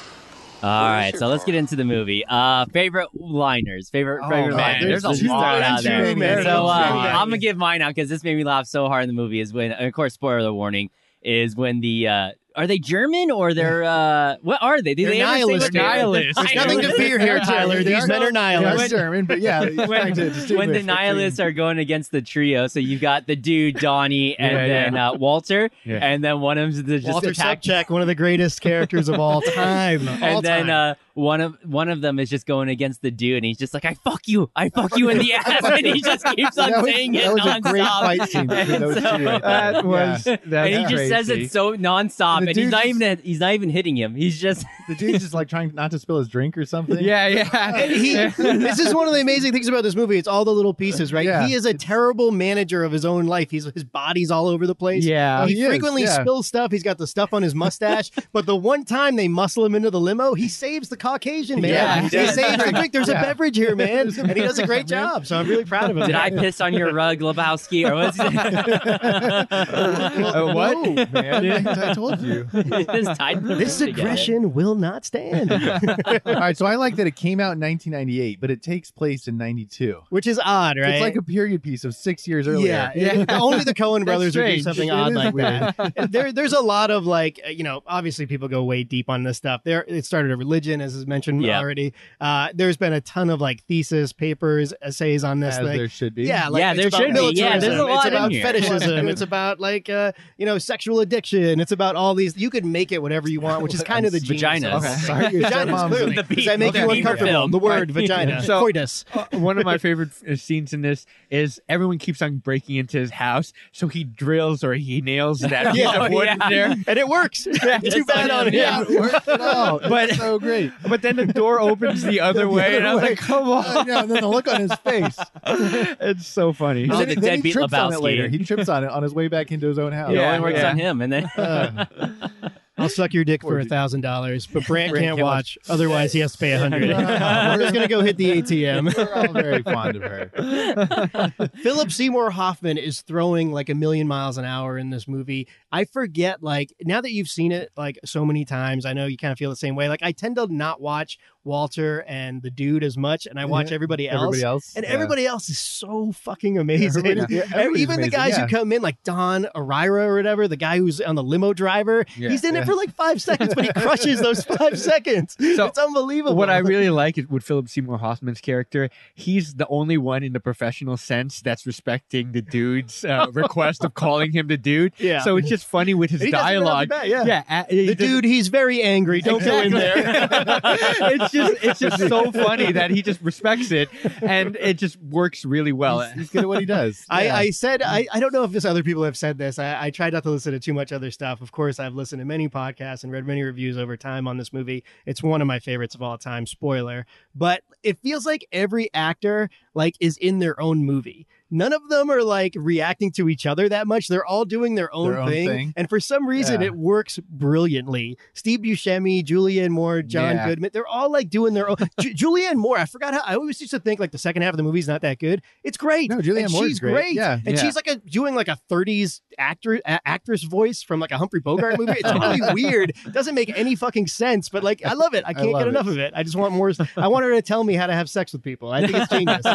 Speaker 1: All
Speaker 10: Where's
Speaker 1: right.
Speaker 10: your
Speaker 1: So let's
Speaker 10: car?
Speaker 1: get into the movie. Uh, favorite liners, favorite, favorite
Speaker 4: man,
Speaker 1: liners.
Speaker 2: there's a
Speaker 4: lot.
Speaker 1: out there.
Speaker 4: Too many.
Speaker 1: So uh,
Speaker 4: Too many.
Speaker 1: I'm gonna give mine out because this made me laugh so hard in the movie. Is when, and of course, spoiler warning is when the uh, Are they German or they're uh what are they? Do
Speaker 3: They're
Speaker 1: they ever say what they-
Speaker 3: nihilists, dude.
Speaker 2: Nihilists.
Speaker 1: I
Speaker 3: There's nothing
Speaker 1: know.
Speaker 3: to fear here,
Speaker 1: They're
Speaker 3: Tyler.
Speaker 1: German.
Speaker 3: These men are
Speaker 4: Yeah,
Speaker 3: nihilists.
Speaker 4: it's German, but yeah, he's trying to
Speaker 1: when, when
Speaker 4: distinguish
Speaker 1: the
Speaker 4: between-
Speaker 1: nihilists are going against the trio, so you've got the dude Donnie and
Speaker 2: Yeah,
Speaker 1: then Uh, Walter,
Speaker 2: Yeah.
Speaker 1: and then one of them's the, just
Speaker 3: Walter
Speaker 1: attack,
Speaker 3: Sobchak, one of the greatest characters of all time.
Speaker 1: and then uh, one of one of them is just going against the dude, and he's just like, "I fuck you, I fuck you in the ass," and he just keeps on
Speaker 4: That was-
Speaker 1: saying it
Speaker 4: that was a
Speaker 1: nonstop.
Speaker 4: great fight scene between
Speaker 1: And
Speaker 4: those
Speaker 1: so-
Speaker 4: two.
Speaker 2: That was that's
Speaker 1: and he just says
Speaker 2: crazy.
Speaker 1: it so nonstop,
Speaker 4: And
Speaker 1: and,
Speaker 4: the
Speaker 1: he's not
Speaker 4: dude's-
Speaker 1: even he's not even hitting him. He's just
Speaker 4: The dude's just like trying not to spill his drink or something.
Speaker 2: Yeah, yeah.
Speaker 3: And he, this is one of the amazing things about this movie. It's all the little pieces, right?
Speaker 4: Yeah.
Speaker 3: He is a terrible manager of his own life. He's his body's all over the place.
Speaker 4: Yeah.
Speaker 3: he,
Speaker 4: He is,
Speaker 3: frequently
Speaker 4: yeah.
Speaker 3: spills stuff. He's got the stuff on his mustache, but the one time they muscle him into the limo, he saves the Caucasian man.
Speaker 4: Yeah,
Speaker 3: he
Speaker 4: he does.
Speaker 3: saves the drink. There's
Speaker 4: Yeah.
Speaker 3: a beverage here, man, and he does a great job. So I'm really proud of him.
Speaker 1: did I piss on your rug, Lebowski, or was
Speaker 4: Uh, what? man, I, I told you.
Speaker 1: this tied them
Speaker 3: This
Speaker 1: together.
Speaker 3: aggression will not stand,
Speaker 4: All right, so I like that it came out in 1998, but it takes place in 92.
Speaker 3: which is odd, right?
Speaker 4: It's like a period piece of six years earlier.
Speaker 3: Yeah, it- only the Cohen brothers would do
Speaker 4: strange.
Speaker 3: something
Speaker 4: It
Speaker 3: odd
Speaker 4: is
Speaker 3: like
Speaker 4: weird.
Speaker 3: that. And There, there's a lot of like, uh, you know, obviously people go way deep on this stuff. There, it started a religion, as is mentioned
Speaker 1: Yeah.
Speaker 3: already. Uh, there's been a ton of like thesis, papers, essays on this
Speaker 4: as
Speaker 3: thing.
Speaker 4: there should be.
Speaker 3: Yeah, like,
Speaker 1: Yeah,
Speaker 3: it's
Speaker 1: there
Speaker 3: about
Speaker 1: should be. Yeah, there's a
Speaker 3: militarism.
Speaker 1: lot in
Speaker 3: It's about
Speaker 1: here.
Speaker 3: fetishism. it's about like uh, you know, sexual addiction. It's about all these. You could make it whatever you want, which is kind of the genius.
Speaker 1: Vaginas.
Speaker 3: of
Speaker 4: Okay.
Speaker 3: it.
Speaker 4: Sorry, your
Speaker 3: Vaginas,
Speaker 4: stepmom's
Speaker 3: clearly.
Speaker 4: in it.
Speaker 1: The
Speaker 3: Does that make
Speaker 1: beat-
Speaker 3: you
Speaker 1: okay.
Speaker 3: uncomfortable?
Speaker 1: Film.
Speaker 3: The word vagina,
Speaker 2: So-
Speaker 3: coitus.
Speaker 2: Uh, one of my favorite uh, scenes in this is everyone keeps on breaking into his house, so he drills or he nails that piece
Speaker 1: Yeah.
Speaker 2: of wood
Speaker 1: Yeah.
Speaker 2: in there.
Speaker 3: And it works. Too bad on him.
Speaker 4: Yeah, it worked it out.
Speaker 2: But-
Speaker 4: It's Oh, so great.
Speaker 2: But then the door opens the other way, and I was like, "Come
Speaker 4: I
Speaker 2: on!"
Speaker 4: know, Uh, and then the look on his face.
Speaker 2: It's so funny.
Speaker 1: Oh,
Speaker 4: And
Speaker 1: the
Speaker 4: then, then he
Speaker 1: deadbeat
Speaker 4: trips on it
Speaker 1: Lebowski.
Speaker 4: later. He trips on it on his way back into his own house.
Speaker 1: It
Speaker 2: Yeah.
Speaker 1: only works on him, and then
Speaker 3: I'll suck your dick for a thousand dollars, but Brant can't watch. Otherwise, he has to pay a hundred. We're just gonna go hit the ATM.
Speaker 4: We're all very fond of her.
Speaker 3: Philip Seymour Hoffman is throwing like a million miles an hour in this movie. I forget, like now that you've seen it like so many times, I know you kind of feel the same way. Like I tend to not watch Walter and the dude as much, and I watch
Speaker 4: Yeah.
Speaker 3: everybody else.
Speaker 4: Everybody else.
Speaker 3: And
Speaker 4: yeah.
Speaker 3: everybody else is so fucking amazing.
Speaker 4: Everybody- yeah,
Speaker 3: Ev-
Speaker 4: everybody's
Speaker 3: Even the
Speaker 4: amazing,
Speaker 3: guys
Speaker 4: yeah.
Speaker 3: who come in, like Don Arira or whatever, the guy who's on the limo driver,
Speaker 2: Yeah,
Speaker 3: he's in it
Speaker 4: yeah.
Speaker 3: for like five seconds, but he crushes those five seconds.
Speaker 2: So,
Speaker 3: it's unbelievable.
Speaker 2: What I really like is with Philip Seymour Hoffman's character, he's the only one in the professional sense that's respecting the dude's uh, request of calling him the dude.
Speaker 3: Yeah.
Speaker 2: So it's just funny with his
Speaker 3: And he does it right off the
Speaker 2: dialogue.
Speaker 3: bat, yeah.
Speaker 2: yeah. uh, he
Speaker 3: the
Speaker 2: does-
Speaker 3: dude, he's very angry. Don't go in there.
Speaker 2: it's just it's just so funny that he just respects it and it just works really well.
Speaker 4: He's good at what he does.
Speaker 3: I,
Speaker 4: Yeah. Mm.
Speaker 3: I said I, I don't know if this other people have said this. I, I try not to listen to too much other stuff. Of course, I've listened to many podcasts and read many reviews over time on this movie. It's one of my favorites of all time. Spoiler, but it feels like every actor like is in their own movie. None of them are like reacting to each other that much. They're all doing their own,
Speaker 4: Their own thing.
Speaker 3: and for some reason,
Speaker 4: Yeah.
Speaker 3: it works brilliantly. Steve Buscemi, Julianne Moore, John
Speaker 2: Yeah.
Speaker 3: Goodman, they're all like doing their own. Ju- Julianne Moore, I forgot how. I always used to think like the second half of the movie's not that good. It's great.
Speaker 4: No, Julianne
Speaker 3: and
Speaker 4: Moore's
Speaker 3: she's
Speaker 4: great. Yeah.
Speaker 3: and
Speaker 2: Yeah.
Speaker 3: she's like a doing like a 30s actor a- actress voice from like a Humphrey Bogart movie. It's really weird. Doesn't make any fucking sense, but like I love it. I can't
Speaker 4: love
Speaker 3: get
Speaker 4: it.
Speaker 3: enough of it. I just want more. I want her to tell me how to have sex with people. I think it's genius.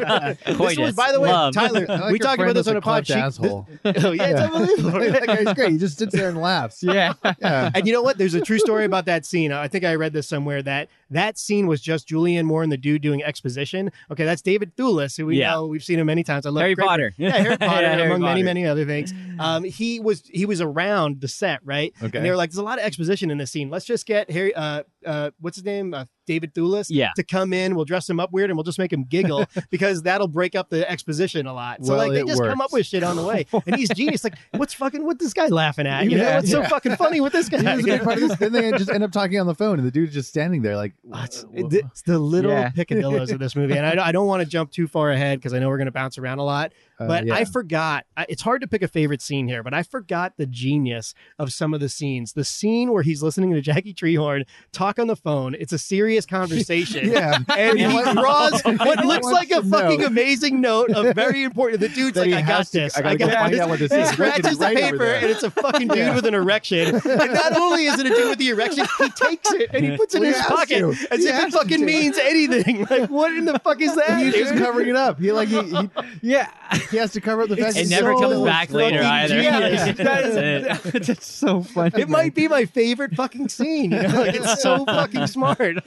Speaker 3: this was,
Speaker 1: Coitus.
Speaker 3: by the way,
Speaker 1: Love.
Speaker 3: Tyler.
Speaker 4: I like
Speaker 3: we
Speaker 4: your
Speaker 3: talked
Speaker 4: friend
Speaker 3: about this
Speaker 4: that's
Speaker 3: on
Speaker 4: a
Speaker 3: a pod.
Speaker 4: clutch
Speaker 3: She-
Speaker 4: asshole.
Speaker 3: this- oh yeah, it's unbelievable.
Speaker 4: that guy's great. He just sits there and laughs.
Speaker 2: Yeah.
Speaker 4: Yeah.
Speaker 3: And you know what? There's a true story about that scene. I think I read this somewhere that that scene was just Julianne Moore and the dude doing exposition. Okay, that's David Thewlis, who we
Speaker 1: Yeah.
Speaker 3: know we've seen him many times. I love
Speaker 1: Harry
Speaker 3: Great-
Speaker 1: Potter.
Speaker 3: Yeah, Harry Potter,
Speaker 1: Yeah, Harry
Speaker 3: among many
Speaker 1: Potter.
Speaker 3: many other things. Um, he was he was around the set, right?
Speaker 4: Okay.
Speaker 3: And they were like, "There's a lot of exposition in this scene. Let's just get Harry, uh, uh, what's his name, uh, David Thewlis,
Speaker 1: Yeah.
Speaker 3: to come in. We'll dress him up weird, and we'll just make him giggle because that'll break up the exposition a lot. So
Speaker 4: Well,
Speaker 3: like, they
Speaker 4: it
Speaker 3: just come up
Speaker 4: worked.
Speaker 3: with shit on the way, and he's genius. Like, what's fucking with this guy laughing at? You know,
Speaker 4: Yeah.
Speaker 3: what's so
Speaker 4: Yeah.
Speaker 3: fucking funny with this
Speaker 4: He
Speaker 3: guy?
Speaker 4: was a good part of this. Then they just end up talking on the phone, and the dude's just standing there, like,
Speaker 3: Oh, It's,
Speaker 4: uh, "Wha-
Speaker 3: it's the little
Speaker 2: Yeah.
Speaker 3: picadillos of this movie, and I, I don't want to jump too far ahead because I know we're going to bounce around a lot.
Speaker 4: uh,
Speaker 3: But
Speaker 4: yeah.
Speaker 3: I forgot. I, it's hard to pick a favorite scene here, but I forgot the genius of some of the scenes. The scene where he's listening to Jackie Treehorn talk on the phone. It's a serious conversation.
Speaker 4: yeah,
Speaker 3: And he
Speaker 4: What-
Speaker 3: draws what
Speaker 4: He
Speaker 3: looks
Speaker 4: wants
Speaker 3: like a
Speaker 4: to know.
Speaker 3: fucking amazing note of very important. The dude's
Speaker 4: That
Speaker 3: like,
Speaker 4: he
Speaker 3: I
Speaker 4: has
Speaker 3: got
Speaker 4: to-
Speaker 3: this.
Speaker 4: I gotta go
Speaker 3: got
Speaker 4: find
Speaker 3: this."
Speaker 4: out what this
Speaker 3: He
Speaker 4: is. It's written
Speaker 3: scratches the
Speaker 4: right over
Speaker 3: paper,
Speaker 4: there.
Speaker 3: and it's a fucking dude
Speaker 4: Yeah.
Speaker 3: with an erection. And not only is it a dude with the erection, he takes it and he puts it
Speaker 4: Well,
Speaker 3: in
Speaker 4: he
Speaker 3: his
Speaker 4: has
Speaker 3: pocket
Speaker 4: to.
Speaker 3: as
Speaker 4: He
Speaker 3: if it
Speaker 4: has to
Speaker 3: fucking
Speaker 4: do it.
Speaker 3: means anything. Like, what in the fuck is that?
Speaker 4: he's just
Speaker 3: dude?
Speaker 4: covering it up. He like he, he
Speaker 2: Yeah.
Speaker 4: He has to cover up the
Speaker 3: It's
Speaker 4: fact that
Speaker 1: It
Speaker 4: he's
Speaker 1: never
Speaker 4: so
Speaker 1: comes back later
Speaker 4: fucking
Speaker 1: either.
Speaker 4: genius.
Speaker 3: Yeah.
Speaker 2: that
Speaker 1: That's
Speaker 2: is, that's so funny.
Speaker 3: It might be my favorite fucking scene. You know? Like, it's so fucking smart.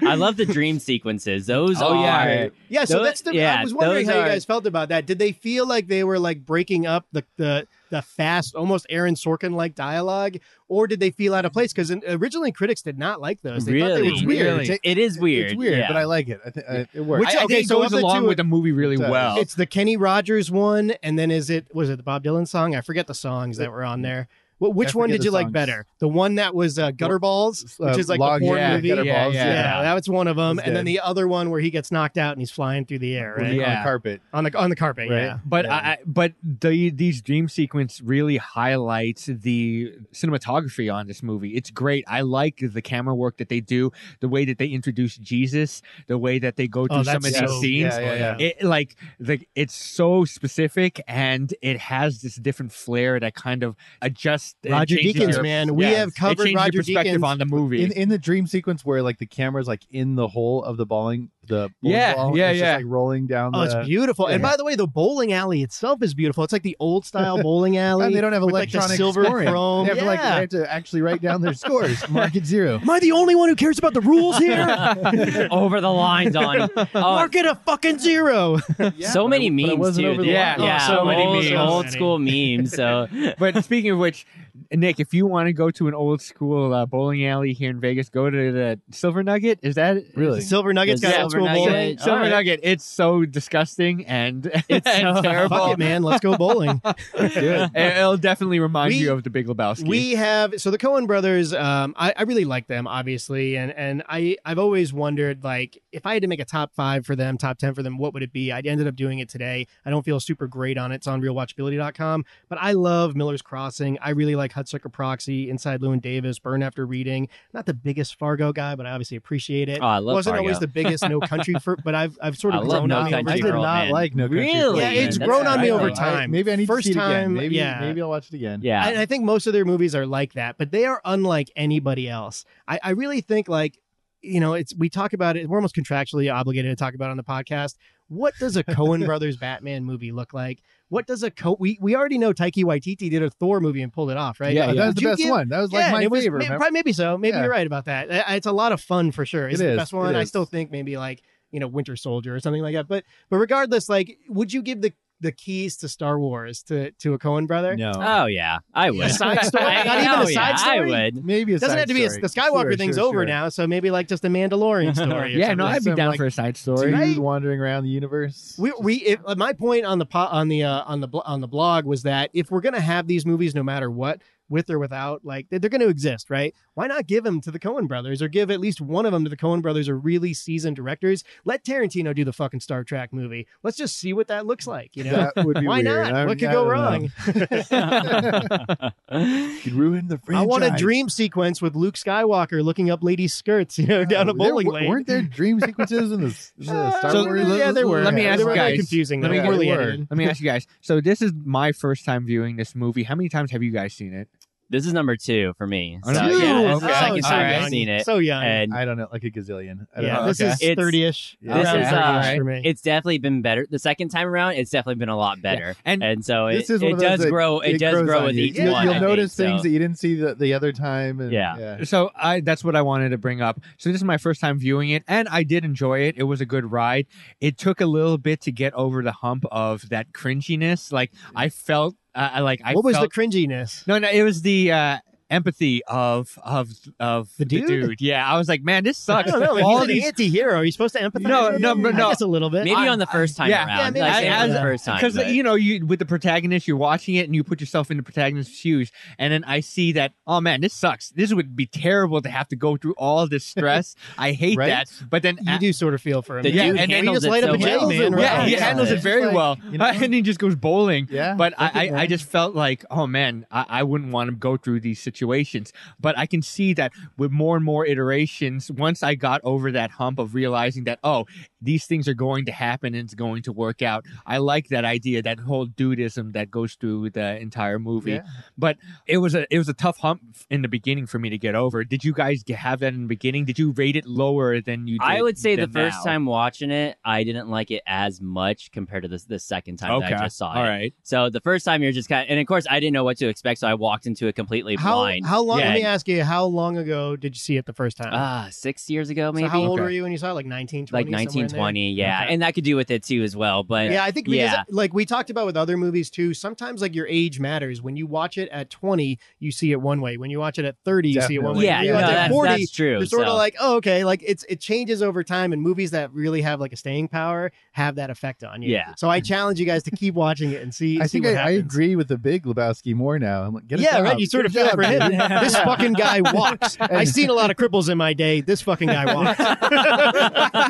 Speaker 1: I love the dream sequences. Those
Speaker 2: Oh,
Speaker 1: are
Speaker 2: yeah.
Speaker 3: Yeah, so
Speaker 1: Those-
Speaker 3: that's the.
Speaker 1: yeah,
Speaker 3: I was wondering
Speaker 1: those
Speaker 3: how you
Speaker 1: are-
Speaker 3: guys felt about that. Did they feel like they were like breaking up the the the fast, almost Aaron Sorkin like dialogue, or did they feel out of place? Because originally critics did not like those. They thought they
Speaker 1: really
Speaker 3: were weird.
Speaker 4: Really?
Speaker 1: It is weird.
Speaker 4: It's weird,
Speaker 1: yeah.
Speaker 4: but I like it. I think I- it works.
Speaker 2: Which
Speaker 3: I- I
Speaker 2: I,
Speaker 3: think
Speaker 2: think
Speaker 3: go
Speaker 2: goes
Speaker 3: up the
Speaker 2: along
Speaker 3: two-
Speaker 2: with the movie really
Speaker 4: It does.
Speaker 1: Oh.
Speaker 2: well.
Speaker 3: It's the Kenny Rogers one, and then is it was it the Bob Dylan song? I forget the songs that were on there. Wh-
Speaker 4: I
Speaker 3: Which one
Speaker 4: forget
Speaker 3: did
Speaker 4: the
Speaker 3: you like
Speaker 4: songs.
Speaker 3: better? The one that was uh, Gutterballs,
Speaker 4: Uh,
Speaker 3: which is like
Speaker 4: log-
Speaker 3: the porn
Speaker 2: yeah,
Speaker 3: movie.
Speaker 4: gutter
Speaker 2: Yeah,
Speaker 4: balls,
Speaker 2: yeah.
Speaker 3: Yeah, that was one of them,
Speaker 4: That's
Speaker 3: and then
Speaker 4: good.
Speaker 3: the other one where he gets knocked out and he's flying through the air, right?
Speaker 4: On the
Speaker 2: Yeah.
Speaker 4: carpet.
Speaker 3: On the on the carpet,
Speaker 4: Right.
Speaker 3: yeah.
Speaker 2: But
Speaker 4: Yeah.
Speaker 2: I, I- but the, these dream sequence really highlights the cinematography on this movie. It's great. I like the camera work that they do, the way that they introduce Jesus, the way that they go through some of
Speaker 3: Oh, that's
Speaker 2: these
Speaker 3: so-
Speaker 2: scenes.
Speaker 4: Yeah, yeah, yeah.
Speaker 2: It like the it's so specific and it has this different flair that kind of adjusts. and
Speaker 3: Roger
Speaker 2: changes
Speaker 3: Deakins,
Speaker 2: your-
Speaker 3: man. We have
Speaker 2: it
Speaker 3: covered
Speaker 2: changes your
Speaker 3: Roger
Speaker 2: perspective
Speaker 3: Deakins.
Speaker 2: on the movie.
Speaker 4: in in the dream sequence where like the camera's like in the hole of the balling the bowling
Speaker 2: Yeah,
Speaker 4: ball,
Speaker 2: yeah,
Speaker 4: it's
Speaker 2: yeah.
Speaker 4: just like rolling down
Speaker 3: Oh,
Speaker 4: the
Speaker 3: it's beautiful. And
Speaker 4: yeah.
Speaker 3: by the way, the bowling alley itself is beautiful. It's like the old style bowling alley.
Speaker 4: And they don't have
Speaker 3: with, like, the
Speaker 4: electronic
Speaker 3: silver
Speaker 4: scoring.
Speaker 3: chrome.
Speaker 4: They have to like
Speaker 3: Yeah.
Speaker 4: they have to actually write down their scores. Mark it zero.
Speaker 3: Am I the only one who cares about the rules here?
Speaker 1: over the line, Donnie. Oh,
Speaker 3: Mark it a fucking zero.
Speaker 1: so
Speaker 4: but
Speaker 1: many
Speaker 4: I- but I
Speaker 1: memes
Speaker 4: wasn't
Speaker 1: too.
Speaker 4: over the
Speaker 1: dude.
Speaker 2: line.
Speaker 1: yeah,
Speaker 2: Oh,
Speaker 1: yeah,
Speaker 2: so many
Speaker 1: old,
Speaker 2: memes.
Speaker 1: old school memes. So
Speaker 2: but speaking of which, Nick, if you want to go to an old school uh, bowling alley here in Vegas, go to the Silver Nugget. Is that
Speaker 4: Really?
Speaker 3: Silver Nuggets
Speaker 1: The
Speaker 3: got
Speaker 1: Silver
Speaker 3: old school
Speaker 1: Nugget.
Speaker 3: bowling.
Speaker 1: All
Speaker 2: Silver
Speaker 1: right.
Speaker 2: Nugget? It's so disgusting and it's
Speaker 1: so- Fuck
Speaker 2: terrible.
Speaker 3: Fuck it, man. Let's go bowling.
Speaker 2: It, will definitely remind
Speaker 3: We-
Speaker 2: you of the Big Lebowski.
Speaker 3: we have so the Cohen brothers. Um, I, I really like them, obviously, and and I I've always wondered like if I had to make a top five for them, top ten for them, what would it be? I ended up doing it today. I don't feel super great on it. It's on RealWatchability.com, but I love Miller's Crossing. I really like Hudsucker Proxy, Inside Lewin Davis, Burn After Reading. Not the biggest Fargo guy, but I obviously appreciate it.
Speaker 1: Oh, I love
Speaker 3: Wasn't
Speaker 1: Fargo.
Speaker 3: always the biggest No Country for, but I've I've sort
Speaker 1: I
Speaker 3: of
Speaker 1: love
Speaker 3: grown
Speaker 1: No
Speaker 3: on me over
Speaker 1: Country
Speaker 4: I
Speaker 1: Country
Speaker 4: did
Speaker 1: for
Speaker 3: time.
Speaker 1: Old
Speaker 4: not
Speaker 1: Men.
Speaker 4: like No Country
Speaker 1: Really?
Speaker 4: for Old
Speaker 1: Yeah,
Speaker 4: Men.
Speaker 1: it's grown on
Speaker 3: me
Speaker 4: I know.
Speaker 3: over
Speaker 4: I-
Speaker 3: time.
Speaker 4: maybe I need
Speaker 3: First
Speaker 4: to see it
Speaker 3: time,
Speaker 4: again. Maybe
Speaker 3: yeah.
Speaker 4: maybe I'll watch it again.
Speaker 1: yeah,
Speaker 3: And I think most of their movies are like that, but they are unlike anybody else. I, I really think like, you know, it's we talk about it, we're almost contractually obligated to talk about it on the podcast. What does a Cohen Brothers Batman movie look like? What does a co we we already know Taiki Waititi did a Thor movie and pulled it off, right?
Speaker 4: Yeah,
Speaker 3: Like,
Speaker 4: that was
Speaker 3: would
Speaker 4: the
Speaker 3: you
Speaker 4: best
Speaker 3: give-
Speaker 4: one. That was like
Speaker 3: yeah, and
Speaker 4: my
Speaker 3: it was,
Speaker 4: favorite.
Speaker 3: may-
Speaker 4: remember?
Speaker 3: Probably maybe so. Maybe
Speaker 4: Yeah.
Speaker 3: you're right about that. Uh, It's a lot of fun for sure. Is it,
Speaker 4: It
Speaker 3: the
Speaker 4: is.
Speaker 3: best one?
Speaker 4: It
Speaker 3: I
Speaker 4: is.
Speaker 3: still think maybe like you know Winter Soldier or something like that. But but regardless, like, would you give the the keys to Star Wars to to a Cohen brother?
Speaker 4: no.
Speaker 1: oh yeah, I would.
Speaker 3: A side story?
Speaker 1: I-
Speaker 3: Not even a
Speaker 1: oh,
Speaker 3: side
Speaker 1: yeah,
Speaker 3: story?
Speaker 1: I would.
Speaker 4: Maybe it
Speaker 3: It doesn't have to be a, the Skywalker thing's over now, so maybe like just a Mandalorian story. or
Speaker 2: yeah, no,
Speaker 3: something.
Speaker 2: I'd be
Speaker 4: Some,
Speaker 2: down
Speaker 4: like,
Speaker 2: for a side story.
Speaker 4: Two
Speaker 3: Right?
Speaker 4: wandering around the universe.
Speaker 3: We, we if, uh, my point on the po- on the uh, on the bl- on the blog was that if we're gonna have these movies no matter what, with or without, like they're, they're gonna exist, right? Why not give them to the Coen Brothers or give at least one of them to the Coen Brothers or really seasoned directors? Let Tarantino do the fucking Star Trek movie. Let's just see what that looks like, you know?
Speaker 4: that would be
Speaker 3: Why
Speaker 4: weird.
Speaker 3: not?
Speaker 4: I-
Speaker 3: what could
Speaker 4: I
Speaker 3: go
Speaker 4: don't know.
Speaker 3: wrong?
Speaker 4: Could ruin the
Speaker 3: I
Speaker 4: franchise.
Speaker 3: want a dream sequence with Luke Skywalker looking up ladies' skirts, you know, down a
Speaker 4: There
Speaker 3: bowling
Speaker 4: w-
Speaker 3: lane.
Speaker 4: Weren't there dream sequences in the, s- in the Star
Speaker 2: So,
Speaker 4: Wars?
Speaker 3: yeah, they were.
Speaker 2: let me
Speaker 3: They
Speaker 2: ask
Speaker 3: were
Speaker 2: you
Speaker 3: very
Speaker 2: guys.
Speaker 3: confusing.
Speaker 2: Let
Speaker 3: They
Speaker 2: me-
Speaker 3: were poorly
Speaker 4: they were.
Speaker 3: edited.
Speaker 2: Let me ask you guys. So this is my first time viewing this movie. How many times have you guys seen it?
Speaker 1: This is number two for me.
Speaker 2: Oh,
Speaker 1: So,
Speaker 2: number
Speaker 1: yeah,
Speaker 2: two.
Speaker 1: this is the
Speaker 2: Okay.
Speaker 1: second
Speaker 2: Oh,
Speaker 1: time
Speaker 2: sorry.
Speaker 1: I've seen it,
Speaker 3: So young.
Speaker 1: and
Speaker 4: I don't know, like a gazillion. I don't
Speaker 3: yeah,
Speaker 4: know.
Speaker 3: this
Speaker 2: okay.
Speaker 3: is
Speaker 1: It's-
Speaker 3: thirty-ish.
Speaker 4: Yeah.
Speaker 1: This
Speaker 3: around
Speaker 1: is,
Speaker 3: 30-ish
Speaker 1: uh,
Speaker 3: for me.
Speaker 1: it's definitely been better. The second time around, it's definitely been a lot better.
Speaker 2: And
Speaker 1: And so it,
Speaker 4: This is one
Speaker 1: it
Speaker 4: of those
Speaker 1: does
Speaker 4: that
Speaker 1: grow. It, does
Speaker 4: grows
Speaker 1: grow
Speaker 4: on
Speaker 1: with
Speaker 4: you.
Speaker 1: each
Speaker 4: You'll,
Speaker 1: one.
Speaker 4: you'll
Speaker 1: I
Speaker 4: notice
Speaker 1: think,
Speaker 4: things
Speaker 1: so.
Speaker 4: that you didn't see the, the other time. And,
Speaker 1: Yeah.
Speaker 2: So I that's what I wanted to bring up. So this is my first time viewing it and I did enjoy it. It was a good ride. It took a little bit to get over the hump of that cringiness. Like I felt uh, I like I
Speaker 3: what was
Speaker 2: felt,
Speaker 3: the cringiness?
Speaker 2: No, no, it was the uh empathy of of of
Speaker 3: The dude?
Speaker 2: Yeah, I was like, man, this
Speaker 3: I
Speaker 2: sucks.
Speaker 3: don't know. If
Speaker 2: All
Speaker 3: he's
Speaker 2: these
Speaker 3: an anti-hero. Are you supposed to empathize?
Speaker 2: No,
Speaker 3: with
Speaker 2: no,
Speaker 3: him?
Speaker 2: but no.
Speaker 3: I guess a little bit.
Speaker 1: Maybe
Speaker 2: I-
Speaker 1: on the first time
Speaker 2: yeah.
Speaker 1: around.
Speaker 3: Yeah, maybe
Speaker 1: Like,
Speaker 3: the
Speaker 1: as
Speaker 3: second
Speaker 1: the
Speaker 3: time.
Speaker 1: first time.
Speaker 2: because
Speaker 1: but-
Speaker 2: uh, you know you with the protagonist you're watching it and you put yourself in the protagonist's shoes and then i see that oh man this sucks this would be terrible to have to go through all this stress i hate
Speaker 4: Right?
Speaker 2: that but then
Speaker 3: you do sort of feel for him.
Speaker 1: The
Speaker 2: Yeah,
Speaker 1: dude
Speaker 2: and then
Speaker 1: handles
Speaker 3: we just
Speaker 1: it
Speaker 3: light
Speaker 1: so
Speaker 3: up a jail,
Speaker 1: well.
Speaker 3: man,
Speaker 2: yeah,
Speaker 3: right?
Speaker 2: he
Speaker 3: Yeah.
Speaker 2: handles it
Speaker 4: It's
Speaker 2: very
Speaker 4: like,
Speaker 2: well,
Speaker 4: you know?
Speaker 2: and he just goes bowling.
Speaker 4: Yeah,
Speaker 2: but
Speaker 4: fuck it,
Speaker 2: I, I, I
Speaker 4: man.
Speaker 2: just felt like, oh man, I, I wouldn't want to go through these fluctuations. But I can see that with more and more iterations, once I got over that hump of realizing that, oh, these things are going to happen and it's going to work out, I like that idea, that whole dudism that goes through the entire movie.
Speaker 4: Yeah.
Speaker 2: But it was a it was a tough hump in the beginning for me to get over. Did you guys g- have that in the beginning? Did you rate it lower than you? Did
Speaker 1: I would say the
Speaker 2: than
Speaker 1: first
Speaker 2: now?
Speaker 1: time watching it, I didn't like it as much compared to the, the second time that
Speaker 2: Okay.
Speaker 1: I just saw
Speaker 2: All
Speaker 1: it.
Speaker 2: right.
Speaker 1: So the first time you're just kind of, and of course I didn't know what to expect, so I walked into it completely
Speaker 3: How,
Speaker 1: blind.
Speaker 3: how long?
Speaker 2: Yeah.
Speaker 3: Let me ask you, how long ago did you see it the first time?
Speaker 1: Ah, six years ago, maybe
Speaker 3: So how old
Speaker 2: Okay.
Speaker 3: were you when you saw it? Like 19, 20?
Speaker 1: like 1920. Yeah,
Speaker 3: Okay.
Speaker 1: and that could do with it too as well. But
Speaker 3: Yeah, I think because
Speaker 1: Yeah.
Speaker 3: like we talked about with other movies too, sometimes like your age matters. When you watch it at 20, you see it one way. When you watch it at 30, you see it one way.
Speaker 1: yeah,
Speaker 3: When you
Speaker 1: no,
Speaker 3: watch it at
Speaker 1: that's,
Speaker 3: 40,
Speaker 1: that's true.
Speaker 3: you're sort
Speaker 1: so.
Speaker 3: of like, oh, okay, like it's it changes over time, and movies that really have like a staying power have that effect on you.
Speaker 1: Yeah.
Speaker 3: So I challenge you guys to keep watching it and see.
Speaker 4: I
Speaker 3: see
Speaker 4: think
Speaker 3: what
Speaker 4: I, I
Speaker 3: happens. Um,
Speaker 4: agree with the big Lebowski more now. I'm like, get a
Speaker 3: yeah,
Speaker 4: job.
Speaker 3: right. You sort of feel for him. This fucking guy walks. I've seen a lot of cripples in my day. This fucking guy walks.
Speaker 2: I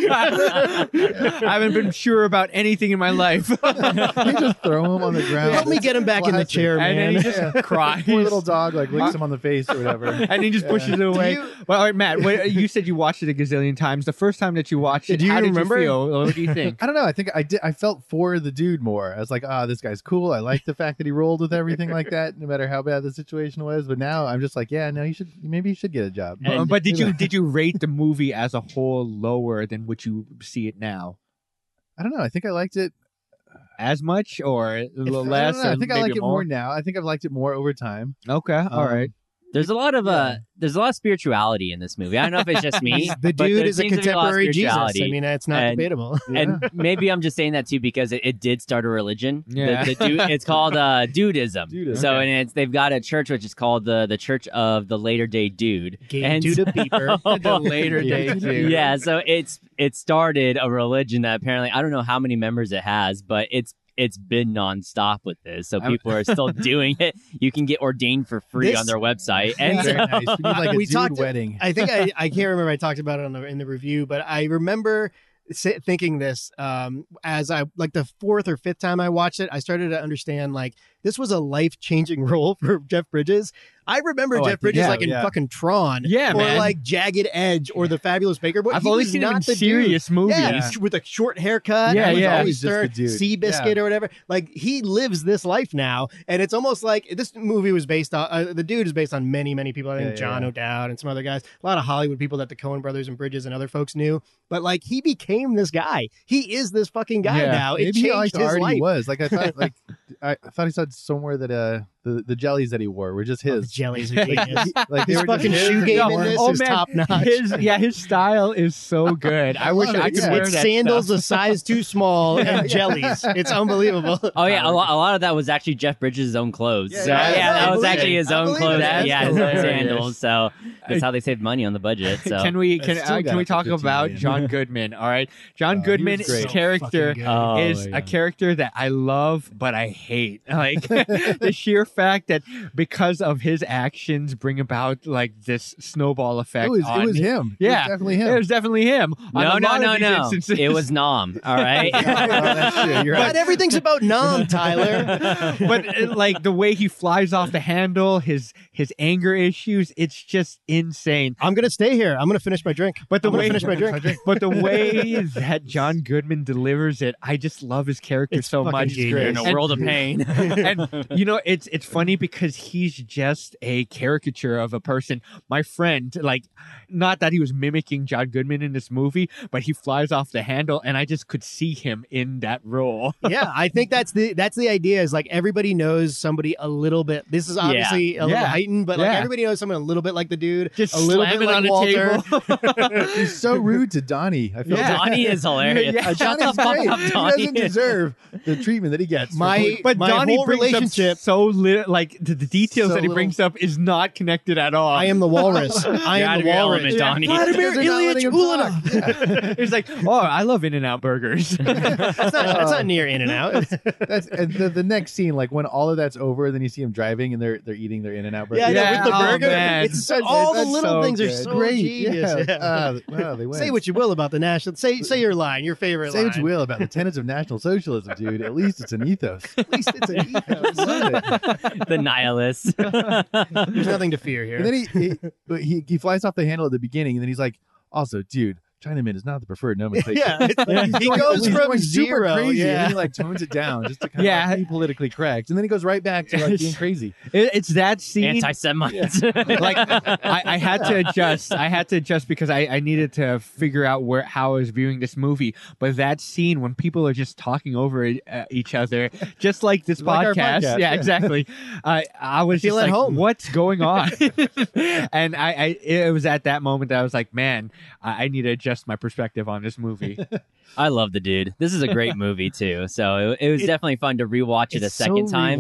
Speaker 2: haven't been sure about anything in my life.
Speaker 4: you just throw him on the ground.
Speaker 3: Help me get him back in the
Speaker 4: Classic.
Speaker 3: chair,
Speaker 2: And then
Speaker 3: man.
Speaker 2: he just cries.
Speaker 4: Poor little dog like licks him on the face or whatever.
Speaker 2: and he just pushes it away. well, all right, Matt, what, you said you watched it a gazillion times. The first time that you watched it,
Speaker 4: Do you
Speaker 2: how
Speaker 4: remember?
Speaker 2: did you feel? What do you think?
Speaker 4: I don't know. I think I did. I felt for the dude more. I was like, ah, this guy's cool. I like the fact that he rolled with everything like that, no matter how bad the situation was. But now I'm just like, yeah, no, you should. Maybe you should get a job.
Speaker 2: but, Uh, but did you did you rate the movie as a whole lower than what you see it now?
Speaker 4: I don't know. I think I liked it.
Speaker 2: As much or a
Speaker 4: I
Speaker 2: little
Speaker 4: don't
Speaker 2: less?
Speaker 4: know. I
Speaker 2: or
Speaker 4: think I
Speaker 2: maybe
Speaker 4: like it more now. I think I've liked it more over time.
Speaker 2: Okay, all
Speaker 4: Um,
Speaker 2: right.
Speaker 1: There's a lot of uh,
Speaker 4: Yeah.
Speaker 1: there's a lot of spirituality in this movie. I don't know if it's just me.
Speaker 3: the
Speaker 1: but there
Speaker 3: dude is a
Speaker 1: seems to be lot of
Speaker 3: contemporary Jesus. I
Speaker 1: spirituality.
Speaker 3: mean, it's not
Speaker 1: And-
Speaker 3: debatable.
Speaker 1: and maybe I'm just saying that too because it, it did start a religion. The-
Speaker 2: Yeah.
Speaker 1: the du- it's called uh, Dudism.
Speaker 4: Dudism.
Speaker 1: So and it's they've got a church which is called the the Church of the Later Day Dude.
Speaker 3: Gay
Speaker 1: and
Speaker 3: dude
Speaker 1: so-
Speaker 3: a peeper.
Speaker 2: the later
Speaker 4: Yeah.
Speaker 2: day too.
Speaker 1: yeah, so it's it started a religion that apparently I don't know how many members it has, but it's it's been nonstop with this, so
Speaker 2: I'm-
Speaker 1: people are still doing it. You can get ordained for free
Speaker 3: This-
Speaker 1: on their website, and
Speaker 4: Very
Speaker 1: so-
Speaker 4: nice. We need like a
Speaker 3: We
Speaker 4: dude
Speaker 3: talked-
Speaker 4: wedding.
Speaker 3: I think I, I can't remember I talked about it on the, in the review, but I remember si- thinking this um, as I like the fourth or fifth time I watched it, I started to understand like this was a life changing role for Jeff Bridges. I remember
Speaker 4: Oh, I
Speaker 3: Jeff
Speaker 4: think
Speaker 3: Bridges
Speaker 4: so,
Speaker 3: like in
Speaker 4: yeah.
Speaker 3: fucking Tron,
Speaker 2: Yeah,
Speaker 3: or
Speaker 2: man.
Speaker 3: like Jagged Edge or The Fabulous Baker Boy.
Speaker 2: I've
Speaker 3: He
Speaker 2: only
Speaker 3: was
Speaker 2: seen him
Speaker 3: not
Speaker 2: in
Speaker 3: the dude.
Speaker 2: serious movies.
Speaker 3: Yeah, with a short haircut.
Speaker 2: Yeah,
Speaker 3: he was
Speaker 2: yeah.
Speaker 3: Always
Speaker 4: He's just
Speaker 3: stern,
Speaker 4: the dude.
Speaker 3: Sea biscuit or whatever. Like he lives this life now, and it's almost like this movie was based on. Uh, the dude is based on many, many people. I think
Speaker 4: Yeah, yeah,
Speaker 3: John
Speaker 4: yeah.
Speaker 3: O'Dowd and some other guys. A lot of Hollywood people that the Coen Brothers and Bridges and other folks knew. But like he became this guy. He is this fucking guy
Speaker 2: Yeah.
Speaker 3: now. It
Speaker 4: Maybe he
Speaker 3: changed
Speaker 4: liked
Speaker 3: his
Speaker 4: already
Speaker 3: life.
Speaker 4: was like I thought. Like I, I thought he said somewhere that uh the, the jellies that he wore were just
Speaker 3: Oh,
Speaker 4: his.
Speaker 3: Jellies are genius.
Speaker 4: like they
Speaker 3: His
Speaker 4: were just
Speaker 3: fucking
Speaker 4: his
Speaker 3: shoe
Speaker 4: and
Speaker 3: game
Speaker 4: they
Speaker 3: in
Speaker 4: wore
Speaker 3: this
Speaker 4: them.
Speaker 2: Oh,
Speaker 3: is
Speaker 2: man.
Speaker 3: top notch.
Speaker 2: His yeah, his style is so good. I wish
Speaker 4: love
Speaker 2: I
Speaker 4: it,
Speaker 2: could
Speaker 4: yeah.
Speaker 2: wear
Speaker 3: It's
Speaker 2: that.
Speaker 3: sandals a size too small and jellies. It's unbelievable.
Speaker 1: Oh yeah, a lot, a lot of that was actually Jeff Bridges' own clothes.
Speaker 4: Yeah,
Speaker 1: Yeah,
Speaker 2: yeah, yeah, I
Speaker 1: that was
Speaker 2: believe
Speaker 1: actually
Speaker 2: it.
Speaker 1: his
Speaker 3: I
Speaker 1: own
Speaker 3: believe
Speaker 1: clothes.
Speaker 3: it.
Speaker 1: Yeah,
Speaker 3: That's
Speaker 1: yeah, his own
Speaker 2: hilarious.
Speaker 1: sandals. So that's how they saved money on the budget. So
Speaker 2: Can we
Speaker 4: It's
Speaker 2: can
Speaker 4: still
Speaker 2: uh,
Speaker 4: got
Speaker 2: can we talk
Speaker 4: 15
Speaker 2: about
Speaker 4: million.
Speaker 2: John Goodman? All right,
Speaker 4: Oh,
Speaker 2: John
Speaker 4: he was
Speaker 2: Goodman's
Speaker 4: great.
Speaker 3: So
Speaker 2: character
Speaker 3: fucking good.
Speaker 1: Oh,
Speaker 2: is
Speaker 1: yeah.
Speaker 2: a character that I love but I hate. Like the sheer fact that because of his actions bring about like this snowball effect.
Speaker 4: It was,
Speaker 2: on-
Speaker 4: it was him. It was
Speaker 2: Yeah.
Speaker 4: definitely him.
Speaker 2: It was definitely him. on
Speaker 1: No,
Speaker 2: a
Speaker 1: no,
Speaker 2: lot of
Speaker 1: no,
Speaker 2: these
Speaker 1: no.
Speaker 2: instances.
Speaker 1: It was Nom. All right.
Speaker 4: Oh, that's true. You're
Speaker 3: Not
Speaker 4: right.
Speaker 3: everything's about Nom, Tyler.
Speaker 2: but uh, like the way he flies off the handle, his his anger issues, it's just insane.
Speaker 3: I'm gonna stay here. I'm gonna finish my drink.
Speaker 2: But the
Speaker 3: I'm gonna
Speaker 2: way
Speaker 3: finish my drink.
Speaker 2: But the way that John Goodman delivers it, I just love his character
Speaker 3: It's
Speaker 2: so
Speaker 3: fucking
Speaker 2: much.
Speaker 3: genius.
Speaker 1: in a
Speaker 2: And-
Speaker 1: world of pain.
Speaker 2: and you know, it's it's funny because he's just a caricature of a person. My friend, like, not that he was mimicking John Goodman in this movie, but he flies off the handle, and I just could see him in that role.
Speaker 3: yeah, I think that's the that's the idea. Is like everybody knows somebody a little bit. This is obviously a little
Speaker 2: Yeah.
Speaker 3: heightened, but like
Speaker 2: Yeah.
Speaker 3: everybody knows someone a little bit like the dude,
Speaker 2: Just
Speaker 3: a little
Speaker 2: slamming
Speaker 3: bit like
Speaker 2: on a
Speaker 3: Walter.
Speaker 2: table.
Speaker 4: He's so rude to Donnie. I feel
Speaker 2: Yeah.
Speaker 1: Donnie is hilarious.
Speaker 2: Yeah.
Speaker 1: Shut the
Speaker 4: Donnie's
Speaker 1: fuck
Speaker 4: great.
Speaker 1: up,
Speaker 4: He
Speaker 1: Donnie.
Speaker 4: doesn't deserve the treatment that he gets. for
Speaker 3: My-
Speaker 4: doing-
Speaker 2: But
Speaker 3: My
Speaker 2: Donnie
Speaker 3: whole
Speaker 2: brings
Speaker 3: relationship-
Speaker 2: up so little, like the, the details
Speaker 4: So
Speaker 2: that he
Speaker 4: little-
Speaker 2: brings up is not connected at all.
Speaker 3: I am the walrus. I
Speaker 1: You're out
Speaker 3: am
Speaker 1: of
Speaker 3: the
Speaker 1: your
Speaker 3: walrus.
Speaker 1: element, Donnie.
Speaker 4: Vladimir
Speaker 3: They're not letting him talk.
Speaker 2: it's like, oh, I love In and Out burgers.
Speaker 3: That's not, that's not near In and Out.
Speaker 4: That's and the, the next scene, like when all of that's over, then you see him driving and they're they're eating their in and out burger.
Speaker 3: Yeah, I know,
Speaker 2: Yeah,
Speaker 3: with the
Speaker 2: oh,
Speaker 3: burger,
Speaker 2: man.
Speaker 3: it's so- all the
Speaker 4: That's
Speaker 2: so
Speaker 3: little things are
Speaker 2: good.
Speaker 3: so
Speaker 4: great.
Speaker 3: genius.
Speaker 4: Yeah.
Speaker 3: Yeah.
Speaker 4: Ah, wow, they went.
Speaker 3: say what you will about the national. Say say your line, your favorite
Speaker 4: Say
Speaker 3: line.
Speaker 4: what you will about the tenets of National Socialism, dude. At least it's an ethos.
Speaker 3: At least it's an ethos.
Speaker 4: Love it.
Speaker 1: the nihilist.
Speaker 3: There's nothing to fear here.
Speaker 4: And then he, he, but he he flies off the handle at the beginning, and then he's like, "Also, dude, Chinaman is not the preferred nomenclature."
Speaker 3: yeah, it's like
Speaker 4: He's
Speaker 3: he
Speaker 4: going-
Speaker 3: goes
Speaker 4: he's
Speaker 3: from
Speaker 4: going super
Speaker 3: zero.
Speaker 4: crazy, and then
Speaker 3: yeah.
Speaker 4: he like tones it down just to kind
Speaker 2: Yeah.
Speaker 4: of like, be politically correct, and then he goes right back to like being crazy.
Speaker 2: It- it's that scene.
Speaker 1: Anti Semites.
Speaker 2: like I, I had to adjust. I had to adjust because I, I needed to figure out where how I was viewing this movie. But that scene when people are just talking over uh, each other, just like this
Speaker 4: Like our
Speaker 2: podcast.
Speaker 4: podcast,
Speaker 2: Yeah,
Speaker 4: yeah.
Speaker 2: exactly. I I was
Speaker 3: Feel
Speaker 2: just
Speaker 3: at
Speaker 2: like,
Speaker 3: home.
Speaker 2: what's going on? and I, I it was at that moment that I was like, man, I, I need to adjust my perspective on this movie.
Speaker 1: I love the dude. This is a great movie too. So it, it was definitely fun to rewatch it a
Speaker 3: It's
Speaker 1: second
Speaker 3: so
Speaker 1: time.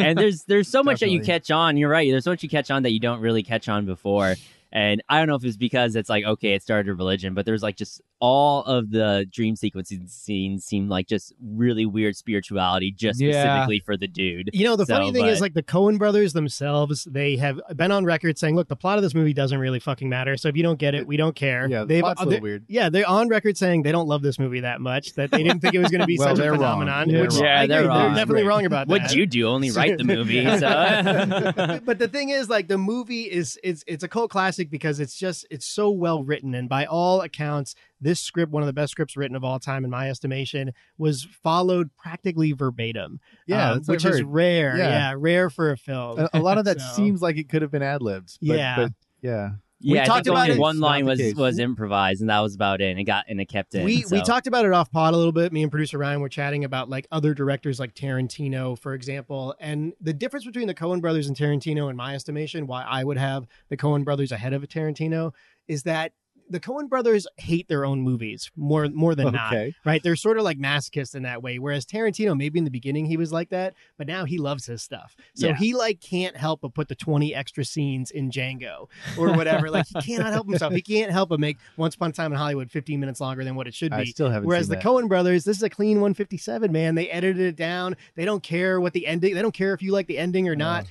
Speaker 1: and there's there's so much that you
Speaker 4: Definitely.
Speaker 1: catch on. You're right. There's so much you catch on that you don't really catch on before. And I don't know if it's because it's like okay, it started a religion, but there's like just all of the dream sequencing scenes seem like just really weird spirituality, just
Speaker 2: Yeah.
Speaker 1: specifically for the dude.
Speaker 3: You know, the
Speaker 1: So,
Speaker 3: funny thing is,
Speaker 1: but-
Speaker 3: like, the Cohen brothers themselves, they have been on record saying, look, the plot of this movie doesn't really fucking matter. So if you don't get it, we don't care.
Speaker 4: Yeah, the
Speaker 3: They've- uh,
Speaker 4: plot's a
Speaker 3: they-
Speaker 4: little weird.
Speaker 3: Yeah, they're on record saying they don't love this movie that much, that they didn't think it was going to be
Speaker 4: Well,
Speaker 3: such a
Speaker 4: they're wrong.
Speaker 3: phenomenon.
Speaker 4: They're
Speaker 3: which
Speaker 4: wrong.
Speaker 1: Yeah,
Speaker 3: I agree,
Speaker 1: they're wrong.
Speaker 3: definitely wrong about that.
Speaker 1: What'd you do? Only write the movie. So.
Speaker 3: but but the thing is, like the movie is it's it's a cult classic because it's just it's so well written, and by all accounts, this script, one of the best scripts written of all time, in my estimation, was followed practically verbatim.
Speaker 4: Yeah,
Speaker 3: um,
Speaker 4: that's what
Speaker 3: which
Speaker 4: I've
Speaker 3: is
Speaker 4: heard.
Speaker 3: rare. Yeah.
Speaker 4: Yeah.
Speaker 3: rare for a film.
Speaker 4: A, a lot of that
Speaker 3: So-
Speaker 4: seems like it could have been ad libbed.
Speaker 3: Yeah.
Speaker 4: but yeah.
Speaker 3: We
Speaker 1: yeah, I
Speaker 3: talked
Speaker 1: think
Speaker 3: about
Speaker 1: only
Speaker 3: it.
Speaker 1: one
Speaker 4: It's
Speaker 1: line
Speaker 4: not
Speaker 1: was
Speaker 4: the case.
Speaker 1: was improvised, and that was about it. And it got and it kept in.
Speaker 3: We we
Speaker 1: so.
Speaker 3: talked about it off pod a little bit. Me and producer Ryan were chatting about like other directors like Tarantino, for example, and the difference between the Coen brothers and Tarantino, in my estimation, why I would have the Coen brothers ahead of Tarantino is that the Coen brothers hate their own movies more more than not.
Speaker 4: Okay.
Speaker 3: Right? They're sort of like masochists in that way. Whereas Tarantino, maybe in the beginning he was like that, but now he loves his stuff. So
Speaker 1: Yeah.
Speaker 3: he like can't help but put the 20 extra scenes in Django or whatever. like he cannot help himself. He can't help but make Once Upon a Time in Hollywood 15 minutes longer than what it should
Speaker 4: I
Speaker 3: be.
Speaker 4: still haven't.
Speaker 3: Whereas
Speaker 4: seen
Speaker 3: the
Speaker 4: that.
Speaker 3: Cohen brothers, this is a clean 157, man. They edited it down. They don't care what the ending, they don't care if you like the ending or not.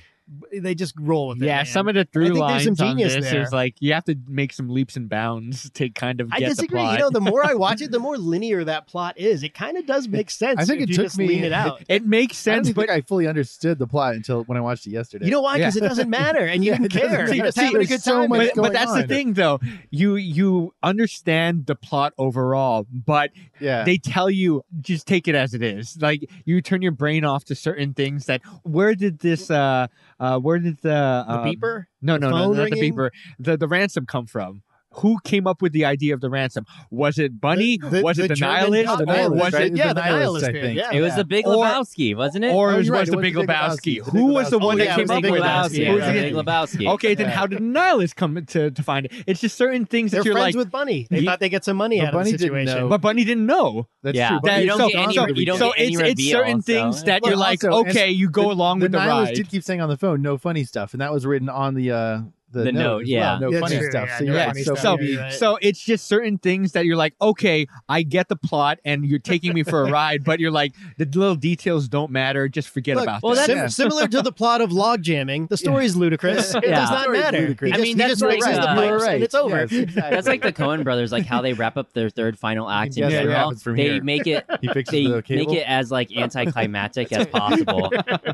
Speaker 3: They just roll with it.
Speaker 2: yeah,
Speaker 3: man.
Speaker 2: some of the through
Speaker 3: think there's
Speaker 2: lines
Speaker 3: some genius
Speaker 2: on this
Speaker 3: there.
Speaker 2: is like you have to make some leaps and bounds to kind of
Speaker 3: I
Speaker 2: get
Speaker 3: disagree.
Speaker 2: the plot.
Speaker 3: You know, the more I watch it, the more linear that plot is. It kind of does make sense.
Speaker 4: I think
Speaker 3: if
Speaker 4: it
Speaker 3: you
Speaker 4: took
Speaker 3: just
Speaker 4: me-
Speaker 3: lean it out.
Speaker 2: it makes
Speaker 4: I don't
Speaker 2: sense,
Speaker 4: even
Speaker 2: but
Speaker 4: think I fully understood the plot until when I watched it yesterday.
Speaker 3: You know why?
Speaker 2: Yeah.
Speaker 3: Because it doesn't matter, and you
Speaker 4: Yeah,
Speaker 3: didn't
Speaker 4: it doesn't
Speaker 3: care.
Speaker 4: matter.
Speaker 3: You're just having a
Speaker 4: There's
Speaker 3: good
Speaker 4: so
Speaker 3: time.
Speaker 4: much
Speaker 3: with it.
Speaker 2: but, but
Speaker 4: going
Speaker 2: that's the
Speaker 4: on.
Speaker 2: thing though you you understand the plot overall but
Speaker 4: yeah.
Speaker 2: they tell you just take it as it is like you turn your brain off to certain things that where did this uh uh where did the,
Speaker 3: The
Speaker 2: um,
Speaker 3: beeper.
Speaker 2: no no
Speaker 3: The
Speaker 2: no
Speaker 3: phone
Speaker 2: not the
Speaker 3: ringing?
Speaker 2: beeper the the ransom come from who came up with the idea of the ransom? Was it Bunny?
Speaker 3: The-
Speaker 2: was it the
Speaker 3: German
Speaker 2: nihilist?
Speaker 3: cop-
Speaker 4: The
Speaker 2: or
Speaker 4: nihilist,
Speaker 2: was
Speaker 4: right?
Speaker 2: it
Speaker 4: It's
Speaker 3: Yeah,
Speaker 4: the
Speaker 3: the nihilist.
Speaker 4: nihilist, I
Speaker 3: dude.
Speaker 4: think.
Speaker 3: Yeah,
Speaker 1: It was
Speaker 3: yeah.
Speaker 1: the Big
Speaker 2: Or-
Speaker 1: Lebowski, wasn't it?
Speaker 2: or
Speaker 4: Oh,
Speaker 2: was,
Speaker 4: you're right,
Speaker 2: was
Speaker 4: it
Speaker 2: the
Speaker 4: was
Speaker 2: Big
Speaker 4: the Big
Speaker 2: Lebowski?
Speaker 4: Lebowski. The
Speaker 2: Who
Speaker 4: Big
Speaker 2: was the
Speaker 4: Lebowski.
Speaker 2: one
Speaker 4: Oh,
Speaker 2: that
Speaker 4: yeah, it
Speaker 2: came
Speaker 4: was
Speaker 2: up
Speaker 4: the
Speaker 2: with
Speaker 4: Big
Speaker 2: that?
Speaker 4: Lebowski,
Speaker 1: It
Speaker 2: Who
Speaker 1: was
Speaker 2: was
Speaker 1: the
Speaker 2: the-
Speaker 1: Big Lebowski.
Speaker 2: Okay, then
Speaker 4: Yeah.
Speaker 2: how did nihilists come to, to find it? It's just certain things
Speaker 3: They're
Speaker 2: that you're
Speaker 3: friends
Speaker 2: like.
Speaker 3: with Bunny. They
Speaker 2: Ye-
Speaker 3: thought they get some money
Speaker 4: But
Speaker 3: out of the
Speaker 4: Bunny didn't
Speaker 3: situation.
Speaker 4: know.
Speaker 2: but Bunny didn't know.
Speaker 4: That's
Speaker 1: Yeah.
Speaker 4: true.
Speaker 1: That-
Speaker 4: Bunny-
Speaker 1: you don't
Speaker 2: so,
Speaker 1: get any-
Speaker 2: so-
Speaker 1: you don't
Speaker 2: so
Speaker 1: get any
Speaker 2: it's, it's
Speaker 1: reveal,
Speaker 2: certain
Speaker 1: so-
Speaker 2: things that
Speaker 4: Well,
Speaker 2: you're like,
Speaker 4: also, and
Speaker 2: okay, you go
Speaker 4: the-
Speaker 2: along with the,
Speaker 4: nihilist
Speaker 2: ride.
Speaker 4: did keep saying on the phone, "No funny stuff," and that was written on the uh, the,
Speaker 1: The note,
Speaker 4: as
Speaker 1: yeah.
Speaker 4: well, no
Speaker 3: That's
Speaker 4: funny
Speaker 3: true,
Speaker 4: stuff.
Speaker 3: yeah,
Speaker 4: so
Speaker 3: no
Speaker 4: you're right.
Speaker 3: funny
Speaker 4: So,
Speaker 3: stuff.
Speaker 4: so
Speaker 3: You're right.
Speaker 2: So it's just certain things that you're like, okay, I get the plot, and you're taking me for a ride, but you're like, the little details don't matter. Just forget
Speaker 3: Look,
Speaker 2: about
Speaker 3: well,
Speaker 2: that.
Speaker 3: that's
Speaker 4: Yeah.
Speaker 3: similar to the plot of log jamming. The story's ludicrous. It
Speaker 1: Yeah.
Speaker 3: does not
Speaker 4: Story's
Speaker 3: matter.
Speaker 4: ludicrous.
Speaker 3: He
Speaker 4: I
Speaker 3: just-
Speaker 1: mean,
Speaker 3: he
Speaker 1: that's
Speaker 3: just
Speaker 1: like,
Speaker 3: raises the
Speaker 1: uh,
Speaker 3: pipes
Speaker 1: you're
Speaker 3: and it's over.
Speaker 4: Yes, exactly.
Speaker 1: That's like the Coen brothers, like how they wrap up their third final act in
Speaker 4: guess
Speaker 2: what
Speaker 1: Girl.
Speaker 4: happens from
Speaker 1: They
Speaker 4: here.
Speaker 1: make it
Speaker 4: he fixes
Speaker 1: they
Speaker 4: the cable.
Speaker 1: make it as like anticlimactic as possible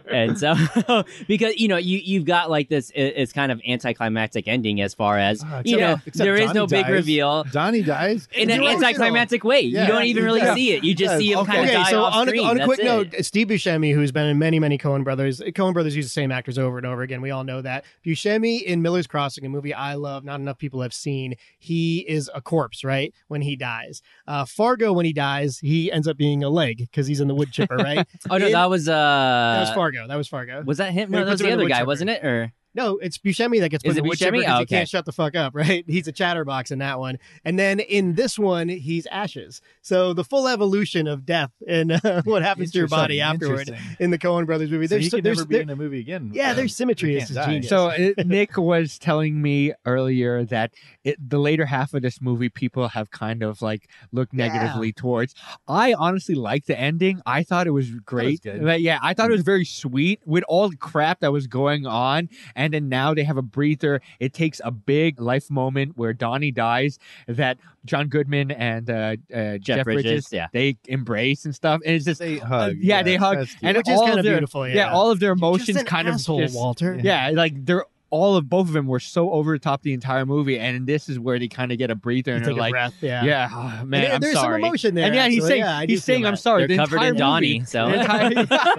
Speaker 1: and so because you know you you've got like this i- it's kind of anticlimactic ending as far as
Speaker 4: Ah,
Speaker 1: you
Speaker 4: except-
Speaker 1: know
Speaker 4: except
Speaker 1: there is
Speaker 4: Donnie
Speaker 1: no big
Speaker 4: dies.
Speaker 1: reveal
Speaker 4: Donnie dies.
Speaker 1: in an
Speaker 4: You're right.
Speaker 1: anticlimactic way you
Speaker 4: Yeah,
Speaker 1: don't even really
Speaker 4: yeah.
Speaker 1: see it you just see him
Speaker 4: Okay.
Speaker 1: kind of
Speaker 3: okay,
Speaker 1: die
Speaker 3: so
Speaker 1: off
Speaker 3: on a,
Speaker 1: screen.
Speaker 3: on a
Speaker 1: That's
Speaker 3: quick
Speaker 1: it.
Speaker 3: note, Steve Buscemi, who's been in many, many Coen Brothers, Coen Brothers use the same actors over and over again. We all know that. Buscemi in Miller's Crossing, a movie I love, not enough people have seen, he is a corpse, right? When he dies. Uh, Fargo, when he dies, he ends up being a leg because he's in the wood chipper, right?
Speaker 1: oh no
Speaker 3: in-
Speaker 1: that was uh
Speaker 3: that was Fargo. That was Fargo.
Speaker 1: was that him
Speaker 3: They
Speaker 1: no
Speaker 3: put
Speaker 1: that was
Speaker 3: him
Speaker 1: the
Speaker 3: in the
Speaker 1: other guy
Speaker 3: wood
Speaker 1: wasn't it or
Speaker 3: No, it's Buscemi that gets put
Speaker 1: Is
Speaker 3: in
Speaker 1: it
Speaker 3: the wood chipper
Speaker 1: Buscemi?
Speaker 3: 'cause
Speaker 1: Oh,
Speaker 3: he
Speaker 1: okay.
Speaker 3: can't shut the fuck up, right? He's a chatterbox in that one. And then in this one, he's ashes. So the full evolution of death and uh, what happens to your body
Speaker 4: Interesting,
Speaker 3: afterward
Speaker 4: interesting.
Speaker 3: in the Coen Brothers movie.
Speaker 4: So
Speaker 3: There's
Speaker 4: he
Speaker 3: so-
Speaker 4: could
Speaker 3: there's-
Speaker 4: never be
Speaker 3: there-
Speaker 4: in a movie again.
Speaker 3: yeah,
Speaker 4: Um,
Speaker 3: their symmetry
Speaker 4: He
Speaker 3: is
Speaker 4: can't
Speaker 3: just
Speaker 4: die.
Speaker 3: genius.
Speaker 2: So uh, Nick was telling me earlier that it, the later half of this movie, people have kind of like looked negatively towards. I honestly liked the ending. I thought it was great.
Speaker 4: good.
Speaker 2: Like, yeah, I thought it was very sweet with all the crap that was going on, And then now they have a breather. It takes a big life moment where Donnie dies that John Goodman and uh, uh, Jeff,
Speaker 1: Jeff Bridges, yeah.
Speaker 2: they embrace and stuff. And it's just
Speaker 4: They hug.
Speaker 2: uh, yeah, they hug,
Speaker 4: that's cute.
Speaker 2: and
Speaker 3: Which is
Speaker 2: all
Speaker 3: kinda
Speaker 2: of their,
Speaker 3: beautiful, yeah.
Speaker 2: all of their emotions
Speaker 3: Just an
Speaker 2: kind
Speaker 3: asshole,
Speaker 2: of just,
Speaker 3: Walter.
Speaker 2: yeah, like they're all of both of them were so over the top the entire movie, and this is where they kind of get a breather
Speaker 3: You
Speaker 2: and
Speaker 3: take
Speaker 2: they're
Speaker 3: a
Speaker 2: like,
Speaker 3: breath. Yeah.
Speaker 2: yeah, oh, man,
Speaker 3: And
Speaker 2: I'm
Speaker 3: there's
Speaker 2: sorry.
Speaker 3: some emotion there.
Speaker 2: and yeah, he's
Speaker 3: actually.
Speaker 2: saying
Speaker 3: I do
Speaker 2: he's
Speaker 3: feel
Speaker 2: saying I'm
Speaker 3: that.
Speaker 2: sorry.
Speaker 1: They're
Speaker 2: the
Speaker 1: covered
Speaker 2: entire
Speaker 1: in Donnie,
Speaker 2: movie.
Speaker 1: so-
Speaker 2: The entire-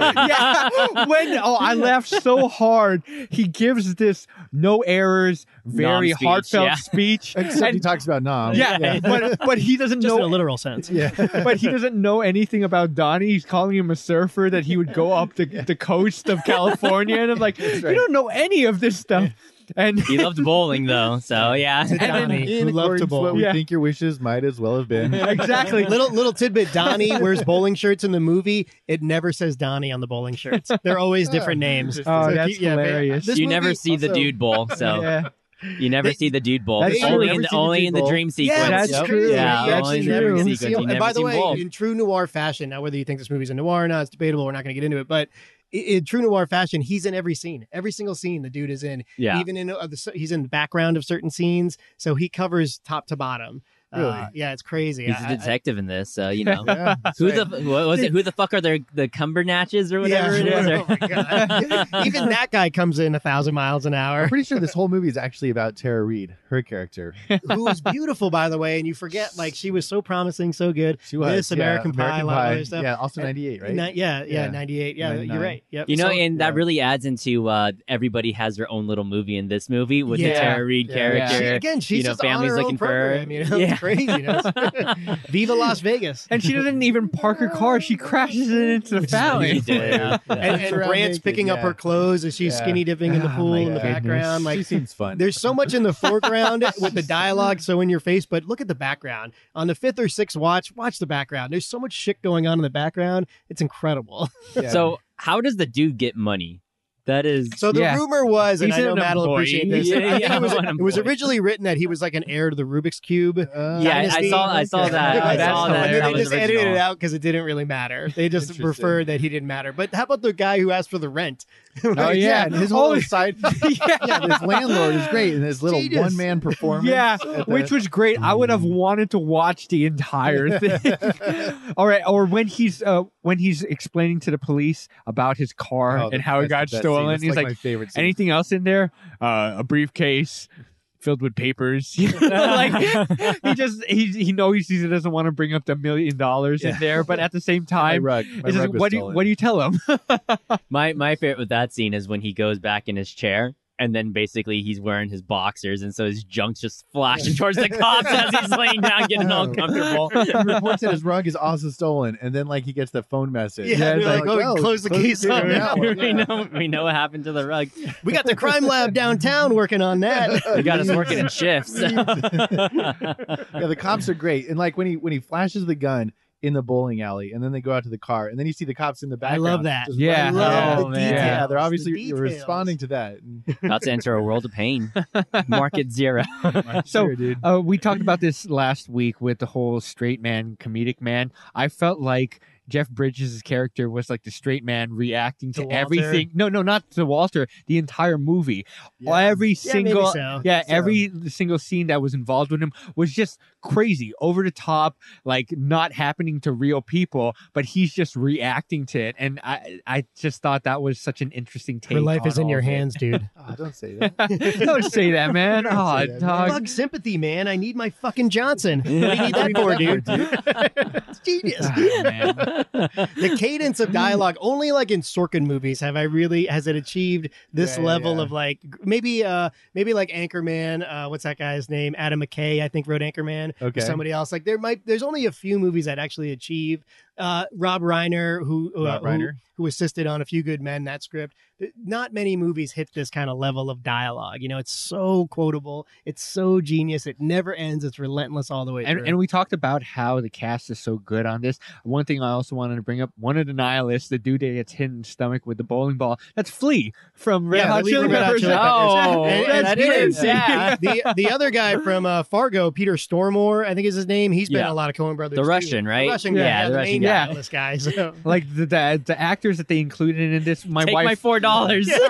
Speaker 2: yeah, when oh, I laughed so hard. He gives this no errors, very
Speaker 1: Nom speech,
Speaker 2: heartfelt
Speaker 1: yeah.
Speaker 2: speech.
Speaker 4: Except he
Speaker 2: And-
Speaker 4: talks about Nam.
Speaker 2: yeah, but but he doesn't
Speaker 3: Just
Speaker 2: know
Speaker 3: in a literal sense.
Speaker 4: Yeah.
Speaker 2: but he doesn't know anything about Donnie. He's calling him a surfer that he would go up the, the coast of California. And I'm like, you don't know any of this stuff. And
Speaker 1: He loved bowling though, so yeah.
Speaker 3: To
Speaker 2: then
Speaker 3: Donnie,
Speaker 4: In
Speaker 3: who loved
Speaker 4: accordance
Speaker 3: to
Speaker 4: with what
Speaker 3: bowl.
Speaker 4: we
Speaker 2: Yeah.
Speaker 4: think your wishes might as well have been.
Speaker 2: exactly.
Speaker 3: little little tidbit: Donnie wears bowling shirts in the movie. It never says Donnie on the bowling shirts. They're always different names.
Speaker 2: Oh,
Speaker 3: So
Speaker 2: that's
Speaker 3: keep- yeah, but-
Speaker 2: hilarious.
Speaker 3: this
Speaker 1: you
Speaker 3: movie-
Speaker 1: never see the
Speaker 4: also-
Speaker 1: dude bowl, so
Speaker 2: Yeah.
Speaker 1: you never
Speaker 3: They-
Speaker 1: see the dude bowl.
Speaker 4: That's
Speaker 1: It's only
Speaker 4: true.
Speaker 1: in
Speaker 4: Never
Speaker 1: the,
Speaker 4: see the
Speaker 1: only
Speaker 4: dude
Speaker 1: in the
Speaker 4: bowl.
Speaker 1: dream sequence.
Speaker 3: Yeah,
Speaker 2: that's
Speaker 3: that's
Speaker 1: Yep.
Speaker 3: true.
Speaker 1: Yeah,
Speaker 3: You
Speaker 1: only
Speaker 3: actually
Speaker 1: in the dream
Speaker 3: never
Speaker 1: sequence.
Speaker 3: see
Speaker 1: You
Speaker 3: him.
Speaker 1: never
Speaker 3: And by the
Speaker 1: see
Speaker 3: way,
Speaker 1: bowl.
Speaker 3: in true noir fashion, now whether you think this movie's a noir or not, it's debatable. We're not going to get into it, but i- in true noir fashion, he's in every scene. Every single scene the dude is in.
Speaker 1: yeah.
Speaker 3: Even in uh, the, he's in the background of certain scenes, so he covers top to bottom. Uh,
Speaker 4: Really?
Speaker 3: yeah, it's crazy.
Speaker 1: He's
Speaker 3: I-
Speaker 1: a
Speaker 3: I-
Speaker 1: detective in this, so you know.
Speaker 4: Yeah, that's
Speaker 1: Who
Speaker 4: right.
Speaker 1: the f- what was it? Who the fuck are their the Cumbernatches or whatever
Speaker 3: yeah,
Speaker 1: it is?
Speaker 3: oh my God. Even that guy comes in a thousand miles an
Speaker 4: I'm
Speaker 3: hour,
Speaker 4: pretty sure this whole movie is actually about Tara Reid, her character.
Speaker 3: who was beautiful, by the way. And you forget, like, she was so promising, so good.
Speaker 4: She was
Speaker 3: This
Speaker 4: yeah,
Speaker 3: American Pie, a lot of other stuff.
Speaker 4: Yeah, also
Speaker 3: And-
Speaker 4: '98, right?
Speaker 3: Ni- yeah, yeah,
Speaker 4: Yeah.
Speaker 3: 98. Yeah, you're
Speaker 4: 99.
Speaker 3: right. Yep.
Speaker 1: You know,
Speaker 3: So-
Speaker 1: and that
Speaker 4: yeah.
Speaker 1: really adds into uh, everybody has their own little movie in this movie with the
Speaker 3: Yeah.
Speaker 1: Tara Reid
Speaker 4: Yeah.
Speaker 1: character.
Speaker 3: She- again, she's
Speaker 1: you know,
Speaker 3: just
Speaker 1: family's
Speaker 3: on her
Speaker 1: looking
Speaker 3: own
Speaker 1: for her.
Speaker 3: program, You know,
Speaker 1: Yeah.
Speaker 3: it's craziness. Viva Las Vegas.
Speaker 2: And she doesn't even park her car. She crashes it into the
Speaker 1: You
Speaker 2: fountain.
Speaker 1: do, yeah.
Speaker 3: And, and
Speaker 4: Around
Speaker 3: Brandt's
Speaker 4: naked,
Speaker 3: picking up
Speaker 4: yeah.
Speaker 3: her clothes as she's
Speaker 4: Yeah.
Speaker 3: skinny dipping in the
Speaker 4: Oh my
Speaker 3: pool in the
Speaker 4: goodness.
Speaker 3: background.
Speaker 4: she
Speaker 3: Like,
Speaker 4: seems fun.
Speaker 3: there's so much in the foreground with the dialogue so in your face, but look at the background. On the fifth or sixth watch, watch the background. There's so much shit going on in the background. It's incredible.
Speaker 4: Yeah.
Speaker 1: So how does the dude get money? That is
Speaker 3: So the
Speaker 2: Yeah.
Speaker 3: rumor was, and
Speaker 2: He's
Speaker 3: I know
Speaker 2: an
Speaker 3: Matt will
Speaker 2: employee.
Speaker 3: appreciate this.
Speaker 1: Yeah,
Speaker 3: I think
Speaker 1: yeah,
Speaker 3: it was
Speaker 1: an
Speaker 3: it was
Speaker 1: employee.
Speaker 3: originally written that he was like an heir to the Rubik's Cube.
Speaker 4: Uh,
Speaker 1: yeah, I- I
Speaker 3: Dynasty.
Speaker 1: saw I saw that. I
Speaker 2: That's
Speaker 1: saw that.
Speaker 3: And
Speaker 2: hilarious.
Speaker 1: that
Speaker 3: then they
Speaker 1: was
Speaker 3: just edited
Speaker 1: original.
Speaker 3: it out because it didn't really matter. They just
Speaker 4: Interesting.
Speaker 3: preferred that he didn't matter. But how about the guy who asked for the rent?
Speaker 4: Oh
Speaker 2: Right, yeah.
Speaker 4: yeah, and his whole
Speaker 2: Oh,
Speaker 4: side. yeah, this landlord is great, and his little
Speaker 3: Genius.
Speaker 4: one man performance.
Speaker 2: Yeah,
Speaker 4: at the-
Speaker 2: which was great. I would have wanted to watch the entire thing. All right, or when he's uh, when he's explaining to the police about his car
Speaker 4: Oh,
Speaker 2: and how it
Speaker 4: that's
Speaker 2: got
Speaker 4: the best scene.
Speaker 2: stolen,
Speaker 4: That's,
Speaker 2: he's like,
Speaker 4: my favorite. scene.
Speaker 2: anything else in there? Uh, a briefcase filled with papers. You know, like he just he he knows he doesn't want to bring up the million dollars in
Speaker 4: Yeah.
Speaker 2: there, but at the same
Speaker 4: My
Speaker 2: time.
Speaker 4: rug. My
Speaker 2: it's just,
Speaker 4: rug was
Speaker 2: what do you,
Speaker 4: stolen.
Speaker 2: what do you tell him?
Speaker 1: My my favorite with that scene is when he goes back in his chair and then basically he's wearing his boxers and so his junk's just flashing towards the cops as he's laying down getting all comfortable.
Speaker 4: he reports that his rug is also stolen, and then like he gets the phone message.
Speaker 3: Yeah, they're like, oh, close the case
Speaker 4: gate
Speaker 3: on
Speaker 4: on that
Speaker 3: now.
Speaker 4: one.
Speaker 1: we know we know what happened to the rug.
Speaker 3: We got the crime lab downtown working on that.
Speaker 1: They got us working in shifts.
Speaker 4: Yeah, the cops are great, and like when he when he flashes the gun in the bowling alley, and then they go out to the car, and then you see the cops in the
Speaker 3: I
Speaker 4: background.
Speaker 3: love that.
Speaker 4: just
Speaker 2: Yeah.
Speaker 4: running around.
Speaker 1: Oh,
Speaker 4: The
Speaker 1: man.
Speaker 4: detail.
Speaker 3: Yeah.
Speaker 4: they're obviously
Speaker 3: The
Speaker 4: responding to that. And-
Speaker 1: About to enter a world of pain. Market zero.
Speaker 2: So,
Speaker 4: Sure, dude.
Speaker 2: Uh, we talked about this last week with the whole straight man, comedic man. I felt like Jeff Bridges' character was like the straight man reacting to,
Speaker 3: To Walter.
Speaker 2: everything. No, no, not to Walter. The entire movie, every
Speaker 3: Yeah, maybe
Speaker 2: single,
Speaker 3: so.
Speaker 2: yeah, every single scene that was involved with him was just crazy, over the top, like not happening to real people, but he's just reacting to it. And I, I just thought that was such an interesting take.
Speaker 3: Your life
Speaker 2: on
Speaker 3: is in
Speaker 2: all
Speaker 3: your
Speaker 2: of it.
Speaker 3: hands, dude.
Speaker 4: Ah, don't say that.
Speaker 2: Don't say that, man.
Speaker 4: Don't
Speaker 2: Oh,
Speaker 4: say that, man.
Speaker 2: dog.
Speaker 3: Fuck sympathy, man. I need my fucking Johnson. What do you need that for, dude? it's genius.
Speaker 2: Ah, man.
Speaker 3: the cadence of dialogue only like in Sorkin movies have I really has it achieved this
Speaker 4: Yeah, yeah,
Speaker 3: level
Speaker 4: yeah.
Speaker 3: of like g- maybe uh maybe like Anchorman uh what's that guy's name Adam McKay I think wrote Anchorman or
Speaker 4: Okay.
Speaker 3: somebody else like there might there's only a few movies that actually achieve uh Rob Reiner who uh,
Speaker 4: Rob
Speaker 3: who-
Speaker 4: Reiner.
Speaker 3: who assisted on A Few Good Men that script th- not many movies hit this kind of level of dialogue you know it's so quotable it's so genius it never ends it's relentless all the way
Speaker 2: and,
Speaker 3: through.
Speaker 2: and we talked about how the cast is so good on this. One thing I also wanted to bring up: one of the nihilists, the dude that gets hit in the stomach with the bowling ball, that's Flea from Red
Speaker 3: Yeah,
Speaker 2: Hot
Speaker 3: Flea
Speaker 2: Chili
Speaker 3: from Red Hot
Speaker 2: Peppers.
Speaker 3: Chili Peppers.
Speaker 2: Oh,
Speaker 3: And- and
Speaker 2: that's
Speaker 3: that is,
Speaker 2: crazy.
Speaker 3: yeah. the the other guy from uh, Fargo, Peter Stormore, I think is his name. He's been
Speaker 1: Yeah.
Speaker 3: in a lot of Coen Brothers.
Speaker 1: The
Speaker 3: too.
Speaker 1: Russian, right?
Speaker 3: The Russian guy.
Speaker 1: Yeah,
Speaker 3: Yeah,
Speaker 1: the
Speaker 3: the
Speaker 1: Russian
Speaker 3: main
Speaker 2: guy.
Speaker 3: guy. This guy. So.
Speaker 2: Like the, the the actors that they included in this, my
Speaker 1: Take
Speaker 2: wife,
Speaker 1: my four dollars.
Speaker 3: Yeah,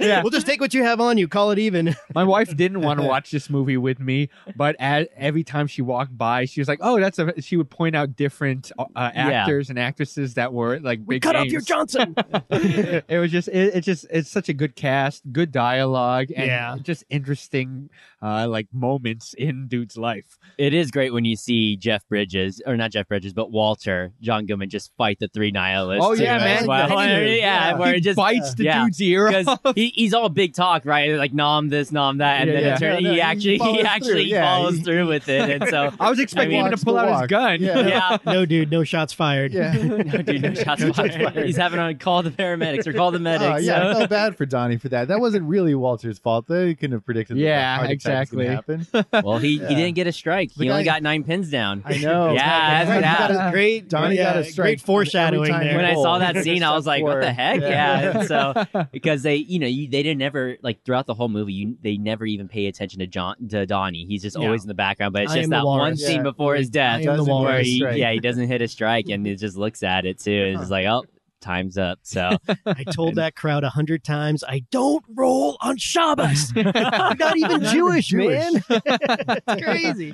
Speaker 2: yeah,
Speaker 3: We'll just take what you have on you, call it even.
Speaker 2: my wife didn't want to watch this movie with me, but at, every time she walked by, she was like, "Oh, that's a." She would point out different uh, actors and actresses that were like big
Speaker 3: Cut off
Speaker 2: names.
Speaker 3: your Johnson.
Speaker 2: it was just it, it just it's such a good cast, good dialogue, and
Speaker 3: Yeah.
Speaker 2: just interesting uh like moments in dude's life.
Speaker 1: It is great when you see Jeff Bridges, or not Jeff Bridges, but Walter John Goodman just fight the three nihilists.
Speaker 2: Oh, yeah,
Speaker 1: as
Speaker 2: man.
Speaker 1: well.
Speaker 2: Yeah.
Speaker 1: yeah, where
Speaker 2: he
Speaker 1: it just
Speaker 2: bites the
Speaker 1: yeah.
Speaker 2: dude's ear
Speaker 1: because
Speaker 2: off.
Speaker 1: he, he's all big talk, right? Like nom this, nom that, and
Speaker 2: Yeah,
Speaker 1: then
Speaker 2: yeah.
Speaker 1: it turn-
Speaker 4: No, no,
Speaker 1: he
Speaker 4: he
Speaker 1: actually he,
Speaker 4: follows
Speaker 1: actually
Speaker 4: through. Yeah,
Speaker 1: follows
Speaker 4: he-
Speaker 1: through with it, and so
Speaker 2: I was expecting
Speaker 1: I mean-
Speaker 2: him to pull out his
Speaker 4: Walks the
Speaker 2: gun.
Speaker 4: walk. Yeah.
Speaker 1: yeah.
Speaker 3: no, dude, no shots fired.
Speaker 4: Yeah.
Speaker 1: No, dude, no shots fired. He's having to call the paramedics or call the medics.
Speaker 4: Oh, yeah, I
Speaker 1: so-
Speaker 4: felt bad for Donnie for that. That wasn't really Walter's fault. They couldn't have predicted. that
Speaker 2: Yeah,
Speaker 4: that heart attack was gonna
Speaker 2: exactly.
Speaker 4: Happen.
Speaker 1: Well, he,
Speaker 4: Yeah.
Speaker 1: he didn't get a strike.
Speaker 4: The
Speaker 1: he only
Speaker 4: guy-
Speaker 1: got nine pins down.
Speaker 4: I know.
Speaker 1: Yeah, that's what
Speaker 4: Right, he got
Speaker 1: happened.
Speaker 4: a- Great. Donnie
Speaker 3: yeah,
Speaker 4: got a
Speaker 3: great
Speaker 4: strike. every
Speaker 3: foreshadowing
Speaker 4: time
Speaker 3: there.
Speaker 4: he
Speaker 1: when I saw
Speaker 4: rolled.
Speaker 1: that scene, I was like, "What the heck?" Yeah. And so because they, you know, you, they didn't never like throughout the whole movie, you, they never even pay attention to John to Donnie. He's just
Speaker 3: Yeah.
Speaker 1: always in the background. But it's
Speaker 3: I am
Speaker 1: just
Speaker 3: the
Speaker 1: that one
Speaker 3: walrus.
Speaker 1: scene
Speaker 4: Yeah.
Speaker 1: before his death
Speaker 3: I am the
Speaker 4: Doesn't
Speaker 1: where
Speaker 3: walrus.
Speaker 1: he,
Speaker 4: strike.
Speaker 1: yeah, he doesn't hit a strike and he just looks at it too. And it's like, "Oh, time's up." So
Speaker 3: I told that crowd a hundred times, I don't roll on Shabbos. I'm not even Jewish, man. it's crazy.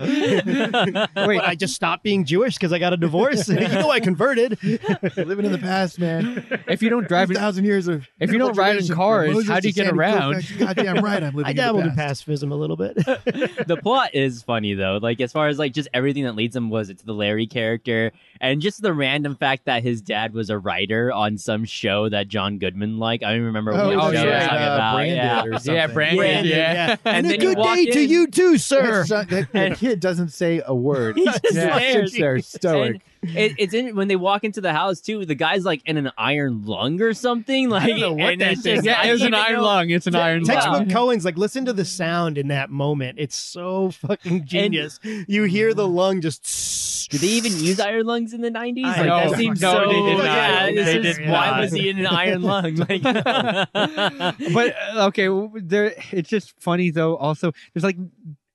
Speaker 3: Wait, I just stopped being Jewish because I got a divorce. you know, I converted.
Speaker 4: Living in the past, man.
Speaker 2: If you don't drive,
Speaker 4: Five thousand years of.
Speaker 2: If you don't ride in cars, how do you get around?
Speaker 4: God damn right, I'm living.
Speaker 3: I
Speaker 4: in the
Speaker 3: dabbled in
Speaker 4: past.
Speaker 3: pacifism a little bit.
Speaker 1: the plot is funny though. Like as far as like just everything that leads him was it to the Larry character and just the random fact that his dad was a writer on some show that John Goodman like. I don't remember what
Speaker 2: oh,
Speaker 1: show
Speaker 2: yeah,
Speaker 1: I was
Speaker 2: uh,
Speaker 1: talking about. yeah.
Speaker 4: Branded or something.
Speaker 2: yeah, Brandon,
Speaker 1: Brandon,
Speaker 2: yeah.
Speaker 1: And
Speaker 3: And,
Speaker 1: then
Speaker 3: a
Speaker 1: you
Speaker 3: good
Speaker 1: walk
Speaker 3: day to
Speaker 1: in-
Speaker 3: you too, sir.
Speaker 4: That's not- that, that kid doesn't say a word.
Speaker 1: He just
Speaker 4: yeah,
Speaker 1: stares.
Speaker 4: sits there stoic.
Speaker 1: And it, it's in when they walk into the house too. The guy's like in an iron lung or something. Like, and it's just-
Speaker 2: Yeah,
Speaker 1: I
Speaker 2: it was
Speaker 1: don't
Speaker 2: an
Speaker 1: even
Speaker 2: iron
Speaker 1: know-
Speaker 2: lung. It's an iron lung.
Speaker 3: Textbook Cohen's like, listen to the sound in that moment. It's so fucking genius. you hear the lung just.
Speaker 1: Did they even use iron lungs in the nineties?
Speaker 3: I
Speaker 1: Like
Speaker 2: know.
Speaker 1: that seems
Speaker 2: No,
Speaker 1: so.
Speaker 2: they did not.
Speaker 1: Yeah, it's
Speaker 2: They
Speaker 1: just,
Speaker 2: did
Speaker 1: why
Speaker 2: not.
Speaker 1: was he in an iron lung? Like,
Speaker 2: but uh, okay, w- there. It's just funny though. Also, there's like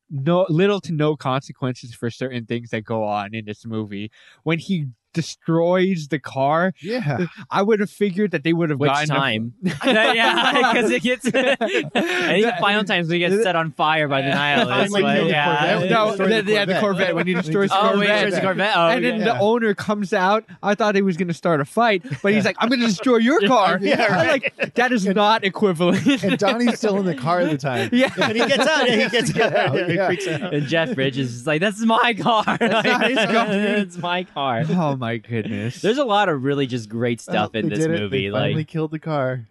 Speaker 2: no little to no consequences for certain things that go on in this movie. When he destroys the car,
Speaker 4: Yeah,
Speaker 2: I would have figured that they would have
Speaker 1: which
Speaker 2: gotten a-
Speaker 1: time? yeah, because it gets. I think
Speaker 2: That-
Speaker 1: final times we get set on fire by the nihilists.
Speaker 3: like,
Speaker 1: but
Speaker 3: no, the
Speaker 1: yeah.
Speaker 4: Corvette.
Speaker 2: no,
Speaker 4: Destroy
Speaker 2: the,
Speaker 4: the
Speaker 2: yeah, the
Speaker 4: Corvette.
Speaker 2: Corvette. When he destroys the
Speaker 1: Oh, wait,
Speaker 2: Corvette,
Speaker 1: there's the Corvette. Oh,
Speaker 2: and
Speaker 1: yeah.
Speaker 2: then
Speaker 4: yeah.
Speaker 2: the owner comes out. I thought he was going to start a fight, but he's like, "I'm going to destroy your car."
Speaker 4: Yeah,
Speaker 2: I'm like that is not equivalent.
Speaker 4: and Donnie's still in the car at the time.
Speaker 2: yeah,
Speaker 3: And he gets out. Yeah, he gets out.
Speaker 4: Yeah,
Speaker 3: he
Speaker 4: yeah.
Speaker 3: freaks out.
Speaker 1: And Jeff Bridges is like, "That's my car.
Speaker 2: not his car.
Speaker 1: It's my car."
Speaker 2: Oh my goodness.
Speaker 1: There's a lot of really just great stuff
Speaker 4: Well,
Speaker 1: in
Speaker 4: they
Speaker 1: this
Speaker 4: did it.
Speaker 1: movie.
Speaker 4: They finally
Speaker 1: Like,
Speaker 4: killed the car.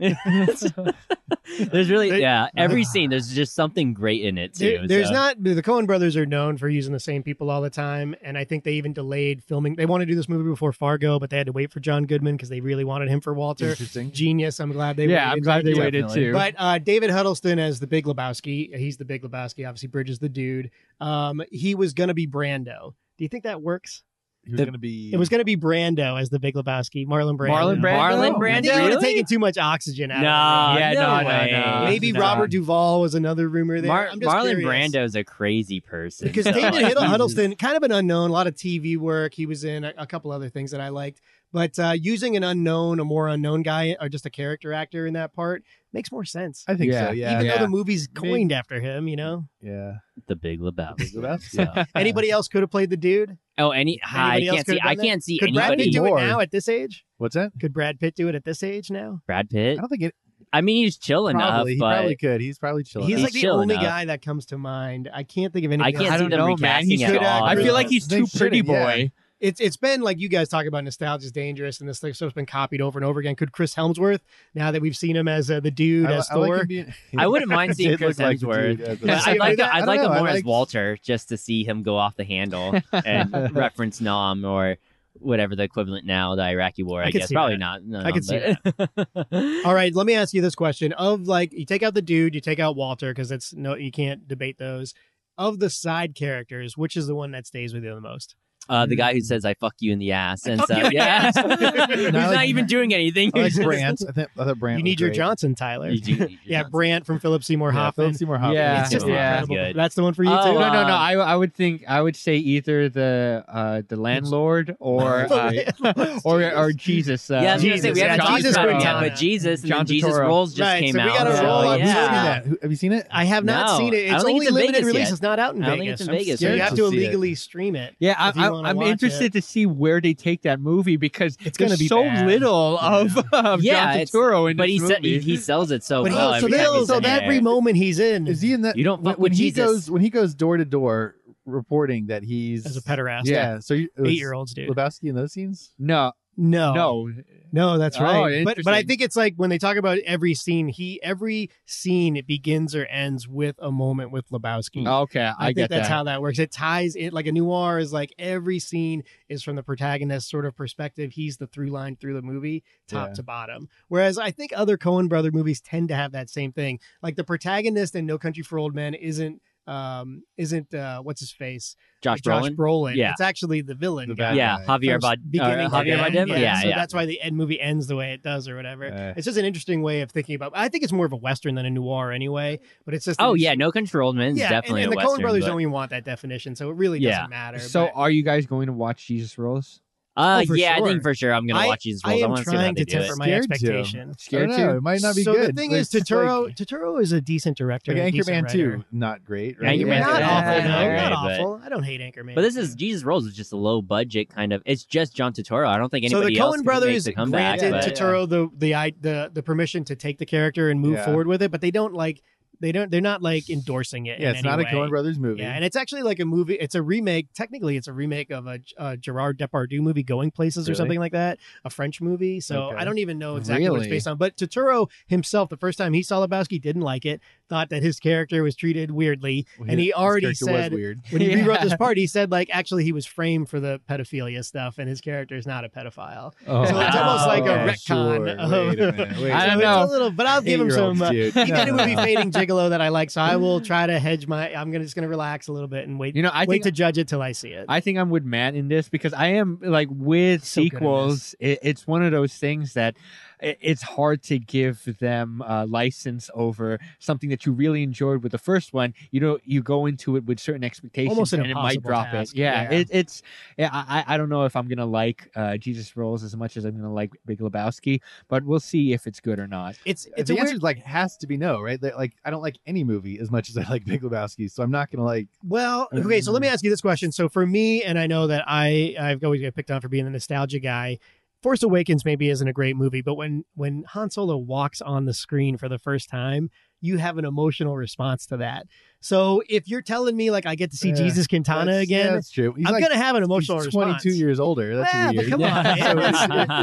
Speaker 1: there's really
Speaker 3: They-
Speaker 1: yeah, every scene there's just something great in it uh, too.
Speaker 3: There- there's
Speaker 1: so.
Speaker 3: not the Cohen brothers are known for using the same people all the time, and I think they even delayed filming. They wanted to do this movie before Fargo, but they had to wait for John Goodman because they really wanted him for Walter.
Speaker 4: Interesting.
Speaker 3: Genius. I'm glad they.
Speaker 2: yeah, I'm
Speaker 3: waited.
Speaker 2: glad they
Speaker 3: Yeah.
Speaker 2: waited too.
Speaker 3: But uh, David Huddleston as the Big Lebowski. He's the Big Lebowski. Obviously, Bridges the dude. Um, he was gonna be Brando. Do you think that works?
Speaker 4: He was
Speaker 1: The-
Speaker 4: gonna be.
Speaker 3: It was gonna be Brando as the Big Lebowski. Marlon Brando.
Speaker 2: Marlon Brando?
Speaker 1: Marlon
Speaker 3: I think
Speaker 1: Brando.
Speaker 3: they would have
Speaker 1: Really?
Speaker 3: taken too much oxygen out.
Speaker 1: no,
Speaker 3: of
Speaker 2: Yeah,
Speaker 1: no,
Speaker 2: no, no,
Speaker 1: way.
Speaker 2: no.
Speaker 3: it. Maybe
Speaker 2: no.
Speaker 3: Robert Duvall was another rumor there.
Speaker 1: Mar-
Speaker 3: I'm just
Speaker 1: Marlon
Speaker 3: curious.
Speaker 1: Brando's a crazy person.
Speaker 3: because
Speaker 1: so,
Speaker 3: David
Speaker 1: like,
Speaker 3: Hiddle-
Speaker 1: he's-
Speaker 3: Huddleston, kind of an unknown, a lot of TV work. He was in a, a couple other things that I liked, but uh, using an unknown, a more unknown guy, or just a character actor in that part makes more sense.
Speaker 4: I think
Speaker 2: Yeah.
Speaker 4: so. Yeah.
Speaker 3: Even
Speaker 2: Yeah.
Speaker 3: though the movie's coined after him, you know.
Speaker 4: yeah.
Speaker 1: the Big Lebowski.
Speaker 4: Lebowski.
Speaker 1: Yeah.
Speaker 3: Anybody else could have played the dude.
Speaker 1: Oh, any I
Speaker 3: Anybody else
Speaker 1: can't
Speaker 3: could've
Speaker 1: see. I
Speaker 3: done that?
Speaker 1: can't see
Speaker 3: Could Brad
Speaker 1: anybody.
Speaker 3: Pitt do
Speaker 4: More.
Speaker 3: it now at this age?
Speaker 4: What's that?
Speaker 3: Could Brad Pitt do it at this age now?
Speaker 1: Brad Pitt.
Speaker 4: I don't think it.
Speaker 1: I mean, he's chill enough,
Speaker 4: Probably, he
Speaker 1: but
Speaker 4: probably could. He's probably chilling.
Speaker 3: He's
Speaker 1: He's
Speaker 3: like the
Speaker 1: chill
Speaker 3: only
Speaker 1: enough.
Speaker 3: guy that comes to mind. I can't think of anything.
Speaker 1: I
Speaker 3: else.
Speaker 1: can't
Speaker 2: I
Speaker 1: see
Speaker 2: don't
Speaker 1: them
Speaker 2: know, man.
Speaker 1: recasting
Speaker 2: He's
Speaker 1: at
Speaker 3: good
Speaker 1: all.
Speaker 3: actor.
Speaker 2: I feel
Speaker 3: Yeah.
Speaker 2: like he's
Speaker 4: They
Speaker 2: too pretty
Speaker 4: shouldn't, yeah.
Speaker 2: boy.
Speaker 3: It's it's been like you guys talk about nostalgia's dangerous, and this like, stuff's been copied over and over again. Could Chris Hemsworth, now that we've seen him as uh, the dude
Speaker 4: I,
Speaker 3: as
Speaker 4: I like
Speaker 3: Thor,
Speaker 4: him being-
Speaker 1: I wouldn't mind seeing
Speaker 4: Did look
Speaker 1: Chris
Speaker 4: like the
Speaker 1: Hemsworth.
Speaker 4: dude at
Speaker 1: But
Speaker 4: the-
Speaker 3: Yeah,
Speaker 1: I'd
Speaker 3: see,
Speaker 1: like
Speaker 4: I
Speaker 1: to, I'd
Speaker 4: don't
Speaker 1: like him
Speaker 4: know, I
Speaker 1: more as
Speaker 4: liked-
Speaker 1: Walter just to see him go off the handle and reference Nam or whatever the equivalent now the Iraqi war.
Speaker 3: I
Speaker 1: I,
Speaker 3: could
Speaker 1: guess
Speaker 3: see
Speaker 1: probably
Speaker 3: that.
Speaker 1: not. No,
Speaker 3: I could see
Speaker 1: that.
Speaker 3: All right, let me ask you this question: Of like, you take out the dude, you take out Walter, because it's no, you can't debate those. Of the side characters, which is the one that stays with you the most?
Speaker 1: uh, the guy who says "I fuck you in the ass" and
Speaker 3: fuck
Speaker 1: so
Speaker 3: you in the
Speaker 1: yeah,
Speaker 3: ass.
Speaker 1: who's
Speaker 4: No, I
Speaker 1: not
Speaker 4: like-
Speaker 1: even doing anything.
Speaker 4: I like
Speaker 1: He's just-
Speaker 4: Brant. I, think, I thought Brant.
Speaker 3: you
Speaker 4: was
Speaker 3: need your
Speaker 4: great.
Speaker 3: Johnson, Tyler.
Speaker 1: You do- you do
Speaker 3: yeah,
Speaker 1: not-
Speaker 3: Brant from Philip Seymour
Speaker 4: Yeah,
Speaker 3: Hoffman.
Speaker 4: Philip Seymour Hoffman.
Speaker 2: Yeah.
Speaker 3: It's just
Speaker 1: Yeah.
Speaker 3: incredible.
Speaker 1: Good.
Speaker 3: That's the one for you
Speaker 1: Oh,
Speaker 3: too.
Speaker 2: No, no, no.
Speaker 1: Uh,
Speaker 2: I, I would think I would say either the uh, the landlord or
Speaker 3: The
Speaker 2: uh, or or Jesus. Uh,
Speaker 1: yeah, I was gonna say we
Speaker 3: Jesus,
Speaker 1: haven't
Speaker 3: yeah,
Speaker 1: talked
Speaker 3: Jesus
Speaker 1: about it
Speaker 3: Quintana.
Speaker 1: yet, but Jesus and
Speaker 2: John
Speaker 1: then Jesus
Speaker 2: Turturro.
Speaker 1: Rolls just
Speaker 3: Right,
Speaker 1: came
Speaker 3: so we
Speaker 1: out.
Speaker 3: gotta
Speaker 1: so,
Speaker 3: roll up.
Speaker 4: I've
Speaker 1: yeah.
Speaker 4: seen that. Who- Have you seen it?
Speaker 3: I have not
Speaker 1: No,
Speaker 3: seen
Speaker 1: I
Speaker 3: it.
Speaker 1: don't
Speaker 3: It's
Speaker 1: think
Speaker 3: only
Speaker 1: it's in
Speaker 3: limited
Speaker 1: Vegas
Speaker 3: release.
Speaker 1: yet.
Speaker 3: It's not out in
Speaker 1: I don't think
Speaker 3: Vegas.
Speaker 1: it's in
Speaker 3: I'm
Speaker 1: Vegas
Speaker 3: scared.
Speaker 1: yet.
Speaker 3: You have to
Speaker 4: To see it.
Speaker 3: illegally stream it.
Speaker 2: Yeah, I,
Speaker 3: if you wanna
Speaker 2: I, I'm
Speaker 3: watch
Speaker 2: interested
Speaker 3: it.
Speaker 2: to see where they take that movie because
Speaker 3: It's
Speaker 2: there's
Speaker 3: gonna be
Speaker 2: so
Speaker 3: bad.
Speaker 2: little of, of
Speaker 1: Yeah,
Speaker 2: John
Speaker 1: it's-
Speaker 2: Turturro in
Speaker 1: But
Speaker 2: this
Speaker 1: he, se-
Speaker 2: movie.
Speaker 1: he he sells it so
Speaker 3: But
Speaker 1: Oh, well.
Speaker 3: he
Speaker 1: every time
Speaker 3: still,
Speaker 1: he's
Speaker 3: so
Speaker 1: in
Speaker 3: that
Speaker 1: there.
Speaker 3: every moment he's in
Speaker 4: Is he in that?
Speaker 1: You don't
Speaker 4: when,
Speaker 1: fuck
Speaker 4: when
Speaker 1: with
Speaker 4: he
Speaker 1: Jesus.
Speaker 4: goes when he goes door to door reporting that he's
Speaker 3: as a pederast.
Speaker 4: Yeah, so you, it was
Speaker 3: eight year olds, dude.
Speaker 4: Lebowski in those scenes.
Speaker 2: no,
Speaker 3: No,
Speaker 2: no,
Speaker 3: no, that's
Speaker 2: Oh,
Speaker 3: right. But but I
Speaker 2: interesting.
Speaker 3: think it's like when they talk about every scene, he every scene it begins or ends with a moment with Lebowski.
Speaker 2: Okay, Oh, I,
Speaker 3: I, think
Speaker 2: get
Speaker 3: that's
Speaker 2: that.
Speaker 3: how that works. It ties it like a noir is like every scene is from the protagonist's sort of perspective. He's the through line through the movie, top
Speaker 4: Yeah.
Speaker 3: to bottom. Whereas I think other Cohen brother movies tend to have that same thing. Like the protagonist in No Country for Old Men isn't um isn't uh what's his face
Speaker 1: Josh
Speaker 3: Josh
Speaker 1: Brolin.
Speaker 3: Brolin.
Speaker 1: Yeah.
Speaker 3: It's actually the villain.
Speaker 4: The
Speaker 3: guy.
Speaker 4: bad
Speaker 1: Yeah, Javier
Speaker 3: From
Speaker 1: Bad.
Speaker 3: beginning
Speaker 1: uh,
Speaker 3: to
Speaker 1: Javier
Speaker 3: end.
Speaker 1: Bardem. Yeah,
Speaker 3: So that's why the end movie ends the way it does or whatever.
Speaker 4: Uh.
Speaker 3: it's just an interesting way of thinking about. I think it's more of a western than a noir anyway. But it's just an
Speaker 1: Oh yeah,
Speaker 3: interesting-
Speaker 1: no control man is
Speaker 3: yeah,
Speaker 1: definitely a
Speaker 3: and, and the
Speaker 1: western.
Speaker 3: Coen Brothers
Speaker 1: but-
Speaker 3: don't even want that definition, so it really
Speaker 1: Yeah.
Speaker 3: doesn't matter.
Speaker 2: So,
Speaker 3: but
Speaker 2: are you guys going to watch Jesus Rolls?
Speaker 1: Uh,
Speaker 3: Oh, for
Speaker 1: yeah,
Speaker 3: sure.
Speaker 1: I think for sure I'm gonna
Speaker 3: I-
Speaker 1: watch these
Speaker 3: I
Speaker 1: rolls. I,
Speaker 3: am
Speaker 1: want to see how
Speaker 3: trying
Speaker 1: they
Speaker 3: to
Speaker 1: do it.
Speaker 3: temper my
Speaker 4: Scared to.
Speaker 3: expectation.
Speaker 4: I
Speaker 2: Scared
Speaker 4: don't know.
Speaker 2: to?
Speaker 4: It might not be
Speaker 3: so
Speaker 4: good.
Speaker 3: the thing
Speaker 4: but
Speaker 3: is,
Speaker 4: it's just
Speaker 3: Totoro
Speaker 4: like,
Speaker 3: Totoro is a decent director.
Speaker 4: like
Speaker 3: and a decent
Speaker 4: Anchorman
Speaker 3: writer.
Speaker 4: two, not great.
Speaker 1: Yeah,
Speaker 4: Right?
Speaker 1: Anchorman
Speaker 3: not
Speaker 1: two.
Speaker 3: awful,
Speaker 1: Yeah,
Speaker 3: no,
Speaker 1: right,
Speaker 3: not
Speaker 1: but-
Speaker 3: awful. I don't hate Anchorman.
Speaker 1: But this is Jesus Rolls is just a low budget kind of. It's just John Turturro. I don't think
Speaker 3: so the
Speaker 1: anybody else
Speaker 3: Cohen
Speaker 1: can
Speaker 3: brothers
Speaker 1: make the comeback.
Speaker 3: granted
Speaker 1: but-
Speaker 4: to-
Speaker 3: Totoro the, the i- the the permission to take the character and move
Speaker 4: Yeah.
Speaker 3: forward with it, but they don't like they don't they're not like endorsing it.
Speaker 4: Yeah,
Speaker 3: in
Speaker 4: it's
Speaker 3: any
Speaker 4: not a
Speaker 3: way.
Speaker 4: Coen Brothers movie.
Speaker 3: Yeah, and it's actually like a movie. It's a remake. Technically, it's a remake of a, uh Gerard Depardieu movie, Going Places or
Speaker 4: Really?
Speaker 3: something like that, a French movie. So
Speaker 4: Okay.
Speaker 3: I don't even know exactly what it's
Speaker 2: Really?
Speaker 3: based on. But Totoro himself, the first time he saw Lebowski, didn't like it. Thought that his character was treated weirdly,
Speaker 4: Well,
Speaker 3: and he
Speaker 4: his
Speaker 3: already
Speaker 4: character was
Speaker 3: said
Speaker 4: weird.
Speaker 3: when he
Speaker 2: Yeah.
Speaker 3: rewrote this part, he said like actually he was framed for the pedophilia stuff, and his character is not a pedophile.
Speaker 2: Oh,
Speaker 3: So it's almost like a
Speaker 4: Oh,
Speaker 3: retcon.
Speaker 4: Sure.
Speaker 3: of-
Speaker 4: Wait a minute. Wait
Speaker 2: I
Speaker 4: a
Speaker 2: don't
Speaker 3: So
Speaker 4: minute.
Speaker 2: know.
Speaker 3: It's a little, but I'll give him some.
Speaker 4: Eight-year-olds,
Speaker 3: Uh,
Speaker 4: dude.
Speaker 3: he did it
Speaker 4: No.
Speaker 3: would be fading gigolo that I like, so I will try to hedge my. I'm gonna just gonna relax a little bit and wait.
Speaker 2: You know, I
Speaker 3: wait
Speaker 2: think
Speaker 3: to judge it till I see it.
Speaker 2: I think I'm with Matt in this because I am like with
Speaker 3: So good at
Speaker 2: sequels. It, it's one of those things that i it's hard to give them uh, license over something that you really enjoyed with the first one. You know, you go into it with certain expectations,
Speaker 3: Almost an
Speaker 2: and it might
Speaker 3: impossible
Speaker 2: drop
Speaker 3: task,
Speaker 2: it. Yeah,
Speaker 3: yeah.
Speaker 2: It, it's. Yeah, I, I I don't know if I'm gonna like uh, Jesus Rolls as much as I'm gonna like Big Lebowski, but we'll see if it's good or not.
Speaker 3: it's it's a
Speaker 4: the answer
Speaker 3: weird.
Speaker 4: is, like has to be no, right? That, like I don't like any movie as much as I like Big Lebowski, so I'm not gonna like.
Speaker 3: Well, okay, so let
Speaker 1: Um,
Speaker 3: me ask you this question. So for me, and I know that I I've always get picked on for being the nostalgia guy. Force Awakens maybe isn't a great movie, but when when Han Solo walks on the screen for the first time, you have an emotional response to that. So if you're telling me like I get to see
Speaker 4: Yeah,
Speaker 3: Jesus
Speaker 4: that's-
Speaker 3: Quintana
Speaker 4: yeah,
Speaker 3: again,
Speaker 4: that's true. He's
Speaker 3: I'm
Speaker 4: like
Speaker 3: gonna have an emotional
Speaker 4: he's
Speaker 3: response.
Speaker 4: 22 years older. That's
Speaker 3: yeah,
Speaker 4: weird.
Speaker 3: but come on,
Speaker 1: Yeah.
Speaker 3: man.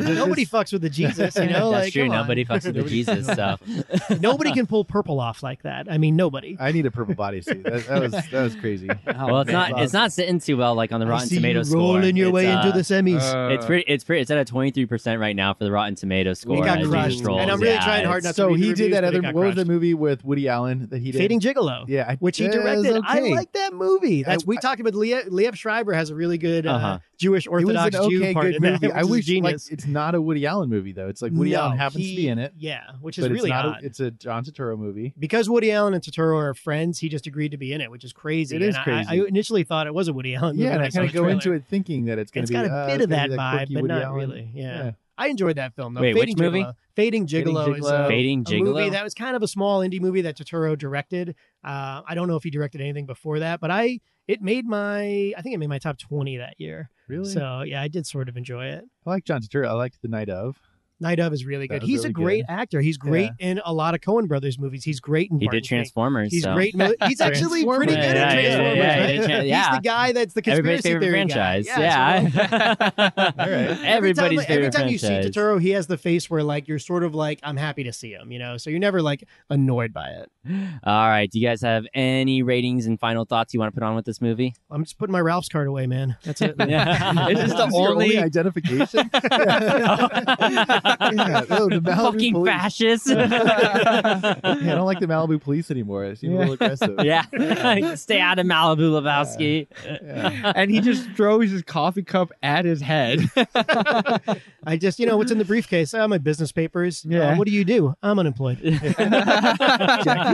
Speaker 3: It's- nobody fucks with the Jesus, you know.
Speaker 1: That's
Speaker 3: like,
Speaker 1: true.
Speaker 3: come on.
Speaker 1: Nobody fucks with the Jesus stuff.
Speaker 3: nobody can pull purple off like that. I mean, nobody.
Speaker 4: I need a purple bodysuit. That, that was that was crazy.
Speaker 1: well, it's not. It's not sitting too well like on the
Speaker 3: I
Speaker 1: Rotten
Speaker 3: see you
Speaker 1: Tomatoes score.
Speaker 3: rolling your
Speaker 1: It's,
Speaker 3: way into
Speaker 1: uh,
Speaker 3: the semis.
Speaker 1: It's pretty. It's pretty. It's at a 23 percent right now for the Rotten Tomato score.
Speaker 3: it
Speaker 1: at
Speaker 3: got
Speaker 1: Jesus
Speaker 3: crushed,
Speaker 1: Rolls.
Speaker 3: and I'm really
Speaker 1: Yeah,
Speaker 3: trying hard
Speaker 1: it's-
Speaker 3: not to.
Speaker 4: so
Speaker 3: read the
Speaker 4: he
Speaker 3: reviews,
Speaker 4: did that
Speaker 3: but it
Speaker 4: other.
Speaker 3: got
Speaker 4: What was
Speaker 3: crushed.
Speaker 4: the movie with Woody Allen that he did?
Speaker 3: Fading Gigolo.
Speaker 4: Yeah, I,
Speaker 3: Which he
Speaker 4: yeah, it was
Speaker 3: directed. I
Speaker 4: okay.
Speaker 3: like that movie. That's
Speaker 4: I-
Speaker 3: we talked about. Liev, Liev Schreiber has a really good uh,
Speaker 1: Uh-huh.
Speaker 3: Jewish
Speaker 4: It was
Speaker 3: Orthodox
Speaker 4: an okay,
Speaker 3: Jew part
Speaker 4: good
Speaker 3: in that,
Speaker 4: movie.
Speaker 3: which
Speaker 4: I
Speaker 3: is
Speaker 4: wish like,
Speaker 3: genius.
Speaker 4: it's not a Woody Allen movie though. It's like Woody
Speaker 3: No,
Speaker 4: Allen happens to
Speaker 3: he-
Speaker 4: be in it,
Speaker 3: Yeah, which is
Speaker 4: but it's
Speaker 3: really
Speaker 4: not.
Speaker 3: odd.
Speaker 4: A, it's a John Turturro movie.
Speaker 3: because Woody Allen and Totoro are friends, he just agreed to be in it, which is crazy.
Speaker 4: It is
Speaker 3: And I-
Speaker 4: crazy.
Speaker 3: I, initially thought it was a Woody Allen.
Speaker 4: Yeah, and I kind of go into
Speaker 3: it.
Speaker 4: it thinking that it's going
Speaker 3: It's
Speaker 4: to be
Speaker 3: got a
Speaker 4: uh,
Speaker 3: bit
Speaker 4: it's
Speaker 3: of
Speaker 4: gonna
Speaker 3: that
Speaker 4: be the
Speaker 3: vibe,
Speaker 4: quirky
Speaker 3: but
Speaker 4: Woody
Speaker 3: not
Speaker 4: Allen.
Speaker 3: really. Yeah.
Speaker 4: Yeah.
Speaker 3: I enjoyed that film though.
Speaker 1: Wait,
Speaker 3: Fading
Speaker 1: which movie?
Speaker 3: Gigolo. Fading Gigolo, is uh,
Speaker 4: Gigolo.
Speaker 3: a,
Speaker 1: Fading
Speaker 3: a movie
Speaker 1: Gigolo.
Speaker 3: that was kind of a small indie movie that Totoro directed. Uh, I don't know if he directed anything before that, but I it made my I think it made my top twenty that year.
Speaker 4: Really,
Speaker 3: So yeah, I did sort of enjoy it.
Speaker 4: I like John Turturro. I liked The Night of.
Speaker 3: Night of is really good.
Speaker 4: That was
Speaker 3: He's
Speaker 4: really
Speaker 3: a great actor. He's great in a lot of Cohen brothers movies. He's great in
Speaker 1: He
Speaker 3: Barton
Speaker 1: did
Speaker 3: Fink.
Speaker 1: Transformers.
Speaker 3: He's
Speaker 1: so.
Speaker 3: great. In, he's actually pretty
Speaker 1: Yeah,
Speaker 3: good at
Speaker 1: yeah, yeah,
Speaker 3: Transformers.
Speaker 1: yeah,
Speaker 3: right?
Speaker 1: he did Tran-
Speaker 3: He's
Speaker 1: yeah.
Speaker 3: the guy that's the
Speaker 1: Everybody's
Speaker 3: conspiracy
Speaker 1: favorite
Speaker 3: theory guy.
Speaker 1: franchise.
Speaker 3: so I
Speaker 1: Yeah.
Speaker 3: like
Speaker 1: Everybody's
Speaker 3: every time,
Speaker 1: favorite
Speaker 3: every time
Speaker 1: franchise.
Speaker 3: you see Totoro, he has the face where like you're sort of like I'm happy to see him, you know. So you're never like annoyed by it.
Speaker 1: All right. Do you guys have any ratings and final thoughts you want to put on with this movie?
Speaker 3: I'm just putting my Ralph's card away, man. That's it.
Speaker 1: Yeah.
Speaker 2: This is the
Speaker 4: your
Speaker 2: only-
Speaker 4: identification. yeah, no, the Malibu
Speaker 1: Fucking
Speaker 4: police.
Speaker 1: fascists.
Speaker 4: Yeah, I don't like the Malibu police anymore. They seem a little aggressive.
Speaker 1: yeah. Stay out of Malibu, Lebowski.
Speaker 4: Yeah.
Speaker 2: and he just throws his coffee cup at his head.
Speaker 3: I just, you know, what's in the briefcase? Uh, my business papers.
Speaker 2: Yeah.
Speaker 3: Uh, what do you do? I'm unemployed.
Speaker 4: Jackie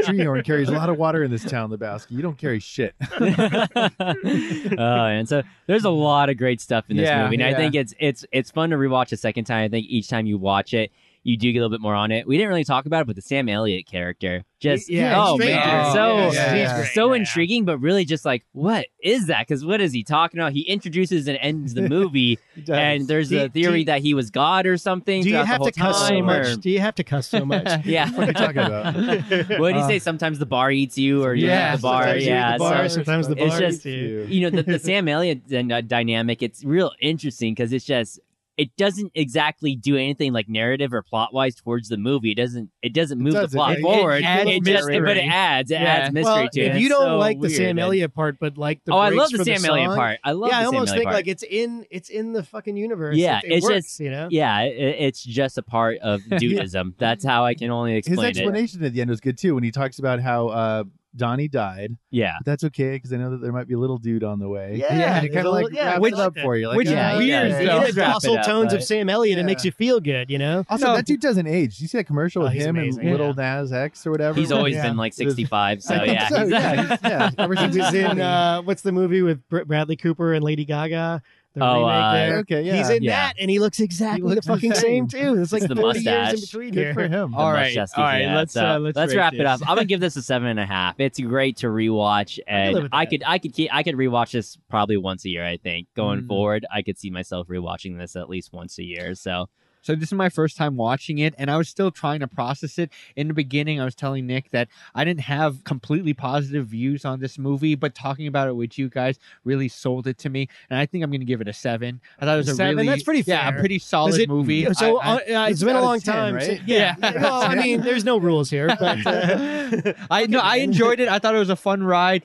Speaker 4: Treehorn carries a lot of water in this town, Lebowski. You don't carry shit.
Speaker 1: oh, and so there's a lot of great stuff in this
Speaker 2: Yeah,
Speaker 1: movie, and I
Speaker 2: yeah.
Speaker 1: think it's it's it's fun to rewatch a second time. I think each time you watch it, you do get a little bit more on it. We didn't really talk about it, but the Sam Elliott character just
Speaker 3: Yeah,
Speaker 1: oh
Speaker 3: he's
Speaker 1: man,
Speaker 3: great.
Speaker 1: so
Speaker 4: Yeah, yeah, yeah.
Speaker 3: he's great,
Speaker 1: so
Speaker 3: yeah.
Speaker 1: intriguing, but really just like what is that? Because what is he talking about? He introduces and ends the movie,
Speaker 4: He does.
Speaker 1: and there's
Speaker 3: Do-
Speaker 1: a theory
Speaker 3: do-
Speaker 1: that he was God or something.
Speaker 3: do you
Speaker 1: throughout
Speaker 3: have
Speaker 1: the
Speaker 3: to
Speaker 1: whole
Speaker 3: cuss so
Speaker 1: time,
Speaker 3: much?
Speaker 1: or-
Speaker 3: Do you have to cuss so much?
Speaker 4: What are you
Speaker 1: yeah.
Speaker 4: talking about?
Speaker 1: what did he
Speaker 2: Uh,
Speaker 1: say? Sometimes the bar eats you, or you're
Speaker 2: yeah,
Speaker 1: at the bar.
Speaker 3: Uh-huh. sometimes you're at
Speaker 1: Yeah,
Speaker 3: the bar,
Speaker 1: so-
Speaker 3: sometimes the
Speaker 1: it's
Speaker 3: bar
Speaker 1: just-
Speaker 3: eats you.
Speaker 1: you know the, the Sam Elliott d- uh, dynamic. It's real interesting because it's just it doesn't exactly do anything like narrative or plot wise towards the movie. It doesn't it doesn't move the
Speaker 4: doesn't.
Speaker 1: plot
Speaker 4: It- it
Speaker 1: forward.
Speaker 2: adds
Speaker 1: just
Speaker 2: mystery.
Speaker 1: but it adds it
Speaker 2: Yeah.
Speaker 1: adds mystery
Speaker 3: well,
Speaker 1: to it.
Speaker 3: if you
Speaker 1: It's
Speaker 3: don't
Speaker 1: so
Speaker 3: like the
Speaker 1: weird.
Speaker 3: Sam
Speaker 1: And-
Speaker 3: Elliott part, but like the
Speaker 1: oh, I
Speaker 3: breaks
Speaker 1: love
Speaker 3: for
Speaker 1: the Sam Elliott
Speaker 3: song,
Speaker 1: part. I love
Speaker 3: yeah,
Speaker 1: the
Speaker 3: I
Speaker 1: Sam
Speaker 3: almost
Speaker 1: Elliott
Speaker 3: think
Speaker 1: part.
Speaker 3: like it's in it's in the fucking universe.
Speaker 1: Yeah,
Speaker 3: it, it
Speaker 1: it's
Speaker 3: works,
Speaker 1: just-
Speaker 3: you know.
Speaker 1: yeah, i it's just a part of dudism. That's how I can only
Speaker 4: His
Speaker 1: explain it.
Speaker 4: explanation at the end was good too when he talks about how uh, Donnie died.
Speaker 1: Yeah,
Speaker 4: But that's okay because I know that there might be a little dude on the way.
Speaker 3: Yeah,
Speaker 4: and it
Speaker 3: there's
Speaker 4: kind
Speaker 3: a
Speaker 4: of like
Speaker 3: little- yeah,
Speaker 4: wraps
Speaker 2: which-
Speaker 4: it up for you. Like,
Speaker 2: which is
Speaker 4: yeah,
Speaker 1: weird,
Speaker 4: yeah,
Speaker 1: though.
Speaker 4: yeah.
Speaker 1: Yeah.
Speaker 3: In the
Speaker 1: Let's wrap it
Speaker 3: docile
Speaker 1: up,
Speaker 3: tones
Speaker 1: but-
Speaker 3: of Sam Elliott,
Speaker 4: Yeah.
Speaker 3: it makes you feel good, you know.
Speaker 4: Also,
Speaker 2: No.
Speaker 4: that dude doesn't age. You see that commercial
Speaker 3: Oh,
Speaker 4: with
Speaker 3: he's
Speaker 4: him
Speaker 3: amazing.
Speaker 4: and little Nas X or whatever.
Speaker 1: he's always
Speaker 4: Yeah.
Speaker 1: been like
Speaker 4: It was-
Speaker 1: 65, so
Speaker 4: I think
Speaker 1: yeah,
Speaker 4: so,
Speaker 1: he's-
Speaker 4: yeah, he's- yeah, ever
Speaker 3: He
Speaker 4: since
Speaker 3: was in
Speaker 4: 20.
Speaker 3: uh, what's the movie with Br- Bradley Cooper and Lady Gaga? The
Speaker 1: Oh,
Speaker 3: remake
Speaker 1: uh,
Speaker 3: there.
Speaker 4: okay, yeah,
Speaker 3: He's in
Speaker 1: Yeah.
Speaker 3: that, and he looks exactly
Speaker 4: looks
Speaker 3: the fucking
Speaker 4: the
Speaker 3: same
Speaker 4: same.
Speaker 3: too. It's like
Speaker 1: It's the
Speaker 3: 30 years in
Speaker 1: mustache.
Speaker 3: between.
Speaker 4: good for
Speaker 3: there.
Speaker 4: him.
Speaker 2: All
Speaker 1: the
Speaker 2: right,
Speaker 1: Mushesties,
Speaker 2: all right,
Speaker 1: yeah.
Speaker 2: let's,
Speaker 1: So
Speaker 2: uh, let's rate
Speaker 1: wrap it
Speaker 2: this.
Speaker 1: up. I'm gonna give this a seven and a half. It's great to rewatch,
Speaker 3: live
Speaker 1: and
Speaker 3: with
Speaker 1: I
Speaker 3: that.
Speaker 1: could I could keep, I could rewatch this probably once a year. I think going
Speaker 2: Mhm.
Speaker 1: forward, I could see myself rewatching this at least once a year. So
Speaker 2: So this is my first time watching it, and I was still trying to process it. In the beginning, I was telling Nick that I didn't have completely positive views on this movie, but talking about it with you guys really sold it to me, and I think I'm going to give it a seven. I thought it was a
Speaker 3: Seven?
Speaker 2: really
Speaker 3: That's pretty
Speaker 2: yeah, a
Speaker 3: fair.
Speaker 2: pretty solid
Speaker 3: Is it-
Speaker 2: movie.
Speaker 3: So
Speaker 2: I, I-
Speaker 3: uh, it's been a
Speaker 4: out of
Speaker 3: long
Speaker 4: 10,
Speaker 3: time.
Speaker 4: right?
Speaker 3: since-
Speaker 2: Yeah.
Speaker 3: well, I mean, there's no rules here, but uh,
Speaker 2: I no, I enjoyed it. I thought it was a fun ride.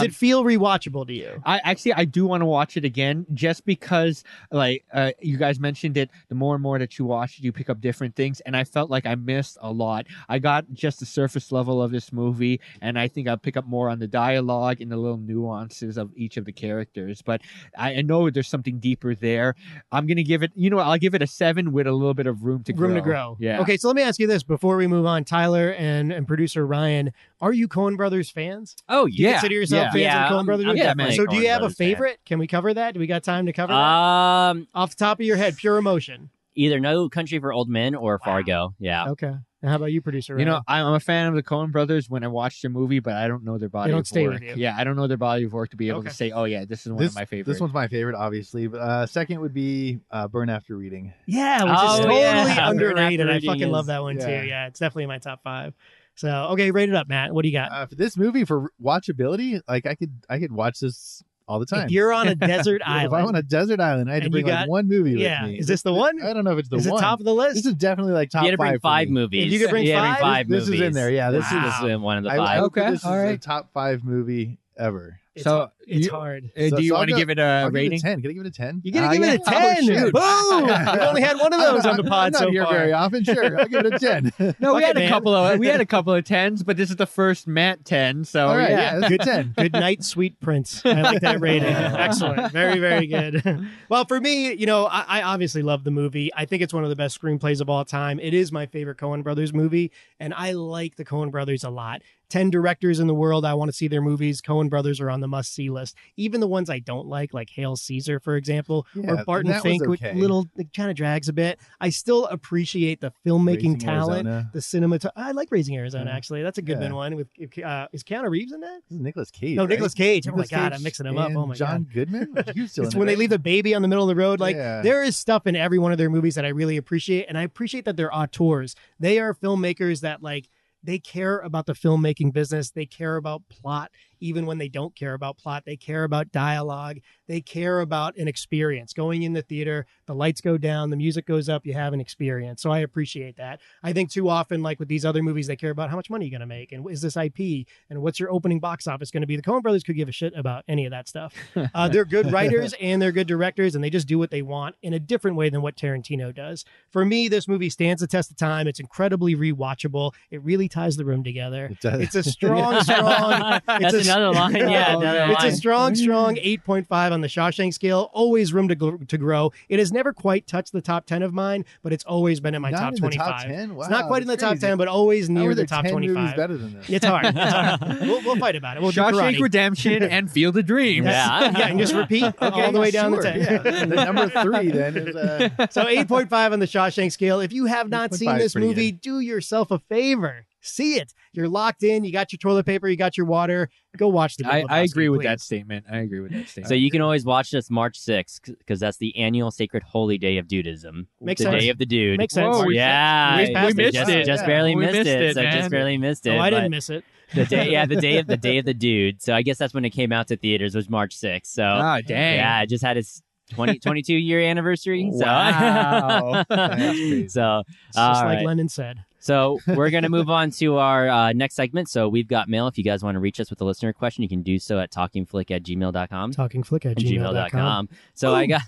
Speaker 2: Um,
Speaker 3: it feel rewatchable to you?
Speaker 2: I actually I do want to watch it again just because like uh, you guys mentioned it the more and more that you watch it you pick up different things and I felt like I missed a lot. I got just the surface level of this movie and I think I'll pick up more on the dialogue and the little nuances of each of the characters but I, I know there's something deeper there. I'm going to give it you know what, I'll give it a 7 with a little bit of room to grow.
Speaker 3: room to grow.
Speaker 2: Yeah.
Speaker 3: Okay, so let me ask you this before we move on, Tyler and, and producer Ryan, are you Coen Brothers fans?
Speaker 1: oh
Speaker 3: Do you
Speaker 2: Yeah,
Speaker 3: consider yourself
Speaker 2: yeah.
Speaker 3: fans
Speaker 1: Yeah,
Speaker 3: of Coen
Speaker 1: I'm-
Speaker 3: Brothers?
Speaker 1: I'm
Speaker 3: Yeah,
Speaker 1: definitely
Speaker 3: so
Speaker 1: a
Speaker 3: do
Speaker 1: Coen
Speaker 3: you have a
Speaker 1: Brothers fan.
Speaker 3: favorite? Can we cover that? Do we got time to cover that?
Speaker 1: um
Speaker 3: Off the top of your head, pure emotion.
Speaker 1: either No Country for Old Men or Fargo. Yeah,
Speaker 3: Okay. And how about you, producer?
Speaker 2: You
Speaker 3: Ryan?
Speaker 2: know, I'm a fan of the Coen Brothers. When I watch their movie, but I don't know their body.
Speaker 3: don't
Speaker 2: of
Speaker 3: stay
Speaker 2: work.
Speaker 3: with you.
Speaker 2: Yeah, I don't know their body of work to be able
Speaker 3: Okay.
Speaker 2: to say, "Oh yeah, this is one of my favorites."
Speaker 4: This one's my favorite, obviously. But, uh, second would be uh, Burn After Reading.
Speaker 3: yeah, which is
Speaker 1: Oh,
Speaker 3: totally
Speaker 1: yeah.
Speaker 3: underrated. I
Speaker 1: Reading
Speaker 3: fucking
Speaker 1: is-
Speaker 3: love that one
Speaker 4: yeah.
Speaker 3: too. Yeah, it's definitely in my top five. So okay, rate it up, Matt. What do you got?
Speaker 4: Uh, for this movie, for watchability, like I could, I could watch this all the time.
Speaker 3: If you're on a desert
Speaker 4: Yeah, If I
Speaker 3: island,
Speaker 4: want a desert island, I had to
Speaker 3: And
Speaker 4: bring
Speaker 3: you
Speaker 4: like
Speaker 3: got-
Speaker 4: one movie
Speaker 3: yeah,
Speaker 4: with me.
Speaker 3: is this the one?
Speaker 4: I don't know if it's the
Speaker 3: is it
Speaker 4: one.
Speaker 3: top of the list?
Speaker 4: this is definitely like top
Speaker 1: you had to bring
Speaker 4: five.
Speaker 1: five,
Speaker 4: for me.
Speaker 1: movies.
Speaker 3: If you could bring
Speaker 1: had to
Speaker 3: five?
Speaker 1: five
Speaker 4: This-
Speaker 1: movies.
Speaker 4: this is in there, yeah, this
Speaker 1: this
Speaker 3: is-
Speaker 1: is in one of the
Speaker 4: I,
Speaker 1: five.
Speaker 4: I would put
Speaker 2: Okay,
Speaker 4: This is
Speaker 2: all
Speaker 4: a
Speaker 2: right.
Speaker 4: top five movie ever.
Speaker 3: It's
Speaker 2: so
Speaker 3: hard. it's
Speaker 2: you-
Speaker 3: hard.
Speaker 2: Uh,
Speaker 4: So-
Speaker 2: do you
Speaker 4: so I'll
Speaker 2: want to
Speaker 4: go-
Speaker 2: give it
Speaker 4: I'll
Speaker 2: a
Speaker 4: give it
Speaker 2: rating?
Speaker 4: a ten. Can I give it a ten? Uh,
Speaker 3: You gotta
Speaker 2: Ah,
Speaker 3: give it a
Speaker 2: yeah. Oh,
Speaker 3: ten.
Speaker 2: shoot.
Speaker 3: Boom! We've only had one of those on the pod
Speaker 4: I'm not
Speaker 3: so
Speaker 4: here
Speaker 3: far. Oh,
Speaker 4: very often. Sure, I'll give it a ten.
Speaker 2: No, we
Speaker 3: Fuck
Speaker 2: had
Speaker 3: it,
Speaker 2: a
Speaker 3: man.
Speaker 2: couple of we had a couple of tens, but this is the first Matt ten. So
Speaker 4: All right,
Speaker 2: yeah.
Speaker 4: yeah, that's a ten.
Speaker 3: Good night, sweet prince. I like that rating. Excellent. Very, very good. Well, for me, you know, I, I obviously love the movie. I think it's one of the best screenplays of all time. It is my favorite Coen Brothers movie, and I like the Coen Brothers a lot. 10 directors in the world I want to see their movies. Coen Brothers are on the must see list. Even the ones I don't like, like Hail Caesar, for example,
Speaker 4: Yeah,
Speaker 3: or
Speaker 4: and
Speaker 3: Barton
Speaker 4: that was
Speaker 3: Fink, which
Speaker 4: okay.
Speaker 3: little it kind of drags a bit. I still appreciate the filmmaking
Speaker 4: Raising
Speaker 3: talent,
Speaker 4: Arizona.
Speaker 3: the cinema. I like Raising Arizona, actually. That's a good
Speaker 4: Yeah.
Speaker 3: one. With uh, Is Keanu Reeves in that?
Speaker 4: This is Nicolas Cage.
Speaker 3: No,
Speaker 4: right?
Speaker 3: Nicolas Cage. Oh my
Speaker 4: Nicolas
Speaker 3: god,
Speaker 4: Cage
Speaker 3: I'm mixing them up. Oh
Speaker 4: and
Speaker 3: my
Speaker 4: John
Speaker 3: god.
Speaker 4: Goodman. You still
Speaker 3: It's
Speaker 4: in
Speaker 3: when
Speaker 4: it,
Speaker 3: they
Speaker 4: right?
Speaker 3: leave the baby on the middle of the road. Like
Speaker 4: Yeah.
Speaker 3: there is stuff in every one of their movies that I really appreciate, and I appreciate that they're auteurs. They are filmmakers that like they care about the filmmaking business. They care about plot. even when they don't care about plot. They care about dialogue. They care about an experience. Going in the theater, the lights go down, the music goes up, you have an experience. So I appreciate that. I think too often, like with these other movies, they care about how much money you're going to make and is this IP and what's your opening box office going to be. The Coen brothers could give a shit about any of that stuff. Uh, they're good writers and they're good directors, and they just do what they want in a different way than what Tarantino does. For me, this movie stands the test of time. It's incredibly rewatchable. It really ties the room together.
Speaker 4: It does.
Speaker 3: It's a strong, strong.
Speaker 1: That's
Speaker 3: it's a-
Speaker 1: another line. Yeah,
Speaker 3: Oh,
Speaker 1: another
Speaker 3: it's
Speaker 1: line. Mm.
Speaker 3: a strong, strong 8.5 on the Shawshank scale. Always room to gr- to grow. It has never quite touched the top 10 of mine, but it's always been in my
Speaker 4: Not
Speaker 3: top
Speaker 4: in the
Speaker 3: 25.
Speaker 4: top 10?
Speaker 3: It's not
Speaker 4: Wow,
Speaker 3: quite in the
Speaker 4: that's
Speaker 3: top
Speaker 4: crazy.
Speaker 3: 10, but always
Speaker 4: How
Speaker 3: near the
Speaker 4: are there
Speaker 3: top
Speaker 4: 10 movies
Speaker 3: 25.
Speaker 4: better than this?
Speaker 3: It's hard. It's hard. We'll, we'll fight about it. We'll do
Speaker 2: Shawshank
Speaker 3: karate.
Speaker 2: Redemption and Field of Dreams.
Speaker 1: Yeah.
Speaker 3: yeah, and just repeat all the way down
Speaker 4: Sure,
Speaker 3: the 10.
Speaker 4: yeah. The number three then is uh,
Speaker 3: So 8.5 on the Shawshank scale. If you have not seen
Speaker 4: 8.5 is
Speaker 3: this
Speaker 4: pretty
Speaker 3: movie, do yourself a favor. See it. You're locked in. You got your toilet paper. You got your water. Go watch the. Big
Speaker 2: I, I
Speaker 3: Lebowski,
Speaker 2: agree with
Speaker 3: please.
Speaker 2: that statement. I agree with that statement.
Speaker 1: So you can always watch this March 6th because that's the annual sacred holy day of dudism.
Speaker 3: Makes
Speaker 1: the
Speaker 3: sense.
Speaker 1: day of the dude.
Speaker 3: Makes sense. Oh,
Speaker 2: Whoa, we-
Speaker 1: yeah,
Speaker 2: we-
Speaker 3: we
Speaker 1: I-
Speaker 3: missed
Speaker 1: just,
Speaker 2: it.
Speaker 1: Just
Speaker 4: Yeah.
Speaker 1: barely
Speaker 2: We
Speaker 1: missed,
Speaker 2: missed
Speaker 1: it.
Speaker 2: it,
Speaker 1: so I
Speaker 2: man.
Speaker 1: just barely missed it.
Speaker 3: Oh, I didn't
Speaker 1: but
Speaker 3: miss it.
Speaker 1: the day. Yeah, the day of the day of the dude. So I guess that's when it came out to theaters was March 6th. So
Speaker 2: ah, dang.
Speaker 1: yeah, it just had its 20, 22 year anniversary. So.
Speaker 2: Wow.
Speaker 4: That's crazy.
Speaker 1: so
Speaker 3: It's just
Speaker 1: all
Speaker 3: like
Speaker 1: right.
Speaker 3: Lennon said.
Speaker 1: So we're going to move on to our uh, next segment. So we've got mail. If you guys want to reach us with a listener question, you can do so at talkingflick at gmail.com.
Speaker 3: Talkingflick
Speaker 1: and
Speaker 3: at gmail.com.
Speaker 1: gmail.com. So I got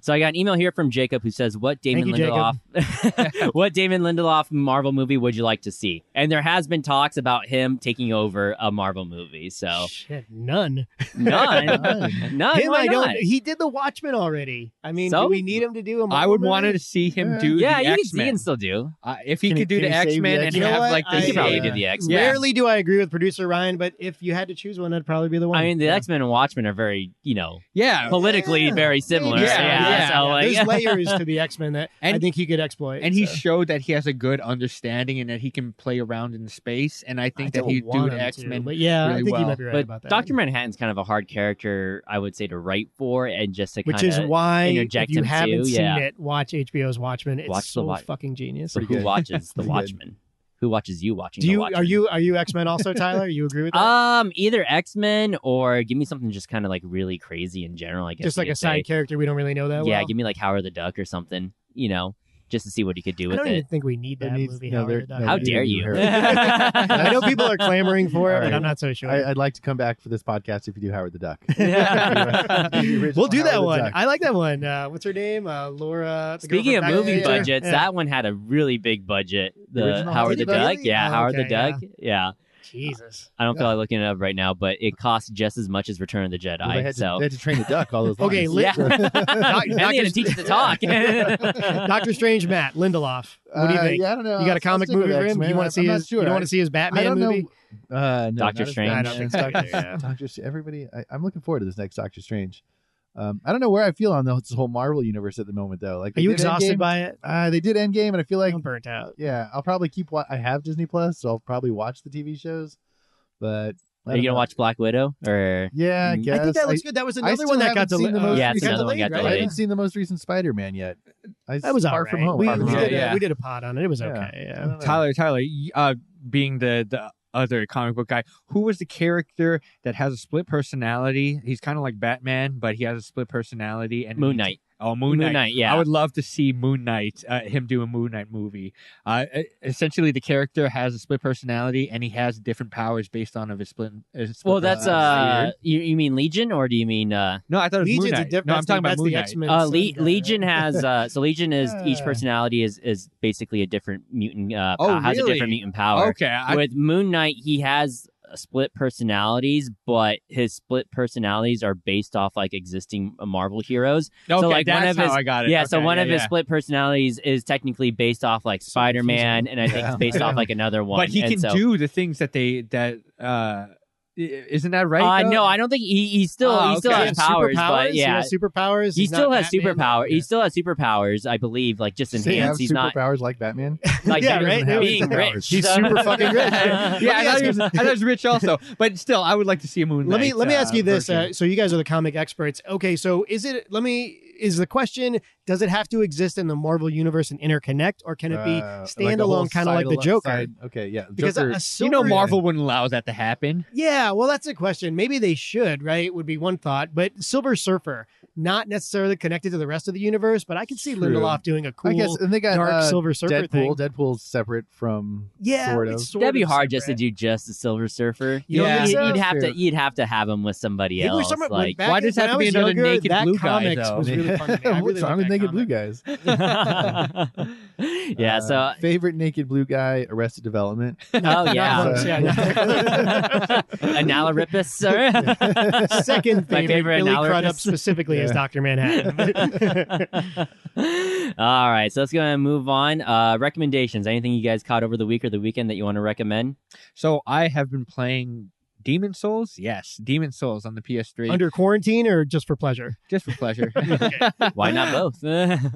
Speaker 1: so I got an email here from Jacob who says, "What Damon
Speaker 3: Thank you, Jacob.
Speaker 1: Lindelof? what Damon Lindelof Marvel movie would you like to see?" And there has been talks about him taking over a Marvel movie. So
Speaker 3: Shit, none.
Speaker 1: none, none.
Speaker 3: him,
Speaker 1: why
Speaker 3: I don't.
Speaker 1: not?
Speaker 3: He did the Watchmen already. I mean,
Speaker 1: So?
Speaker 3: do we need him to do him?
Speaker 2: I would want to see him
Speaker 4: Yeah.
Speaker 2: do
Speaker 1: Yeah,
Speaker 2: the
Speaker 1: he can,
Speaker 2: X
Speaker 1: he
Speaker 2: Men.
Speaker 1: can still do.
Speaker 2: Uh, if he
Speaker 4: Can he-
Speaker 2: could do
Speaker 4: can
Speaker 2: the
Speaker 4: he save
Speaker 2: X Men
Speaker 4: the
Speaker 2: and
Speaker 4: X-Men?
Speaker 2: have
Speaker 3: You know what?
Speaker 2: like
Speaker 1: He
Speaker 2: the
Speaker 1: could
Speaker 3: I- uh,
Speaker 1: probably
Speaker 2: same-
Speaker 1: do the X.
Speaker 2: Yeah.
Speaker 3: Rarely do I agree with producer Ryan, but if you had to choose one, that'd probably be the one.
Speaker 1: I mean, the
Speaker 3: Yeah.
Speaker 1: X Men and Watchmen are very, you know,
Speaker 2: yeah,
Speaker 1: politically
Speaker 3: Yeah.
Speaker 1: very similar.
Speaker 2: Yeah,
Speaker 1: Yeah,
Speaker 2: yeah,
Speaker 1: so like,
Speaker 3: There's layers to the X Men that I
Speaker 2: And-
Speaker 3: think he could exploit.
Speaker 2: and he
Speaker 3: so.
Speaker 2: showed that he has a good understanding and that he can play around in space. And I think
Speaker 3: I
Speaker 2: that
Speaker 3: don't
Speaker 2: he'd do
Speaker 3: want
Speaker 2: an
Speaker 3: him to,
Speaker 2: X Men.
Speaker 3: But yeah, I
Speaker 2: really
Speaker 3: think you
Speaker 2: well.
Speaker 3: might be right
Speaker 1: but
Speaker 3: about that.
Speaker 1: Doctor Manhattan's kind of a hard character, I would say, to write for, and just to
Speaker 3: which
Speaker 1: kind
Speaker 3: is
Speaker 1: of
Speaker 3: why if
Speaker 1: interject
Speaker 3: you
Speaker 1: him
Speaker 3: haven't
Speaker 1: too,
Speaker 3: seen
Speaker 1: yeah.
Speaker 3: it, watch HBO's Watchmen. It's
Speaker 1: Watch the
Speaker 3: so
Speaker 1: Watch-
Speaker 3: fucking genius.
Speaker 1: But who
Speaker 4: good.
Speaker 1: watches the
Speaker 4: Pretty good.
Speaker 1: Watchmen? Who watches you watching?
Speaker 3: Do
Speaker 1: The
Speaker 3: you
Speaker 1: Watchmen?
Speaker 3: are you are you X Men also, Tyler? You agree with that?
Speaker 1: Um, either X Men or give me something just kind of like really crazy in general. I guess
Speaker 3: Just
Speaker 1: you
Speaker 3: like
Speaker 1: could
Speaker 3: a side
Speaker 1: say.
Speaker 3: character we don't really know that
Speaker 1: yeah,
Speaker 3: well.
Speaker 1: give me like Howard the Duck or something. You know, just to see what he could do
Speaker 3: I
Speaker 1: with
Speaker 3: don't
Speaker 1: it.
Speaker 3: even think we need
Speaker 4: There
Speaker 3: that
Speaker 4: needs-
Speaker 3: movie.
Speaker 4: no,
Speaker 3: Howard
Speaker 4: there-
Speaker 3: the Duck.
Speaker 4: no,
Speaker 1: How
Speaker 4: you-
Speaker 1: dare
Speaker 4: you
Speaker 1: you?
Speaker 4: heard.
Speaker 3: I know people are clamoring for it,
Speaker 4: All
Speaker 3: but
Speaker 4: right.
Speaker 3: I'm not so sure.
Speaker 4: I, I'd like to come back for this podcast if you do Howard the Duck.
Speaker 3: we'll do that
Speaker 4: Howard the
Speaker 3: one.
Speaker 4: Duck.
Speaker 3: I like that one. Uh, what's her name? Uh, Laura. the girl
Speaker 1: Speaking of
Speaker 3: from Back to the
Speaker 1: movie
Speaker 3: Future.
Speaker 1: budgets,
Speaker 3: Yeah.
Speaker 1: that one had a really big budget.
Speaker 4: The
Speaker 1: The
Speaker 4: original
Speaker 1: Howard the
Speaker 3: Did it
Speaker 1: Duck,
Speaker 3: really?
Speaker 1: yeah,
Speaker 3: Oh,
Speaker 1: Howard
Speaker 3: okay,
Speaker 1: the Duck, yeah.
Speaker 3: Jesus.
Speaker 1: I don't feel like looking it up right now, but it cost just as much as Return of the Jedi.
Speaker 4: Well, they, had to,
Speaker 1: so
Speaker 4: they had to train the duck all those
Speaker 3: Okay,
Speaker 4: lines.
Speaker 1: Yeah.
Speaker 3: Doc-
Speaker 1: and they had to
Speaker 3: Doctor,
Speaker 1: teach it to talk.
Speaker 3: Doctor Strange, Matt Lindelof. What do you
Speaker 4: Uh,
Speaker 3: think?
Speaker 4: yeah, I don't know.
Speaker 3: You got
Speaker 4: I'll
Speaker 3: a comic
Speaker 4: stick with
Speaker 3: movie for him?
Speaker 4: X-Men.
Speaker 3: You want
Speaker 4: I'm-
Speaker 3: to see
Speaker 4: I'm not
Speaker 3: his?
Speaker 4: sure.
Speaker 3: You don't want to see his
Speaker 4: I
Speaker 3: Batman
Speaker 4: don't
Speaker 3: movie?
Speaker 4: know. Uh, no,
Speaker 1: Doctor
Speaker 4: not as
Speaker 1: Strange.
Speaker 4: bad.
Speaker 1: I
Speaker 3: don't think so
Speaker 4: Doctor,
Speaker 3: either, yeah.
Speaker 4: Doctor Strange. Everybody, I, I'm looking forward to this next Doctor Strange. Um, I don't know where I feel on the, this whole Marvel universe at the moment, though. Like,
Speaker 3: Are
Speaker 4: they
Speaker 3: you
Speaker 4: did
Speaker 3: exhausted
Speaker 4: Endgame.
Speaker 3: by it?
Speaker 4: Uh, they did Endgame, and I feel like,
Speaker 3: I'm burnt out.
Speaker 4: yeah, I'll probably keep. Wa- I have Disney Plus, so I'll probably watch the TV shows. But I
Speaker 1: Are you
Speaker 4: don't
Speaker 1: gonna
Speaker 4: know.
Speaker 1: watch Black Widow or?
Speaker 4: Yeah,
Speaker 1: Mm.
Speaker 4: I
Speaker 1: I
Speaker 4: guess.
Speaker 3: I think that looks good. That was
Speaker 4: I
Speaker 3: another
Speaker 4: still
Speaker 3: one that got
Speaker 4: haven't seen
Speaker 3: delayed.
Speaker 4: the
Speaker 3: Uh,
Speaker 4: most
Speaker 1: Yeah, it's
Speaker 3: got
Speaker 1: another one
Speaker 3: delayed,
Speaker 1: got
Speaker 3: right?
Speaker 4: I
Speaker 1: delayed.
Speaker 4: haven't seen the most recent Spider-Man yet. I,
Speaker 3: That was
Speaker 4: far
Speaker 3: alright.
Speaker 4: from home.
Speaker 3: We,
Speaker 4: Far
Speaker 3: we
Speaker 4: from
Speaker 2: Yeah,
Speaker 4: home.
Speaker 3: did uh,
Speaker 2: yeah.
Speaker 3: A, we did a pod on it. It was
Speaker 4: Yeah.
Speaker 3: okay.
Speaker 4: I
Speaker 3: Yeah.
Speaker 4: don't know.
Speaker 2: Tyler, Tyler, y- uh, being the the other comic book guy, who was the character that has a split personality? He's kind of like Batman, but he has a split personality. And
Speaker 1: Moon Knight.
Speaker 2: Oh, Moon Knight.
Speaker 1: yeah.
Speaker 2: I would love to see Moon Knight, uh, him do a Moon Knight movie. Uh, e- essentially, the character has a split personality, and he has different powers based on of his split. his split
Speaker 1: well, that's
Speaker 2: personality.
Speaker 1: uh, you, you mean Legion, or do you mean uh,
Speaker 2: no, I thought it was Moon
Speaker 3: Legion's a
Speaker 2: Knight.
Speaker 3: different.
Speaker 2: no, I'm talking about
Speaker 3: that's
Speaker 2: Moon
Speaker 3: the
Speaker 2: Knight.
Speaker 3: X-Men
Speaker 1: uh
Speaker 3: son
Speaker 1: Le-
Speaker 3: guy,
Speaker 1: Legion
Speaker 3: right?
Speaker 1: has uh, so Legion is each
Speaker 4: Yeah.
Speaker 1: personality is is basically a different mutant uh,
Speaker 2: Oh,
Speaker 1: pow- has a different
Speaker 2: really?
Speaker 1: mutant power.
Speaker 2: okay, I,
Speaker 1: With Moon Knight, he has uh, split personalities, but his split personalities are based off like existing Marvel heroes.
Speaker 2: okay,
Speaker 1: like,
Speaker 2: that's
Speaker 1: one of
Speaker 2: how
Speaker 1: his-
Speaker 2: I got it.
Speaker 1: yeah, so
Speaker 2: Okay,
Speaker 1: one of
Speaker 2: yeah,
Speaker 1: his
Speaker 2: yeah.
Speaker 1: split personalities is technically based off like Spider Man, and I think
Speaker 4: Yeah.
Speaker 1: it's based off like another one.
Speaker 2: But he
Speaker 1: And
Speaker 2: can
Speaker 1: so-
Speaker 2: do the things that they that uh i- isn't that right?
Speaker 1: Uh,
Speaker 2: though?
Speaker 1: no, I don't think he, he still
Speaker 2: Oh,
Speaker 1: he still
Speaker 2: okay.
Speaker 1: has powers, but
Speaker 3: He
Speaker 1: yeah,
Speaker 3: has superpowers.
Speaker 1: he
Speaker 3: He's
Speaker 1: still
Speaker 3: not
Speaker 1: has
Speaker 3: Batman.
Speaker 1: superpower.
Speaker 3: Yeah.
Speaker 1: He still has superpowers, I believe. Like just
Speaker 4: Does he have
Speaker 1: enhanced. He's not
Speaker 4: superpowers like Batman.
Speaker 1: like
Speaker 3: Yeah,
Speaker 1: being-
Speaker 3: right? There was
Speaker 1: being
Speaker 4: superpowers.
Speaker 1: rich.
Speaker 3: He's
Speaker 1: So-
Speaker 3: super fucking rich.
Speaker 2: Yeah, I
Speaker 3: Let me
Speaker 2: thought,
Speaker 3: ask
Speaker 2: he was, I thought he was rich also, but still, I would like to see a moon.
Speaker 3: Let me
Speaker 2: Knight,
Speaker 3: let me
Speaker 2: uh,
Speaker 3: ask you this.
Speaker 2: version.
Speaker 3: Uh, so you guys are the comic experts. Okay, so is it? Let me is the question: Does it have to exist in the Marvel universe and interconnect, or can it be
Speaker 4: Uh, like a whole
Speaker 3: standalone, kind of like the
Speaker 4: side-
Speaker 3: Joker?
Speaker 4: side- okay, yeah.
Speaker 3: Because
Speaker 4: Joker,
Speaker 3: a
Speaker 2: you know,
Speaker 3: silver-
Speaker 2: Marvel wouldn't allow that to happen.
Speaker 3: Yeah, well, that's a question. Maybe they should, right? Would be one thought. But Silver Surfer, not necessarily connected to the rest of the universe, but I could see
Speaker 4: True.
Speaker 3: Lindelof doing a cool
Speaker 4: I guess, and they got
Speaker 3: dark
Speaker 4: uh,
Speaker 3: Silver Surfer
Speaker 4: Deadpool.
Speaker 3: thing.
Speaker 4: Deadpool's separate from
Speaker 3: Yeah,
Speaker 4: sort of.
Speaker 3: it's sort
Speaker 1: That'd be
Speaker 3: of
Speaker 1: hard just to
Speaker 3: separate.
Speaker 1: do just the Silver Surfer.
Speaker 3: You don't
Speaker 1: yeah,
Speaker 3: think
Speaker 1: you'd,
Speaker 3: so?
Speaker 1: you'd have to
Speaker 4: Fair.
Speaker 1: you'd have to have him with somebody
Speaker 3: It was
Speaker 1: else.
Speaker 3: somewhere- when
Speaker 1: like,
Speaker 3: back
Speaker 2: why
Speaker 3: in-
Speaker 2: does it
Speaker 3: when
Speaker 2: have to
Speaker 3: I
Speaker 2: be
Speaker 3: was
Speaker 2: another
Speaker 3: younger,
Speaker 2: naked
Speaker 3: that
Speaker 2: blue guy,
Speaker 3: comics
Speaker 2: though?
Speaker 3: Was really fun to me. I really
Speaker 4: What's wrong
Speaker 3: liked
Speaker 4: with
Speaker 3: that
Speaker 4: naked blue
Speaker 3: comic.
Speaker 4: guys?
Speaker 1: yeah.
Speaker 4: Uh,
Speaker 1: So
Speaker 4: favorite naked blue guy, Arrested Development.
Speaker 1: oh yeah,
Speaker 4: once, yeah,
Speaker 3: not-
Speaker 1: Analoripus, sir.
Speaker 3: Second
Speaker 1: My
Speaker 3: favorite,
Speaker 1: favorite
Speaker 3: Billy
Speaker 1: analogous.
Speaker 3: Crudup specifically is
Speaker 4: Yeah.
Speaker 3: Doctor Manhattan.
Speaker 1: All right, so let's go and move on. Uh, recommendations. Anything you guys caught over the week or the weekend that you want to recommend?
Speaker 2: So I have been playing Demon Souls. Yes, Demon Souls on the PS3,
Speaker 3: Under quarantine or just for pleasure?
Speaker 2: just for pleasure.
Speaker 1: Why not both?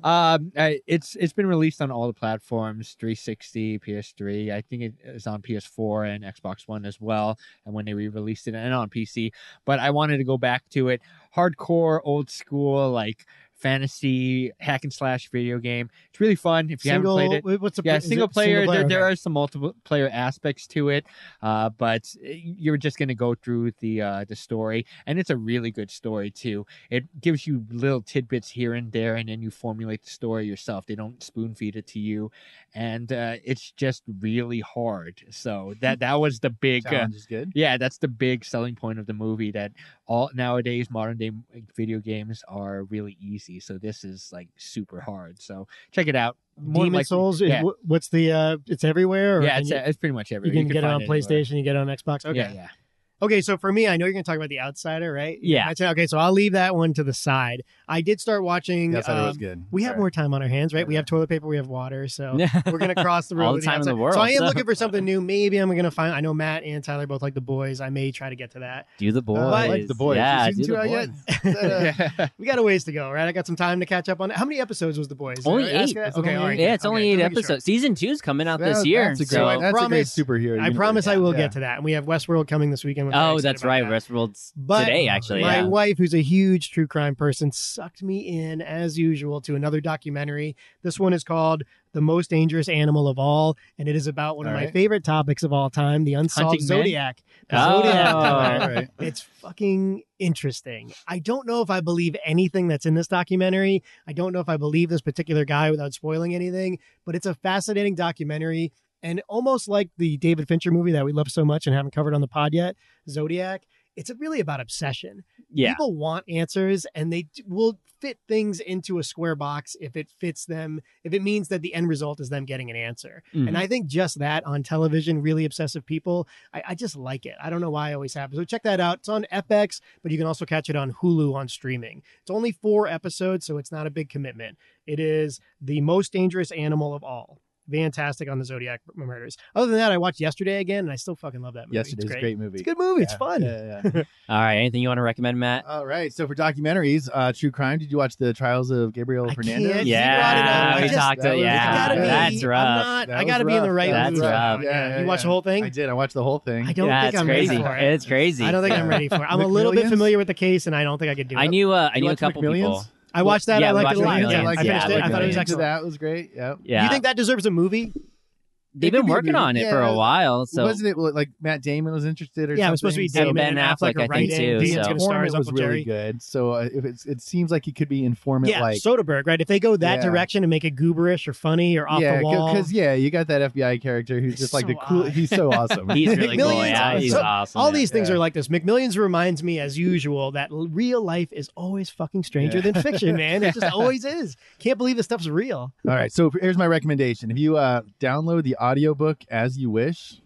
Speaker 2: Um, I, it's it's been released on all the platforms: 360, PS3. I think it is on PS4 and Xbox One as well. And when they re-released it, and on PC. But I wanted to go back to it, hardcore, old school, like fantasy hack and slash video game. It's really fun if you
Speaker 3: single.
Speaker 2: haven't played it.
Speaker 3: wait, What's the
Speaker 2: Yeah,
Speaker 3: is it
Speaker 2: single player. there, there
Speaker 3: okay.
Speaker 2: are some multiple player aspects to it, uh, but you're just going to go through the uh, the story, and it's a really good story too. It gives you little tidbits here and there, and then you formulate the story yourself. They don't spoon feed it to you, and uh, it's just really hard. So that that was the big. Uh,
Speaker 4: Challenge is good.
Speaker 2: yeah, that's the big selling point of the movie that all nowadays modern day video games are really easy. So this is like super hard. So check it out. More than
Speaker 3: Demon
Speaker 2: likely-
Speaker 3: Souls. is-
Speaker 2: yeah.
Speaker 3: wh- What's the? uh It's everywhere. Or
Speaker 2: yeah,
Speaker 3: can
Speaker 2: it's,
Speaker 3: you,
Speaker 2: it's pretty much
Speaker 3: you
Speaker 2: everywhere.
Speaker 3: can, get it
Speaker 2: find
Speaker 3: on
Speaker 2: anywhere.
Speaker 3: PlayStation. You get it on Xbox. Okay.
Speaker 2: Yeah, yeah.
Speaker 3: Okay, so for me, I know you're going to talk about The Outsider, right?
Speaker 1: Yeah.
Speaker 3: I said, okay, so I'll leave that one to the side. I did start watching.
Speaker 4: The Outsider was
Speaker 3: um,
Speaker 4: good.
Speaker 3: we have
Speaker 4: Sorry.
Speaker 3: more time on our hands, right? We have toilet paper, we have water, so we're going to cross the road.
Speaker 1: All the
Speaker 3: with
Speaker 1: time in the
Speaker 3: Outsider.
Speaker 1: world,
Speaker 3: So I am
Speaker 1: so-
Speaker 3: looking for something new. Maybe I'm going to find. I know Matt and Tyler both like the boys. I may try to get to that.
Speaker 1: do the boys.
Speaker 4: Uh, I like the boys.
Speaker 1: Yeah,
Speaker 4: Is season
Speaker 1: do
Speaker 4: two
Speaker 1: the
Speaker 4: out
Speaker 1: boys.
Speaker 4: yet? Is that, uh,
Speaker 2: Yeah.
Speaker 3: We got a ways to go, right? I got some time to catch up on it. How many episodes was the boys?
Speaker 1: Only
Speaker 3: Did I ask
Speaker 1: eight.
Speaker 3: that?
Speaker 4: It's
Speaker 3: Okay,
Speaker 4: only
Speaker 3: all right.
Speaker 4: eight.
Speaker 1: Yeah, it's only
Speaker 3: Okay,
Speaker 1: eight
Speaker 3: let me make sure.
Speaker 1: episodes. Season two's coming out
Speaker 4: that-
Speaker 1: this year.
Speaker 4: That's a great,
Speaker 1: so-
Speaker 3: I
Speaker 4: that's
Speaker 3: promise-
Speaker 4: a great superhero.
Speaker 3: I
Speaker 4: universe.
Speaker 3: promise I will
Speaker 4: Yeah.
Speaker 3: get to that. And we have Westworld coming this weekend. I'm very
Speaker 1: oh,
Speaker 3: excited
Speaker 1: that's
Speaker 3: about
Speaker 1: right.
Speaker 3: that.
Speaker 1: Westworld's
Speaker 3: But
Speaker 1: today, actually.
Speaker 3: My
Speaker 1: yeah.
Speaker 3: wife, who's a huge true crime person, sucked me in as usual to another documentary. This one is called "The Most Dangerous Animal of All," and it is about one of
Speaker 4: All
Speaker 3: my
Speaker 4: right.
Speaker 3: favorite topics of all time: the unsolved
Speaker 2: Hunting men?
Speaker 3: Zodiac. The
Speaker 1: Oh.
Speaker 3: Zodiac killer.
Speaker 4: All right.
Speaker 3: It's fucking interesting. I don't know if I believe anything that's in this documentary. I don't know if I believe this particular guy without spoiling anything, but it's a fascinating documentary. And almost like the David Fincher movie that we love so much and haven't covered on the pod yet, Zodiac, it's really about obsession.
Speaker 1: yeah.
Speaker 3: People want answers and they d- will fit things into a square box if it fits them, if it means that the end result is them getting an answer. And I think just that on television, really obsessive people, I, I just like it. I don't know why I always have it. So check that out. It's on FX, but you can also catch it on Hulu on streaming. It's only four episodes, so it's not a big commitment. It is the most dangerous animal of all. Fantastic on the Zodiac murders. Other than that, I watched yesterday again, and I still fucking love that movie.
Speaker 4: Yesterday's
Speaker 3: it's great.
Speaker 4: great movie.
Speaker 3: It's a good movie. It's
Speaker 4: Yeah.
Speaker 3: fun.
Speaker 4: Yeah, yeah.
Speaker 1: All right. Anything you want to recommend, Matt?
Speaker 4: All right. So for documentaries, uh, true crime. Did you watch the trials of Gabriel
Speaker 3: I
Speaker 4: Fernandez?
Speaker 3: can't-
Speaker 1: yeah,
Speaker 3: I
Speaker 1: we
Speaker 3: just-
Speaker 1: talked.
Speaker 4: that
Speaker 1: about-
Speaker 4: was-
Speaker 3: I
Speaker 1: Yeah,
Speaker 3: gotta be,
Speaker 1: that's rough.
Speaker 3: I'm not,
Speaker 4: That
Speaker 3: I
Speaker 4: was
Speaker 3: gotta be in the
Speaker 4: rough.
Speaker 3: right
Speaker 1: That's
Speaker 3: mood.
Speaker 1: rough.
Speaker 3: Yeah,
Speaker 4: Yeah, yeah,
Speaker 3: you watch
Speaker 4: yeah.
Speaker 3: the whole thing?
Speaker 4: I did. I watched the whole thing.
Speaker 3: I don't
Speaker 1: yeah,
Speaker 3: think
Speaker 1: it's
Speaker 3: I'm
Speaker 1: crazy.
Speaker 3: ready for it.
Speaker 1: It's crazy.
Speaker 3: I don't think I'm
Speaker 4: Yeah.
Speaker 3: ready for it. I'm a little bit
Speaker 4: McMillions?
Speaker 3: familiar with the case, and I don't think I could do it.
Speaker 1: I knew. Uh, I
Speaker 4: You
Speaker 1: knew a
Speaker 4: watch
Speaker 1: couple
Speaker 4: McMillions?
Speaker 1: people.
Speaker 3: I watched that.
Speaker 1: Yeah,
Speaker 3: I
Speaker 1: we
Speaker 3: liked it a
Speaker 1: watched
Speaker 3: lot.
Speaker 1: Millions.
Speaker 3: Yeah,
Speaker 1: Millions.
Speaker 3: I finished
Speaker 1: Yeah,
Speaker 3: it. I thought it was
Speaker 1: Millions.
Speaker 3: excellent.
Speaker 4: That was great. Yeah.
Speaker 1: Yeah.
Speaker 3: You think that deserves a movie?
Speaker 1: They've
Speaker 4: It could
Speaker 1: been
Speaker 4: be
Speaker 1: working on it
Speaker 4: movie.
Speaker 1: for a
Speaker 4: Yeah.
Speaker 1: while. So
Speaker 4: Wasn't it like Matt Damon was interested or
Speaker 3: yeah, it was supposed to
Speaker 4: something?
Speaker 3: be
Speaker 1: And
Speaker 3: Damon
Speaker 1: Ben
Speaker 3: and Affleck,
Speaker 1: Affleck,
Speaker 3: are
Speaker 1: I think,
Speaker 3: writing.
Speaker 1: too,
Speaker 3: Dean's
Speaker 1: so-
Speaker 3: gonna star as
Speaker 4: Informant was
Speaker 3: Uncle Jerry.
Speaker 4: really good. So uh, if it's, it seems like he could be informant
Speaker 3: Yeah,
Speaker 4: like
Speaker 3: Soderbergh, right? If they go that
Speaker 4: Yeah.
Speaker 3: direction and make it gooberish or funny or off
Speaker 4: yeah,
Speaker 3: the wall,
Speaker 4: because yeah, you got that FBI character who's
Speaker 3: He's
Speaker 4: just like
Speaker 3: so
Speaker 4: the cool.
Speaker 3: odd.
Speaker 4: He's so awesome.
Speaker 1: he's really cool.
Speaker 3: McMillions
Speaker 1: Yeah,
Speaker 3: are
Speaker 1: he's
Speaker 3: so-
Speaker 1: awesome.
Speaker 3: all
Speaker 1: yeah.
Speaker 3: these things
Speaker 4: Yeah.
Speaker 3: are like this. McMillions reminds me, as usual, that l- real life is always fucking stranger
Speaker 4: Yeah.
Speaker 3: than fiction, man. It just always is. Can't believe this stuff's real.
Speaker 4: All right, so here's my recommendation: if you uh, download the audiobook as you wish,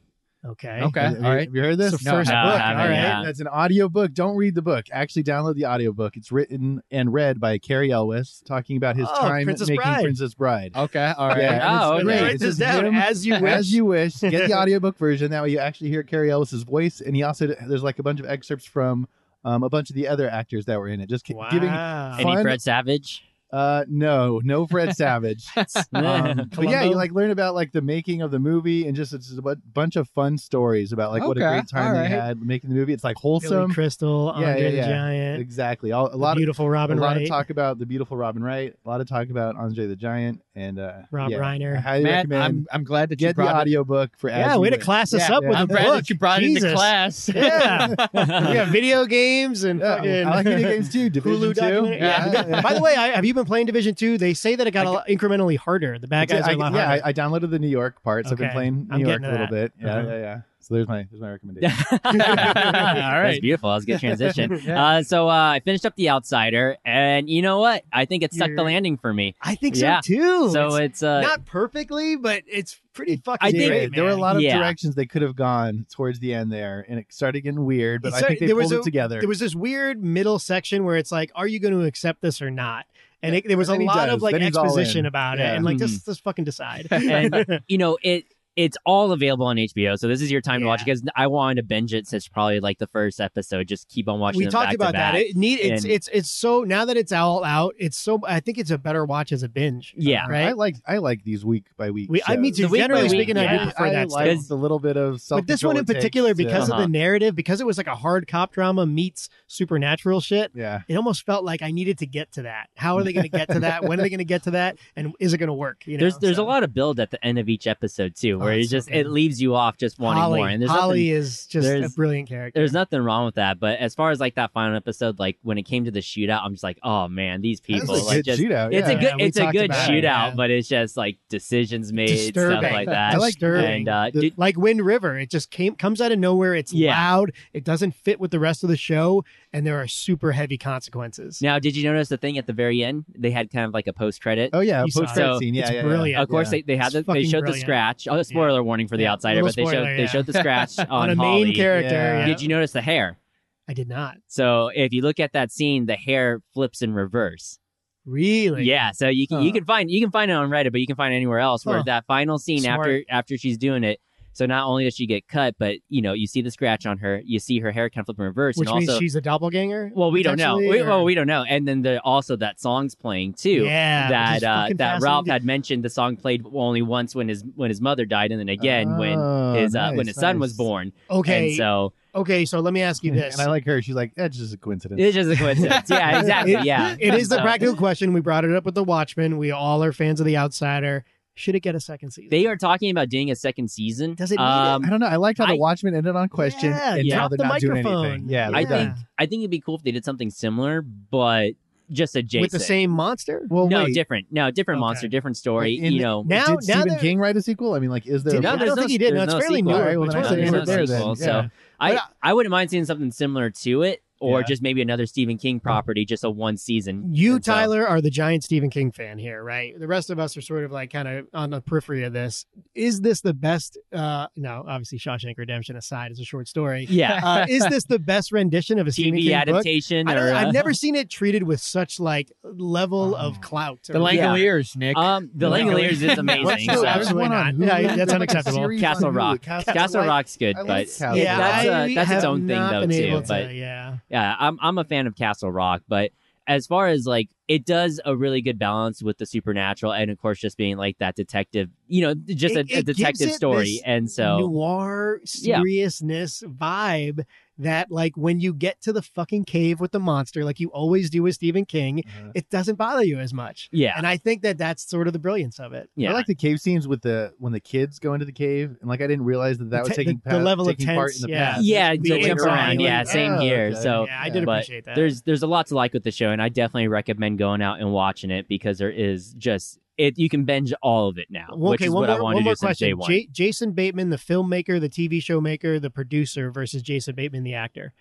Speaker 3: Okay.
Speaker 2: Okay.
Speaker 4: Have you,
Speaker 2: all right.
Speaker 4: have you heard this?
Speaker 2: It's the No, first I haven't, book, I
Speaker 4: All
Speaker 2: haven't,
Speaker 4: right.
Speaker 1: yeah.
Speaker 4: That's an audiobook. Don't read the book. Actually, download the audiobook. It's written and read by Cary Elwes, talking about his
Speaker 3: Oh,
Speaker 4: time
Speaker 3: Princess
Speaker 4: making
Speaker 3: Bride.
Speaker 4: Princess Bride.
Speaker 2: Okay. All right.
Speaker 4: Yeah, and
Speaker 1: Oh,
Speaker 4: it's
Speaker 1: okay.
Speaker 4: great.
Speaker 1: Write
Speaker 4: It's
Speaker 3: this
Speaker 4: just
Speaker 3: down,
Speaker 4: him
Speaker 3: as you wish.
Speaker 4: As you wish. Get the audiobook version. That way you actually hear Cary Elwes' voice. And he also, there's like a bunch of excerpts from um, a bunch of the other actors that were in it. Just ki- giving
Speaker 3: Wow.
Speaker 1: Any
Speaker 4: fun-
Speaker 1: Fred Savage?
Speaker 4: Uh, no, no Fred Savage. Um, but yeah, you
Speaker 3: Columbo?
Speaker 4: like learn about like the making of the movie and just it's just a bu- bunch of fun stories about like what a
Speaker 2: Okay,
Speaker 4: great time
Speaker 2: alright.
Speaker 4: they had making the movie. It's like
Speaker 3: Billy
Speaker 4: wholesome,
Speaker 3: Crystal,
Speaker 4: Yeah,
Speaker 3: Andre
Speaker 4: yeah,
Speaker 3: the
Speaker 4: yeah.
Speaker 3: Giant,
Speaker 4: exactly. All, a
Speaker 3: the
Speaker 4: lot of
Speaker 3: beautiful Robin
Speaker 4: a lot
Speaker 3: Wright.
Speaker 4: of talk about the beautiful Robin Wright. A lot of talk about Andre the Giant and uh,
Speaker 3: Rob
Speaker 4: yeah,
Speaker 3: Reiner.
Speaker 4: I highly
Speaker 2: Matt,
Speaker 4: recommend.
Speaker 2: I'm, I'm glad that you
Speaker 4: Get the
Speaker 2: brought it-
Speaker 4: audiobook for
Speaker 3: yeah,
Speaker 4: as
Speaker 3: way
Speaker 4: you
Speaker 3: to
Speaker 4: Were.
Speaker 3: class us
Speaker 4: Yeah,
Speaker 3: up
Speaker 4: yeah.
Speaker 3: with
Speaker 2: I'm
Speaker 3: a
Speaker 2: glad
Speaker 3: book.
Speaker 2: that you brought it
Speaker 3: Jesus.
Speaker 2: into class.
Speaker 3: Yeah, we got video games and
Speaker 4: Yeah,
Speaker 3: fucking.
Speaker 4: I like video games too. Division
Speaker 3: Hulu
Speaker 4: two.
Speaker 3: documentary. Yeah. By the way, I, have you been playing Division Two? They say that it got a lot incrementally harder. The bad guys
Speaker 4: I,
Speaker 3: are a lot
Speaker 4: yeah,
Speaker 3: harder.
Speaker 4: I, I downloaded the New York parts. I've been
Speaker 3: Okay,
Speaker 4: playing New
Speaker 3: I'm
Speaker 4: York
Speaker 3: getting
Speaker 4: a
Speaker 3: to
Speaker 4: little
Speaker 3: that.
Speaker 4: bit. Yeah,
Speaker 3: Uh-huh.
Speaker 4: yeah, yeah. So there's my there's my recommendation.
Speaker 1: That's
Speaker 2: right.
Speaker 1: beautiful. That was a good transition.
Speaker 2: Yeah.
Speaker 1: uh, so uh, I finished up The Outsider, and you know what? I think it stuck the
Speaker 3: You're-
Speaker 1: landing for me.
Speaker 3: I think
Speaker 1: Yeah.
Speaker 3: so too.
Speaker 1: So
Speaker 3: It's
Speaker 1: it's uh,
Speaker 3: not perfectly, but it's pretty fucking.
Speaker 1: I think-
Speaker 3: great,
Speaker 4: there were a
Speaker 3: man.
Speaker 4: lot of
Speaker 1: Yeah.
Speaker 4: directions they could have gone towards the end there, and it started getting weird. But
Speaker 3: It
Speaker 4: I
Speaker 3: started-
Speaker 4: think they
Speaker 3: there
Speaker 4: pulled
Speaker 3: was
Speaker 4: it
Speaker 3: a-
Speaker 4: together.
Speaker 3: There was this weird middle section where it's like, are you going to accept this or not? And it, there was a
Speaker 4: Then he
Speaker 3: lot
Speaker 4: does.
Speaker 3: of like
Speaker 4: Then he's all in.
Speaker 3: exposition about
Speaker 4: Yeah.
Speaker 3: it, and like
Speaker 1: Mhm.
Speaker 3: just just fucking decide.
Speaker 1: And- you know it. It's all available on HBO, so this is your time to watch
Speaker 3: Yeah.
Speaker 1: because I wanted to binge it since probably like the first episode. Just keep on watching.
Speaker 3: we
Speaker 1: them
Speaker 3: talked
Speaker 1: back to
Speaker 3: about that.
Speaker 1: back.
Speaker 3: It need it's
Speaker 1: And-
Speaker 3: it's it's so now that it's all out, it's so I think it's a better watch as a binge.
Speaker 1: Yeah.
Speaker 3: right.
Speaker 4: I like I like these week by week.
Speaker 3: We- I- me
Speaker 4: shows.
Speaker 3: too.
Speaker 1: The week
Speaker 3: Generally
Speaker 1: by week,
Speaker 3: speaking, I
Speaker 1: yeah.
Speaker 3: do prefer that. stuff.
Speaker 4: like the little bit of self.
Speaker 3: But this one in particular, because of
Speaker 1: Uh-huh.
Speaker 3: the narrative, because it was like a hard cop drama meets supernatural shit,
Speaker 4: yeah,
Speaker 3: it almost felt like I needed to get to that. How are they going to get to that? When are they going to get to that? And is it going to work? You know,
Speaker 1: there's there's
Speaker 3: so.
Speaker 1: a lot of build at the end of each episode too, where
Speaker 3: Oh,
Speaker 1: it
Speaker 3: it's
Speaker 1: just
Speaker 3: so good.
Speaker 1: it leaves you off just wanting
Speaker 3: Holly,
Speaker 1: more. And there's
Speaker 3: Holly
Speaker 1: nothing,
Speaker 3: is just a
Speaker 1: there's-
Speaker 3: brilliant character.
Speaker 1: there's nothing wrong with that. But as far as like that final episode, like when it came to the shootout, I'm just like, oh man, these
Speaker 4: That's
Speaker 1: people
Speaker 4: a
Speaker 1: like
Speaker 4: good
Speaker 1: just
Speaker 4: shootout.
Speaker 1: it's
Speaker 4: yeah.
Speaker 1: a good
Speaker 3: Oh, we
Speaker 1: it's a
Speaker 3: talked
Speaker 1: good
Speaker 3: about
Speaker 4: it,
Speaker 1: shootout,
Speaker 3: yeah.
Speaker 1: but it's just like decisions made
Speaker 3: Disturbing.
Speaker 1: stuff like
Speaker 4: I
Speaker 1: that.
Speaker 4: like
Speaker 3: Disturbing.
Speaker 1: and uh,
Speaker 4: The-
Speaker 1: did,
Speaker 3: like Wind River, it just came comes out of nowhere. It's
Speaker 1: Yeah.
Speaker 3: loud. It doesn't fit with the rest of the show, and there are super heavy consequences.
Speaker 1: now did you notice the thing at the very end? They had kind of like a post credit.
Speaker 4: Oh yeah,
Speaker 3: You saw
Speaker 4: post
Speaker 1: it.
Speaker 4: credit scene. Yeah,
Speaker 3: It's
Speaker 4: yeah, yeah.
Speaker 3: brilliant.
Speaker 1: Of course,
Speaker 4: Yeah.
Speaker 1: they, they had
Speaker 3: It's
Speaker 1: the, they
Speaker 3: fucking
Speaker 1: showed the
Speaker 3: brilliant.
Speaker 1: scratch. Oh, spoiler warning for the
Speaker 3: Yeah,
Speaker 1: outsider,
Speaker 3: little
Speaker 1: but they showed
Speaker 3: spoiler,
Speaker 1: they
Speaker 3: yeah.
Speaker 1: showed the scratch on,
Speaker 3: on a
Speaker 1: Holly.
Speaker 3: main character.
Speaker 4: Yeah.
Speaker 3: Yeah.
Speaker 1: Did you notice the hair?
Speaker 3: I did not
Speaker 1: So if you look at that scene, the hair flips in reverse.
Speaker 3: really.
Speaker 1: yeah, so you can you can find you can find it on Reddit, but you can find it anywhere else. Where
Speaker 3: Huh.
Speaker 1: that final scene after
Speaker 3: Smart.
Speaker 1: after she's doing it, so not only does she get cut, but you know you see the scratch on her, you see her hair kind of flip in reverse,
Speaker 3: which
Speaker 1: and
Speaker 3: means
Speaker 1: also
Speaker 3: she's a doppelganger.
Speaker 1: well we don't know,
Speaker 3: potentially,
Speaker 1: we, well
Speaker 3: or-
Speaker 1: we don't know, and then there, also that song's playing too.
Speaker 3: Yeah, which
Speaker 1: That
Speaker 3: is
Speaker 1: uh,
Speaker 3: fucking
Speaker 1: that Ralph
Speaker 3: fascinating.
Speaker 1: had mentioned the song played only once when his when his mother died, and then again when
Speaker 4: Oh,
Speaker 1: his uh,
Speaker 4: nice,
Speaker 1: when his son
Speaker 4: nice.
Speaker 1: was born.
Speaker 3: Okay,
Speaker 1: And so
Speaker 3: okay. So let me ask you this.
Speaker 4: And I like her. She's like, that's just a coincidence.
Speaker 1: it's just a coincidence. yeah, exactly. Yeah,
Speaker 3: it is the
Speaker 1: So-
Speaker 3: practical question. We brought it up with the Watchmen. We all are fans of The Outsider. Should it get a second season?
Speaker 1: They are talking about doing a second season.
Speaker 3: Does it need it?
Speaker 1: um,
Speaker 4: I don't know. I liked how the
Speaker 1: I-
Speaker 4: Watchmen ended on question,
Speaker 3: Yeah,
Speaker 4: and now
Speaker 3: drop
Speaker 4: they're
Speaker 3: the
Speaker 4: not doing
Speaker 3: microphone.
Speaker 4: anything. Yeah,
Speaker 1: I
Speaker 4: they're done.
Speaker 1: think I think it'd be cool if they did something similar, but just adjacent.
Speaker 3: with the same monster.
Speaker 4: Well,
Speaker 1: no,
Speaker 4: wait.
Speaker 1: different. No, different
Speaker 3: Okay.
Speaker 1: monster, different story.
Speaker 4: Like, in
Speaker 1: you
Speaker 4: the-
Speaker 1: know,
Speaker 3: Now-
Speaker 4: did
Speaker 3: now
Speaker 4: Stephen
Speaker 3: they're-
Speaker 4: King write a sequel? I mean, like, is there?
Speaker 3: Did he? I
Speaker 1: there's
Speaker 3: don't think he did.
Speaker 1: there's
Speaker 3: No, it's fairly
Speaker 1: sequel.
Speaker 3: new.
Speaker 4: All right, well,
Speaker 3: It's
Speaker 4: then
Speaker 3: one
Speaker 4: I
Speaker 3: of
Speaker 4: say
Speaker 3: the
Speaker 4: end
Speaker 1: there's
Speaker 4: it
Speaker 3: first
Speaker 1: no
Speaker 4: there
Speaker 1: sequel,
Speaker 4: then.
Speaker 1: so
Speaker 4: Yeah.
Speaker 1: I
Speaker 3: But
Speaker 1: I wouldn't mind seeing something similar to it, or
Speaker 4: Yeah.
Speaker 1: just maybe another Stephen King property, just a one season.
Speaker 3: You,
Speaker 1: And so-
Speaker 3: Tyler, are the giant Stephen King fan here, right? The rest of us are sort of like kind of on the periphery of this. Is this the best? Uh, no, obviously, Shawshank Redemption aside, it's a short story.
Speaker 1: Yeah,
Speaker 3: Uh, is this the best rendition of a Stephen
Speaker 1: TV
Speaker 3: King book?
Speaker 1: adaptation.
Speaker 3: I
Speaker 1: or,
Speaker 3: don't,
Speaker 1: uh, Oh.
Speaker 3: I've never seen it treated with such like level of clout.
Speaker 2: The
Speaker 3: or-
Speaker 1: Yeah.
Speaker 2: Langoliers, Nick.
Speaker 1: Um, the Langoliers is
Speaker 4: What's
Speaker 1: amazing.
Speaker 4: the-
Speaker 3: so-
Speaker 4: there's
Speaker 1: so-
Speaker 3: Absolutely
Speaker 4: one on
Speaker 3: not.
Speaker 4: Hulu?
Speaker 3: Yeah, that's
Speaker 4: There's, like, a
Speaker 3: unacceptable.
Speaker 4: series
Speaker 1: Castle
Speaker 4: on Hulu.
Speaker 1: Rock.
Speaker 4: Castle,
Speaker 1: Castle
Speaker 4: Rock.
Speaker 1: Rock's good,
Speaker 4: I like
Speaker 1: but
Speaker 4: Castle
Speaker 1: yeah,
Speaker 4: Rock.
Speaker 1: uh, that's
Speaker 3: I
Speaker 1: a, that's its
Speaker 3: have
Speaker 1: own thing
Speaker 3: not
Speaker 1: though
Speaker 3: been
Speaker 1: too.
Speaker 3: able to,
Speaker 1: But
Speaker 3: yeah,
Speaker 1: yeah, I'm I'm a fan of Castle Rock, but as far as like it does a really good balance with the supernatural and of course just being like that detective, you know, just
Speaker 3: It-
Speaker 1: a, a
Speaker 3: it gives
Speaker 1: detective
Speaker 3: it
Speaker 1: story.
Speaker 3: this
Speaker 1: And so
Speaker 3: noir
Speaker 1: Yeah.
Speaker 3: seriousness vibe that like when you get to the fucking cave with the monster, like you always do with Stephen King,
Speaker 4: Uh-huh.
Speaker 3: it doesn't bother you as much.
Speaker 1: yeah,
Speaker 3: And I think that that's sort of the brilliance of it.
Speaker 1: yeah.
Speaker 4: I like the cave scenes with the when the kids go into the cave, and like I didn't realize that that was
Speaker 3: The te-
Speaker 4: taking
Speaker 3: the- the
Speaker 4: pa-
Speaker 3: level of
Speaker 4: taking part in
Speaker 3: tense,
Speaker 4: the
Speaker 3: yeah.
Speaker 4: past.
Speaker 1: yeah,
Speaker 3: the
Speaker 1: to jump
Speaker 3: anxiety.
Speaker 1: around. Yeah,
Speaker 4: Like,
Speaker 1: same
Speaker 4: oh,
Speaker 1: here.
Speaker 4: okay.
Speaker 1: So
Speaker 3: yeah, I did
Speaker 1: but
Speaker 3: appreciate that.
Speaker 1: there's there's a lot to like with the show, and I definitely recommend going out and watching it because there is just it. You can binge all of it now, which
Speaker 3: okay,
Speaker 1: is
Speaker 3: one
Speaker 1: what
Speaker 3: more,
Speaker 1: I wanted to
Speaker 3: one more
Speaker 1: do since day
Speaker 3: question.
Speaker 1: one.
Speaker 3: Ja- Jason Bateman, the filmmaker, the TV show maker, the producer versus Jason Bateman, the actor.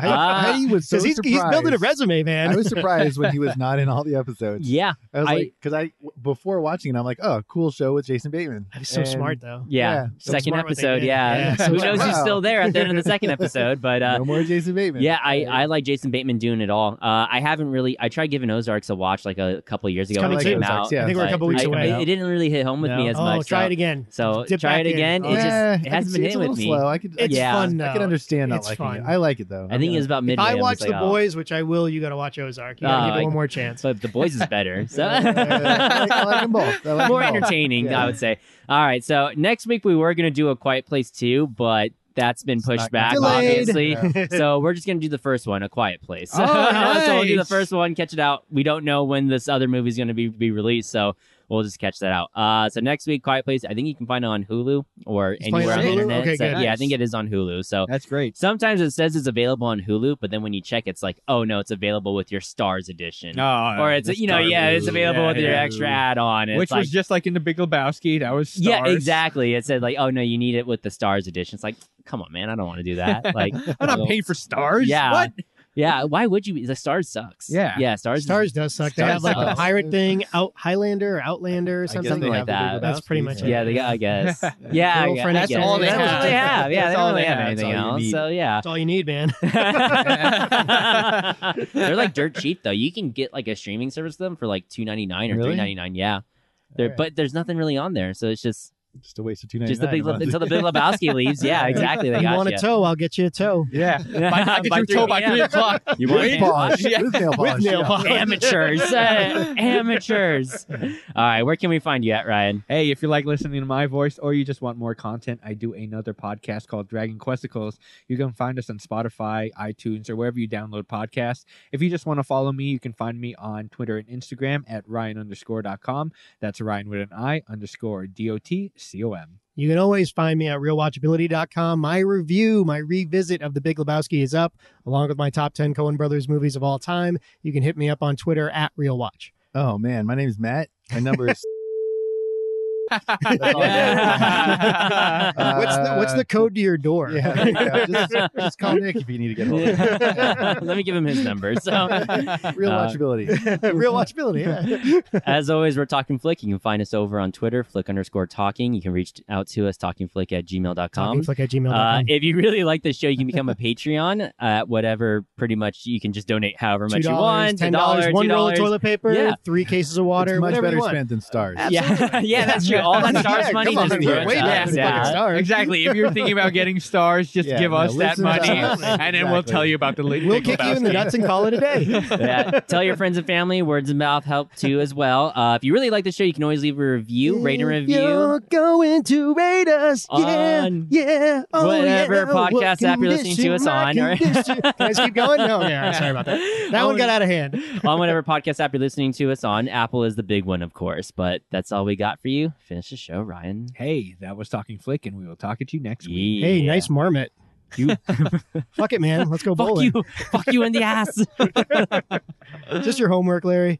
Speaker 1: Ah.
Speaker 4: I was so
Speaker 3: Because he's, he's building a
Speaker 4: surprised.
Speaker 3: resume, man.
Speaker 4: I was surprised when he was not in all the episodes.
Speaker 1: yeah,
Speaker 4: I was
Speaker 1: I-
Speaker 4: like, because I w- before watching it, I'm like, oh, cool show with Jason Bateman.
Speaker 3: I'm so
Speaker 4: And-
Speaker 3: smart though.
Speaker 1: yeah.
Speaker 4: Yeah, so
Speaker 1: second
Speaker 3: smart what they
Speaker 1: episode,
Speaker 3: did.
Speaker 1: yeah.
Speaker 3: Yeah.
Speaker 1: Who knows who's
Speaker 4: Wow.
Speaker 1: still there at the end of the second episode? But uh,
Speaker 4: no more Jason Bateman.
Speaker 1: Yeah, I, I like Jason Bateman doing it all. Uh, I haven't really. I tried giving Ozarks a watch like a couple of years ago. when
Speaker 3: coming
Speaker 1: it
Speaker 3: soon.
Speaker 1: came out.
Speaker 4: Ozarks, yeah.
Speaker 3: I think we're a
Speaker 1: but
Speaker 3: couple weeks
Speaker 1: I-
Speaker 3: away.
Speaker 1: It, it didn't really hit home with me
Speaker 2: No.
Speaker 1: as
Speaker 3: oh,
Speaker 1: much.
Speaker 3: try
Speaker 1: so-
Speaker 3: it again.
Speaker 1: So
Speaker 3: Dip
Speaker 1: try
Speaker 3: back
Speaker 1: it
Speaker 3: in.
Speaker 1: again.
Speaker 3: Oh,
Speaker 1: it
Speaker 4: Yeah,
Speaker 1: just
Speaker 4: I
Speaker 1: it
Speaker 4: can
Speaker 1: hasn't
Speaker 4: see
Speaker 1: been
Speaker 4: Eh, it's a
Speaker 1: hitting with
Speaker 4: little
Speaker 1: me.
Speaker 4: slow. I could,
Speaker 3: It's
Speaker 1: Yeah.
Speaker 3: fun
Speaker 4: I
Speaker 3: though.
Speaker 4: can understand not
Speaker 3: It's
Speaker 4: liking it.
Speaker 3: fun.
Speaker 4: I like it though.
Speaker 1: And think it was about
Speaker 3: If
Speaker 1: midway.
Speaker 3: I
Speaker 1: was
Speaker 3: watch
Speaker 1: like,
Speaker 3: The
Speaker 1: "Oh."
Speaker 3: Boys, which I will. You got to watch Ozark. You got
Speaker 1: Ah,
Speaker 3: to give it
Speaker 1: I-
Speaker 3: one more chance.
Speaker 1: But The Boys is better. So
Speaker 4: I like, I like them both. I like
Speaker 1: more
Speaker 4: them both.
Speaker 1: entertaining,
Speaker 4: Yeah.
Speaker 1: I would say. All right, so next week we were gonna do a Quiet Place two, but that's been pushed
Speaker 4: not
Speaker 1: back,
Speaker 4: gonna happen.
Speaker 1: obviously.
Speaker 4: Delayed.
Speaker 1: so we're just gonna do the first one, A Quiet Place.
Speaker 3: Oh,
Speaker 1: so we'll do the
Speaker 3: nice.
Speaker 1: first one, catch it out. We don't know when this other movie's gonna be be released, so we'll just catch that out. Uh, so next week, Quiet Place. I think you can find it on Hulu or
Speaker 3: playing
Speaker 1: anywhere
Speaker 3: on
Speaker 1: on the
Speaker 3: Hulu?
Speaker 1: internet.
Speaker 3: Okay,
Speaker 1: So,
Speaker 3: good.
Speaker 1: Yeah, I
Speaker 2: Nice.
Speaker 1: think it is on Hulu. So
Speaker 2: That's great.
Speaker 1: sometimes it says it's available on Hulu, but then when you check, it's like, oh no, it's available with your Stars edition
Speaker 2: No,
Speaker 1: or it's
Speaker 2: Ah, the
Speaker 1: you know
Speaker 2: Star
Speaker 1: yeah it's
Speaker 2: Wars.
Speaker 1: available
Speaker 2: Yeah,
Speaker 1: with your
Speaker 2: yeah.
Speaker 1: extra add-on it's
Speaker 2: which
Speaker 1: like,
Speaker 2: was just like in the Big Lebowski. That was stars.
Speaker 1: yeah exactly it said like oh no you need it with the stars edition it's like come on man i don't want to do that like
Speaker 2: I'm
Speaker 1: well,
Speaker 2: not paying for stars.
Speaker 1: Yeah.
Speaker 2: What?
Speaker 1: yeah why would you the stars sucks
Speaker 2: Yeah.
Speaker 1: yeah stars
Speaker 3: Stars does suck. They
Speaker 1: Stars
Speaker 3: have like the
Speaker 1: sucks.
Speaker 3: pirate thing, out Highlander, or Outlander, or
Speaker 4: I guess
Speaker 3: something
Speaker 4: they
Speaker 1: like
Speaker 4: have the
Speaker 1: that.
Speaker 4: Big
Speaker 3: That's pretty
Speaker 4: Lebowski,
Speaker 3: much
Speaker 4: so-
Speaker 3: it.
Speaker 1: yeah they got i guess yeah I
Speaker 3: Girlfriend,
Speaker 1: guess.
Speaker 3: that's all they
Speaker 1: that's
Speaker 3: have.
Speaker 1: all they have yeah
Speaker 2: That's
Speaker 1: they
Speaker 2: all
Speaker 1: don't really
Speaker 2: they
Speaker 1: have
Speaker 2: have. That's
Speaker 1: anything
Speaker 2: all you
Speaker 1: else
Speaker 2: need.
Speaker 1: so yeah
Speaker 3: That's all you need, man.
Speaker 1: They're like dirt cheap though. You can get like a streaming service with them for like two ninety nine or
Speaker 4: Really?
Speaker 1: three ninety nine. Yeah, They're-
Speaker 4: Alright.
Speaker 1: but there's nothing really on there, so it's just
Speaker 4: Just a waste of two ninety
Speaker 1: just
Speaker 4: nine.
Speaker 1: the big until the big Lebowski leaves. Yeah, exactly. They
Speaker 3: you
Speaker 1: got
Speaker 3: want
Speaker 1: ya.
Speaker 3: a toe? I'll get you a toe.
Speaker 2: Yeah. By, I get
Speaker 1: By
Speaker 2: your toe by
Speaker 1: 3
Speaker 2: three o'clock.
Speaker 1: You want
Speaker 4: with
Speaker 1: it?
Speaker 4: polish.
Speaker 2: Yeah.
Speaker 4: With nail polish.
Speaker 3: nail
Speaker 4: yeah.
Speaker 3: polish.
Speaker 1: amateurs, Uh, amateurs. All right, where can we find you at, Ryan?
Speaker 2: Hey, if you like listening to my voice or you just want more content, I do another podcast called Dragon Questicles. You can find us on Spotify, iTunes, or wherever you download podcasts. If you just want to follow me, you can find me on Twitter and Instagram at Ryan underscore dot com. That's Ryan with an I underscore D O T C O M.
Speaker 3: You can always find me at realwatchability.com. My review, my revisit of The Big Lebowski is up, along with my top 10 Coen Brothers movies of all time. You can hit me up on Twitter at RealWatch.
Speaker 4: Oh man, my name's Matt. My number is. That's all I
Speaker 1: Yeah.
Speaker 4: know.
Speaker 3: what's, the, what's the code to your door?
Speaker 4: Yeah, yeah, just, just call Nick if you need to get hold of me.
Speaker 1: Let me give him his number. So,
Speaker 4: Real
Speaker 1: Uh,
Speaker 4: watchability.
Speaker 3: Real watchability. Yeah.
Speaker 1: as always, we're Talking Flick. You can find us over on Twitter, flick underscore talking. You can reach out to us, talkingflick at gmail.com.
Speaker 3: Talkingflick at gmail.com.
Speaker 1: Uh, if you really like this show, you can become a Patreon at whatever, pretty much, you can just donate however much you want.
Speaker 3: ten dollars, one roll of
Speaker 1: $2.
Speaker 3: toilet paper,
Speaker 1: Yeah.
Speaker 3: three cases of water,
Speaker 4: it's much
Speaker 3: whatever you
Speaker 4: better
Speaker 3: want.
Speaker 4: spent than stars.
Speaker 1: Yeah, yeah, that's true. All that stars
Speaker 3: Yeah,
Speaker 1: money
Speaker 3: come on,
Speaker 1: just
Speaker 3: you're
Speaker 1: ruins
Speaker 3: way
Speaker 1: us.
Speaker 3: better than
Speaker 1: Yeah.
Speaker 3: fucking Stars.
Speaker 2: Exactly. If you're thinking about getting stars, just
Speaker 4: Yeah,
Speaker 2: give
Speaker 4: no,
Speaker 2: us that
Speaker 4: listen to
Speaker 2: money,
Speaker 4: us.
Speaker 2: and then we'll
Speaker 4: Exactly.
Speaker 2: tell you about the Big
Speaker 3: We'll kick you in the
Speaker 2: Lebowski.
Speaker 3: nuts and call it a day.
Speaker 1: yeah. Tell your friends and family. Words of mouth help too as well. Uh, if you really like the show, you can always leave a review, rate and review.
Speaker 3: You're going to rate us. Yeah,
Speaker 1: On
Speaker 3: yeah. Oh,
Speaker 1: whatever
Speaker 3: yeah. What
Speaker 1: podcast app you're listening to us
Speaker 3: condition, my
Speaker 1: on, or- Oh,
Speaker 3: condition. Can I just keep going? No, yeah. Sorry about that. That one
Speaker 1: On-
Speaker 3: got out of hand.
Speaker 1: on whatever podcast app you're listening to us on. Apple is the big one, of course, but that's all we got for you. Finish the show, Ryan.
Speaker 2: Hey, that was Talking Flick, and we will talk at you next week.
Speaker 1: Yeah.
Speaker 3: Hey, nice marmot.
Speaker 2: You-
Speaker 3: Fuck it, man. Let's go
Speaker 1: Fuck
Speaker 3: bowling.
Speaker 1: you. Fuck you in the ass.
Speaker 3: Just your homework, Larry.